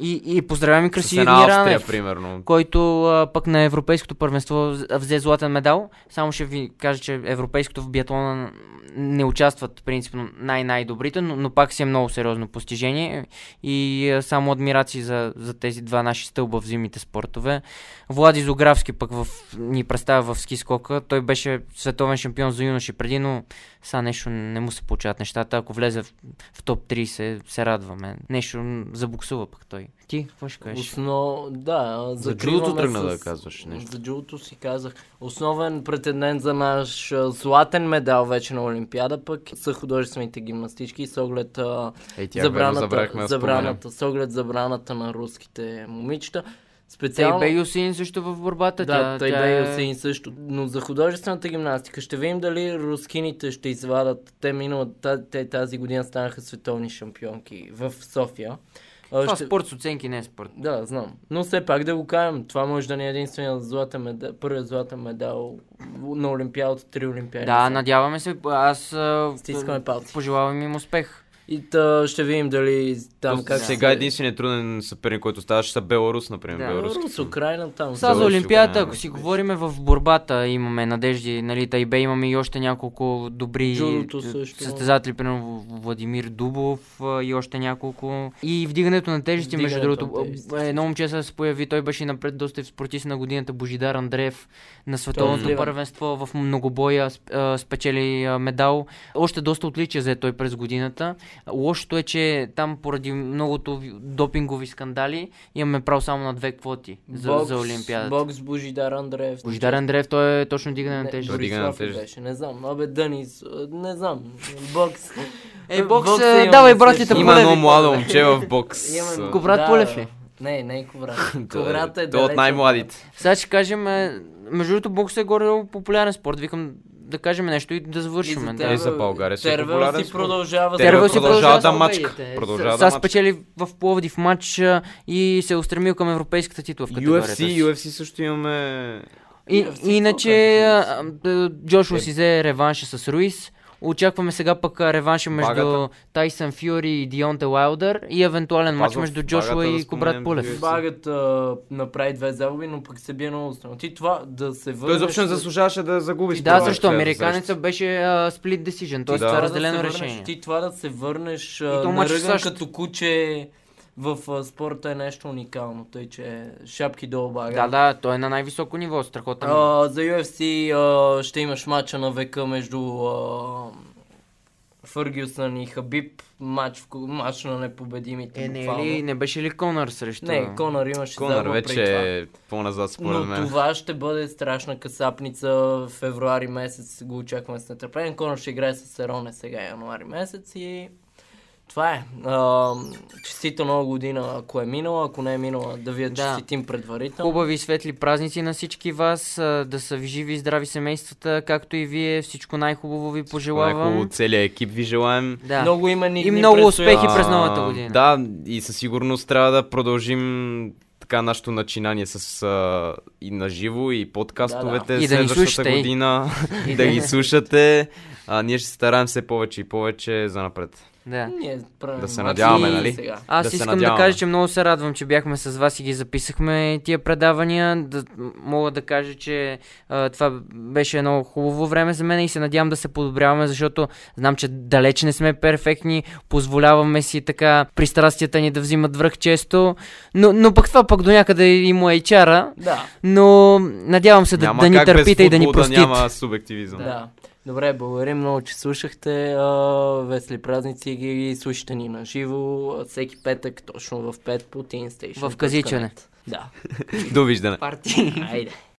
И, и поздравям и
с
Красивир
една Австрия,
Миранев,
примерно.
който а, пък на Европейското първенство вз- взе златен медал. Само ще ви кажа, че Европейското в биатлона не участват принципно най-най-добрите, но, но пак си е много сериозно постижение. И а, само адмирации за, за тези два наши стълба в зимните спортове. Влади Зографски пък в, ни представя в ски скока. Той беше световен шампион за юноши преди, но сега нещо не му се получават нещата. Ако влезе в, в топ 30, се радваме. Нещо м, забуксува пък той. Ти, какво ще кажеш?
Основ... Да,
За джудото
закриваме
тръгна да казваш нещо.
За джудото си казах. Основен претендент за наш а, златен медал вече на Олимпиада пък са художествените гимнастички с оглед а,
Ей, тя верно забрахме
забраната,
да
забраната, с оглед забраната на руските момичета.
Тей
Специално...
бе Юсин също в борбата.
Да,
тя,
той
тя
бе
е-
и Осеин също. Но за художествената гимнастика ще видим дали рускините ще извадат. Те миналата те, тази година станаха световни шампионки в София. А,
Това спорт с оценки не е спорт.
Да, знам. Но все пак да го кажем, това може да ни е единствения златен медал, първият златен медал на Олимпиадата, три Олимпиади.
Да, надяваме се. Аз а,
Е, Стискаме палци.
пожелавам им успех.
И та, ще видим дали там
Просто
как
Сега единственият труден съперник, който ставаше, са Беларус, например.
Да.
Беларус.
Рус, Украина, там.
Сега за
Беларус,
Олимпиада,
Украйна,
ако си
Беларус.
говориме в борбата, имаме надежди, нали, Тайбе имаме и още няколко добри
Джудото
т-
също.
състезатели, примерно В- Владимир Дубов а, и още няколко. И вдигането на тежести, между
Вдигането на
другото.
тежести.
а, Едно момче сега се появи, той беше и напред доста и в спортист на годината, Божидар Андреев на световното
отива.
първенство в многобоя сп- а, спечели а, медал. Още доста отличия взе той през годината. Лошото е, че там поради многото ви- допингови скандали имаме право само на две квоти за,
бокс,
за Олимпиадата.
Бокс Божидар Андреев.
Божидар Андреев, той е точно дигане на тежест.
Дори-
Борислав
Вдигане на
ли
тежест.
беше, не знам. Абе, Денис, а, не знам. Бокс.
Е, бокс,
Бокса
е,
имаме
давай,
след-
братята,
Има
Има
Полеви.
едно младо момче в бокс.
Имаме-
а,
Коврат
Да.
Полев ли?
Не, не е Коврат.
той е-
Коврат е
той е от
далеч
най-младите.
Сега ще кажем, е, между другото, бокс е горе популярен спорт. Викам да кажем нещо и да завършим.
И за
Е,
да.
теб.
за България си е
Тервел
популярен
си
спорт.
продължава.
Тервел
Тервел
Тервел
си
продължава да
продължава
мачка. Продължава да
Сега
мачка.
спечели в Пловдив матч а, и се е устремил към европейската титла в категорията.
UFC,
си.
UFC също имаме...
И,
UFC,
иначе а, а, Джошуа си взе реванша с Руис. Очакваме сега пък а, реванша между
Багата.
Тайсън Фюри и Дионте Уайлдър и евентуален матч
Пазов,
между
багата
Джошуа
да
и Кобрат
споменем,
Пулев.
Фюри.
Багът а, направи две загуби, но пък се бие много страна. Ти това да се върнеш...
Той изобщо не заслужаваше да загуби.
Да,
според мен,
защо
трябва да
американеца
срещу.
беше а, split decision,
Да.
т.е. това
това
е
Това
да
разделено
се върнеш-
решение.
Ти това да се върнеш
И то
а,
мач в
наръган
САЩ.
като куче в а, спорта е нещо уникално. Тъй, че шапки долу бага.
Да, да, той е на най-високо ниво, страхотен.
А, за UFC а, ще имаш матча на века между а, Фъргюсън и Хабиб. Матч, в ко- матч на непобедимите.
е, не, е
буквално.
ли, не беше ли Конър срещу...
не, Конър имаше
Конър
загуба преди това.
вече е по-назад според
Но
мен.
това ще бъде страшна касапница в февруари месец. Го очакваме с нетърпение. Конор ще играе с Сероне сега януари месец и Това е. А, честита нова година, ако е минала, ако не е минала, да ви я
Да.
честитим предварително.
Хубави и светли празници на всички вас, а, да са ви живи и здрави семействата, както и вие. Всичко най-хубаво ви пожелавам.
Хубаво, целият екип ви желаем.
Да.
Много имени
И
дни
много
предстоят.
успехи през новата
А,
година.
Да, и със сигурност трябва да продължим така нашето начинание с а, и на живо и подкастовете
И да ни
следващата
слушате.
година,
И
да
да-
ги слушате. А, ние ще се стараем все повече и повече за напред.
Да.
Ние правим
Да се
максимум
надяваме, нали?
сега.
Аз
Да се
искам да
надяваме.
кажа, че много се радвам, че бяхме с вас и ги записахме тия предавания. Да, м- мога да кажа, че а, това беше едно хубаво време за мен и се надявам да се подобряваме, защото знам, че далеч не сме перфектни, позволяваме си така пристрастията ни да взимат връх често, но, но пък това пък до някъде и му е и чара.
Да,
Но надявам се да,
няма
да ни
как без
търпите и да ни
футбол
простите.
Да няма субективизъм.
да. Добре, благодарим много, че слушахте. А, весели празници ги слушате ни на живо. а, Всеки петък, точно в 5 по Teen Station.
В казичане.
Да.
Довиждане.
Парти.
Айде.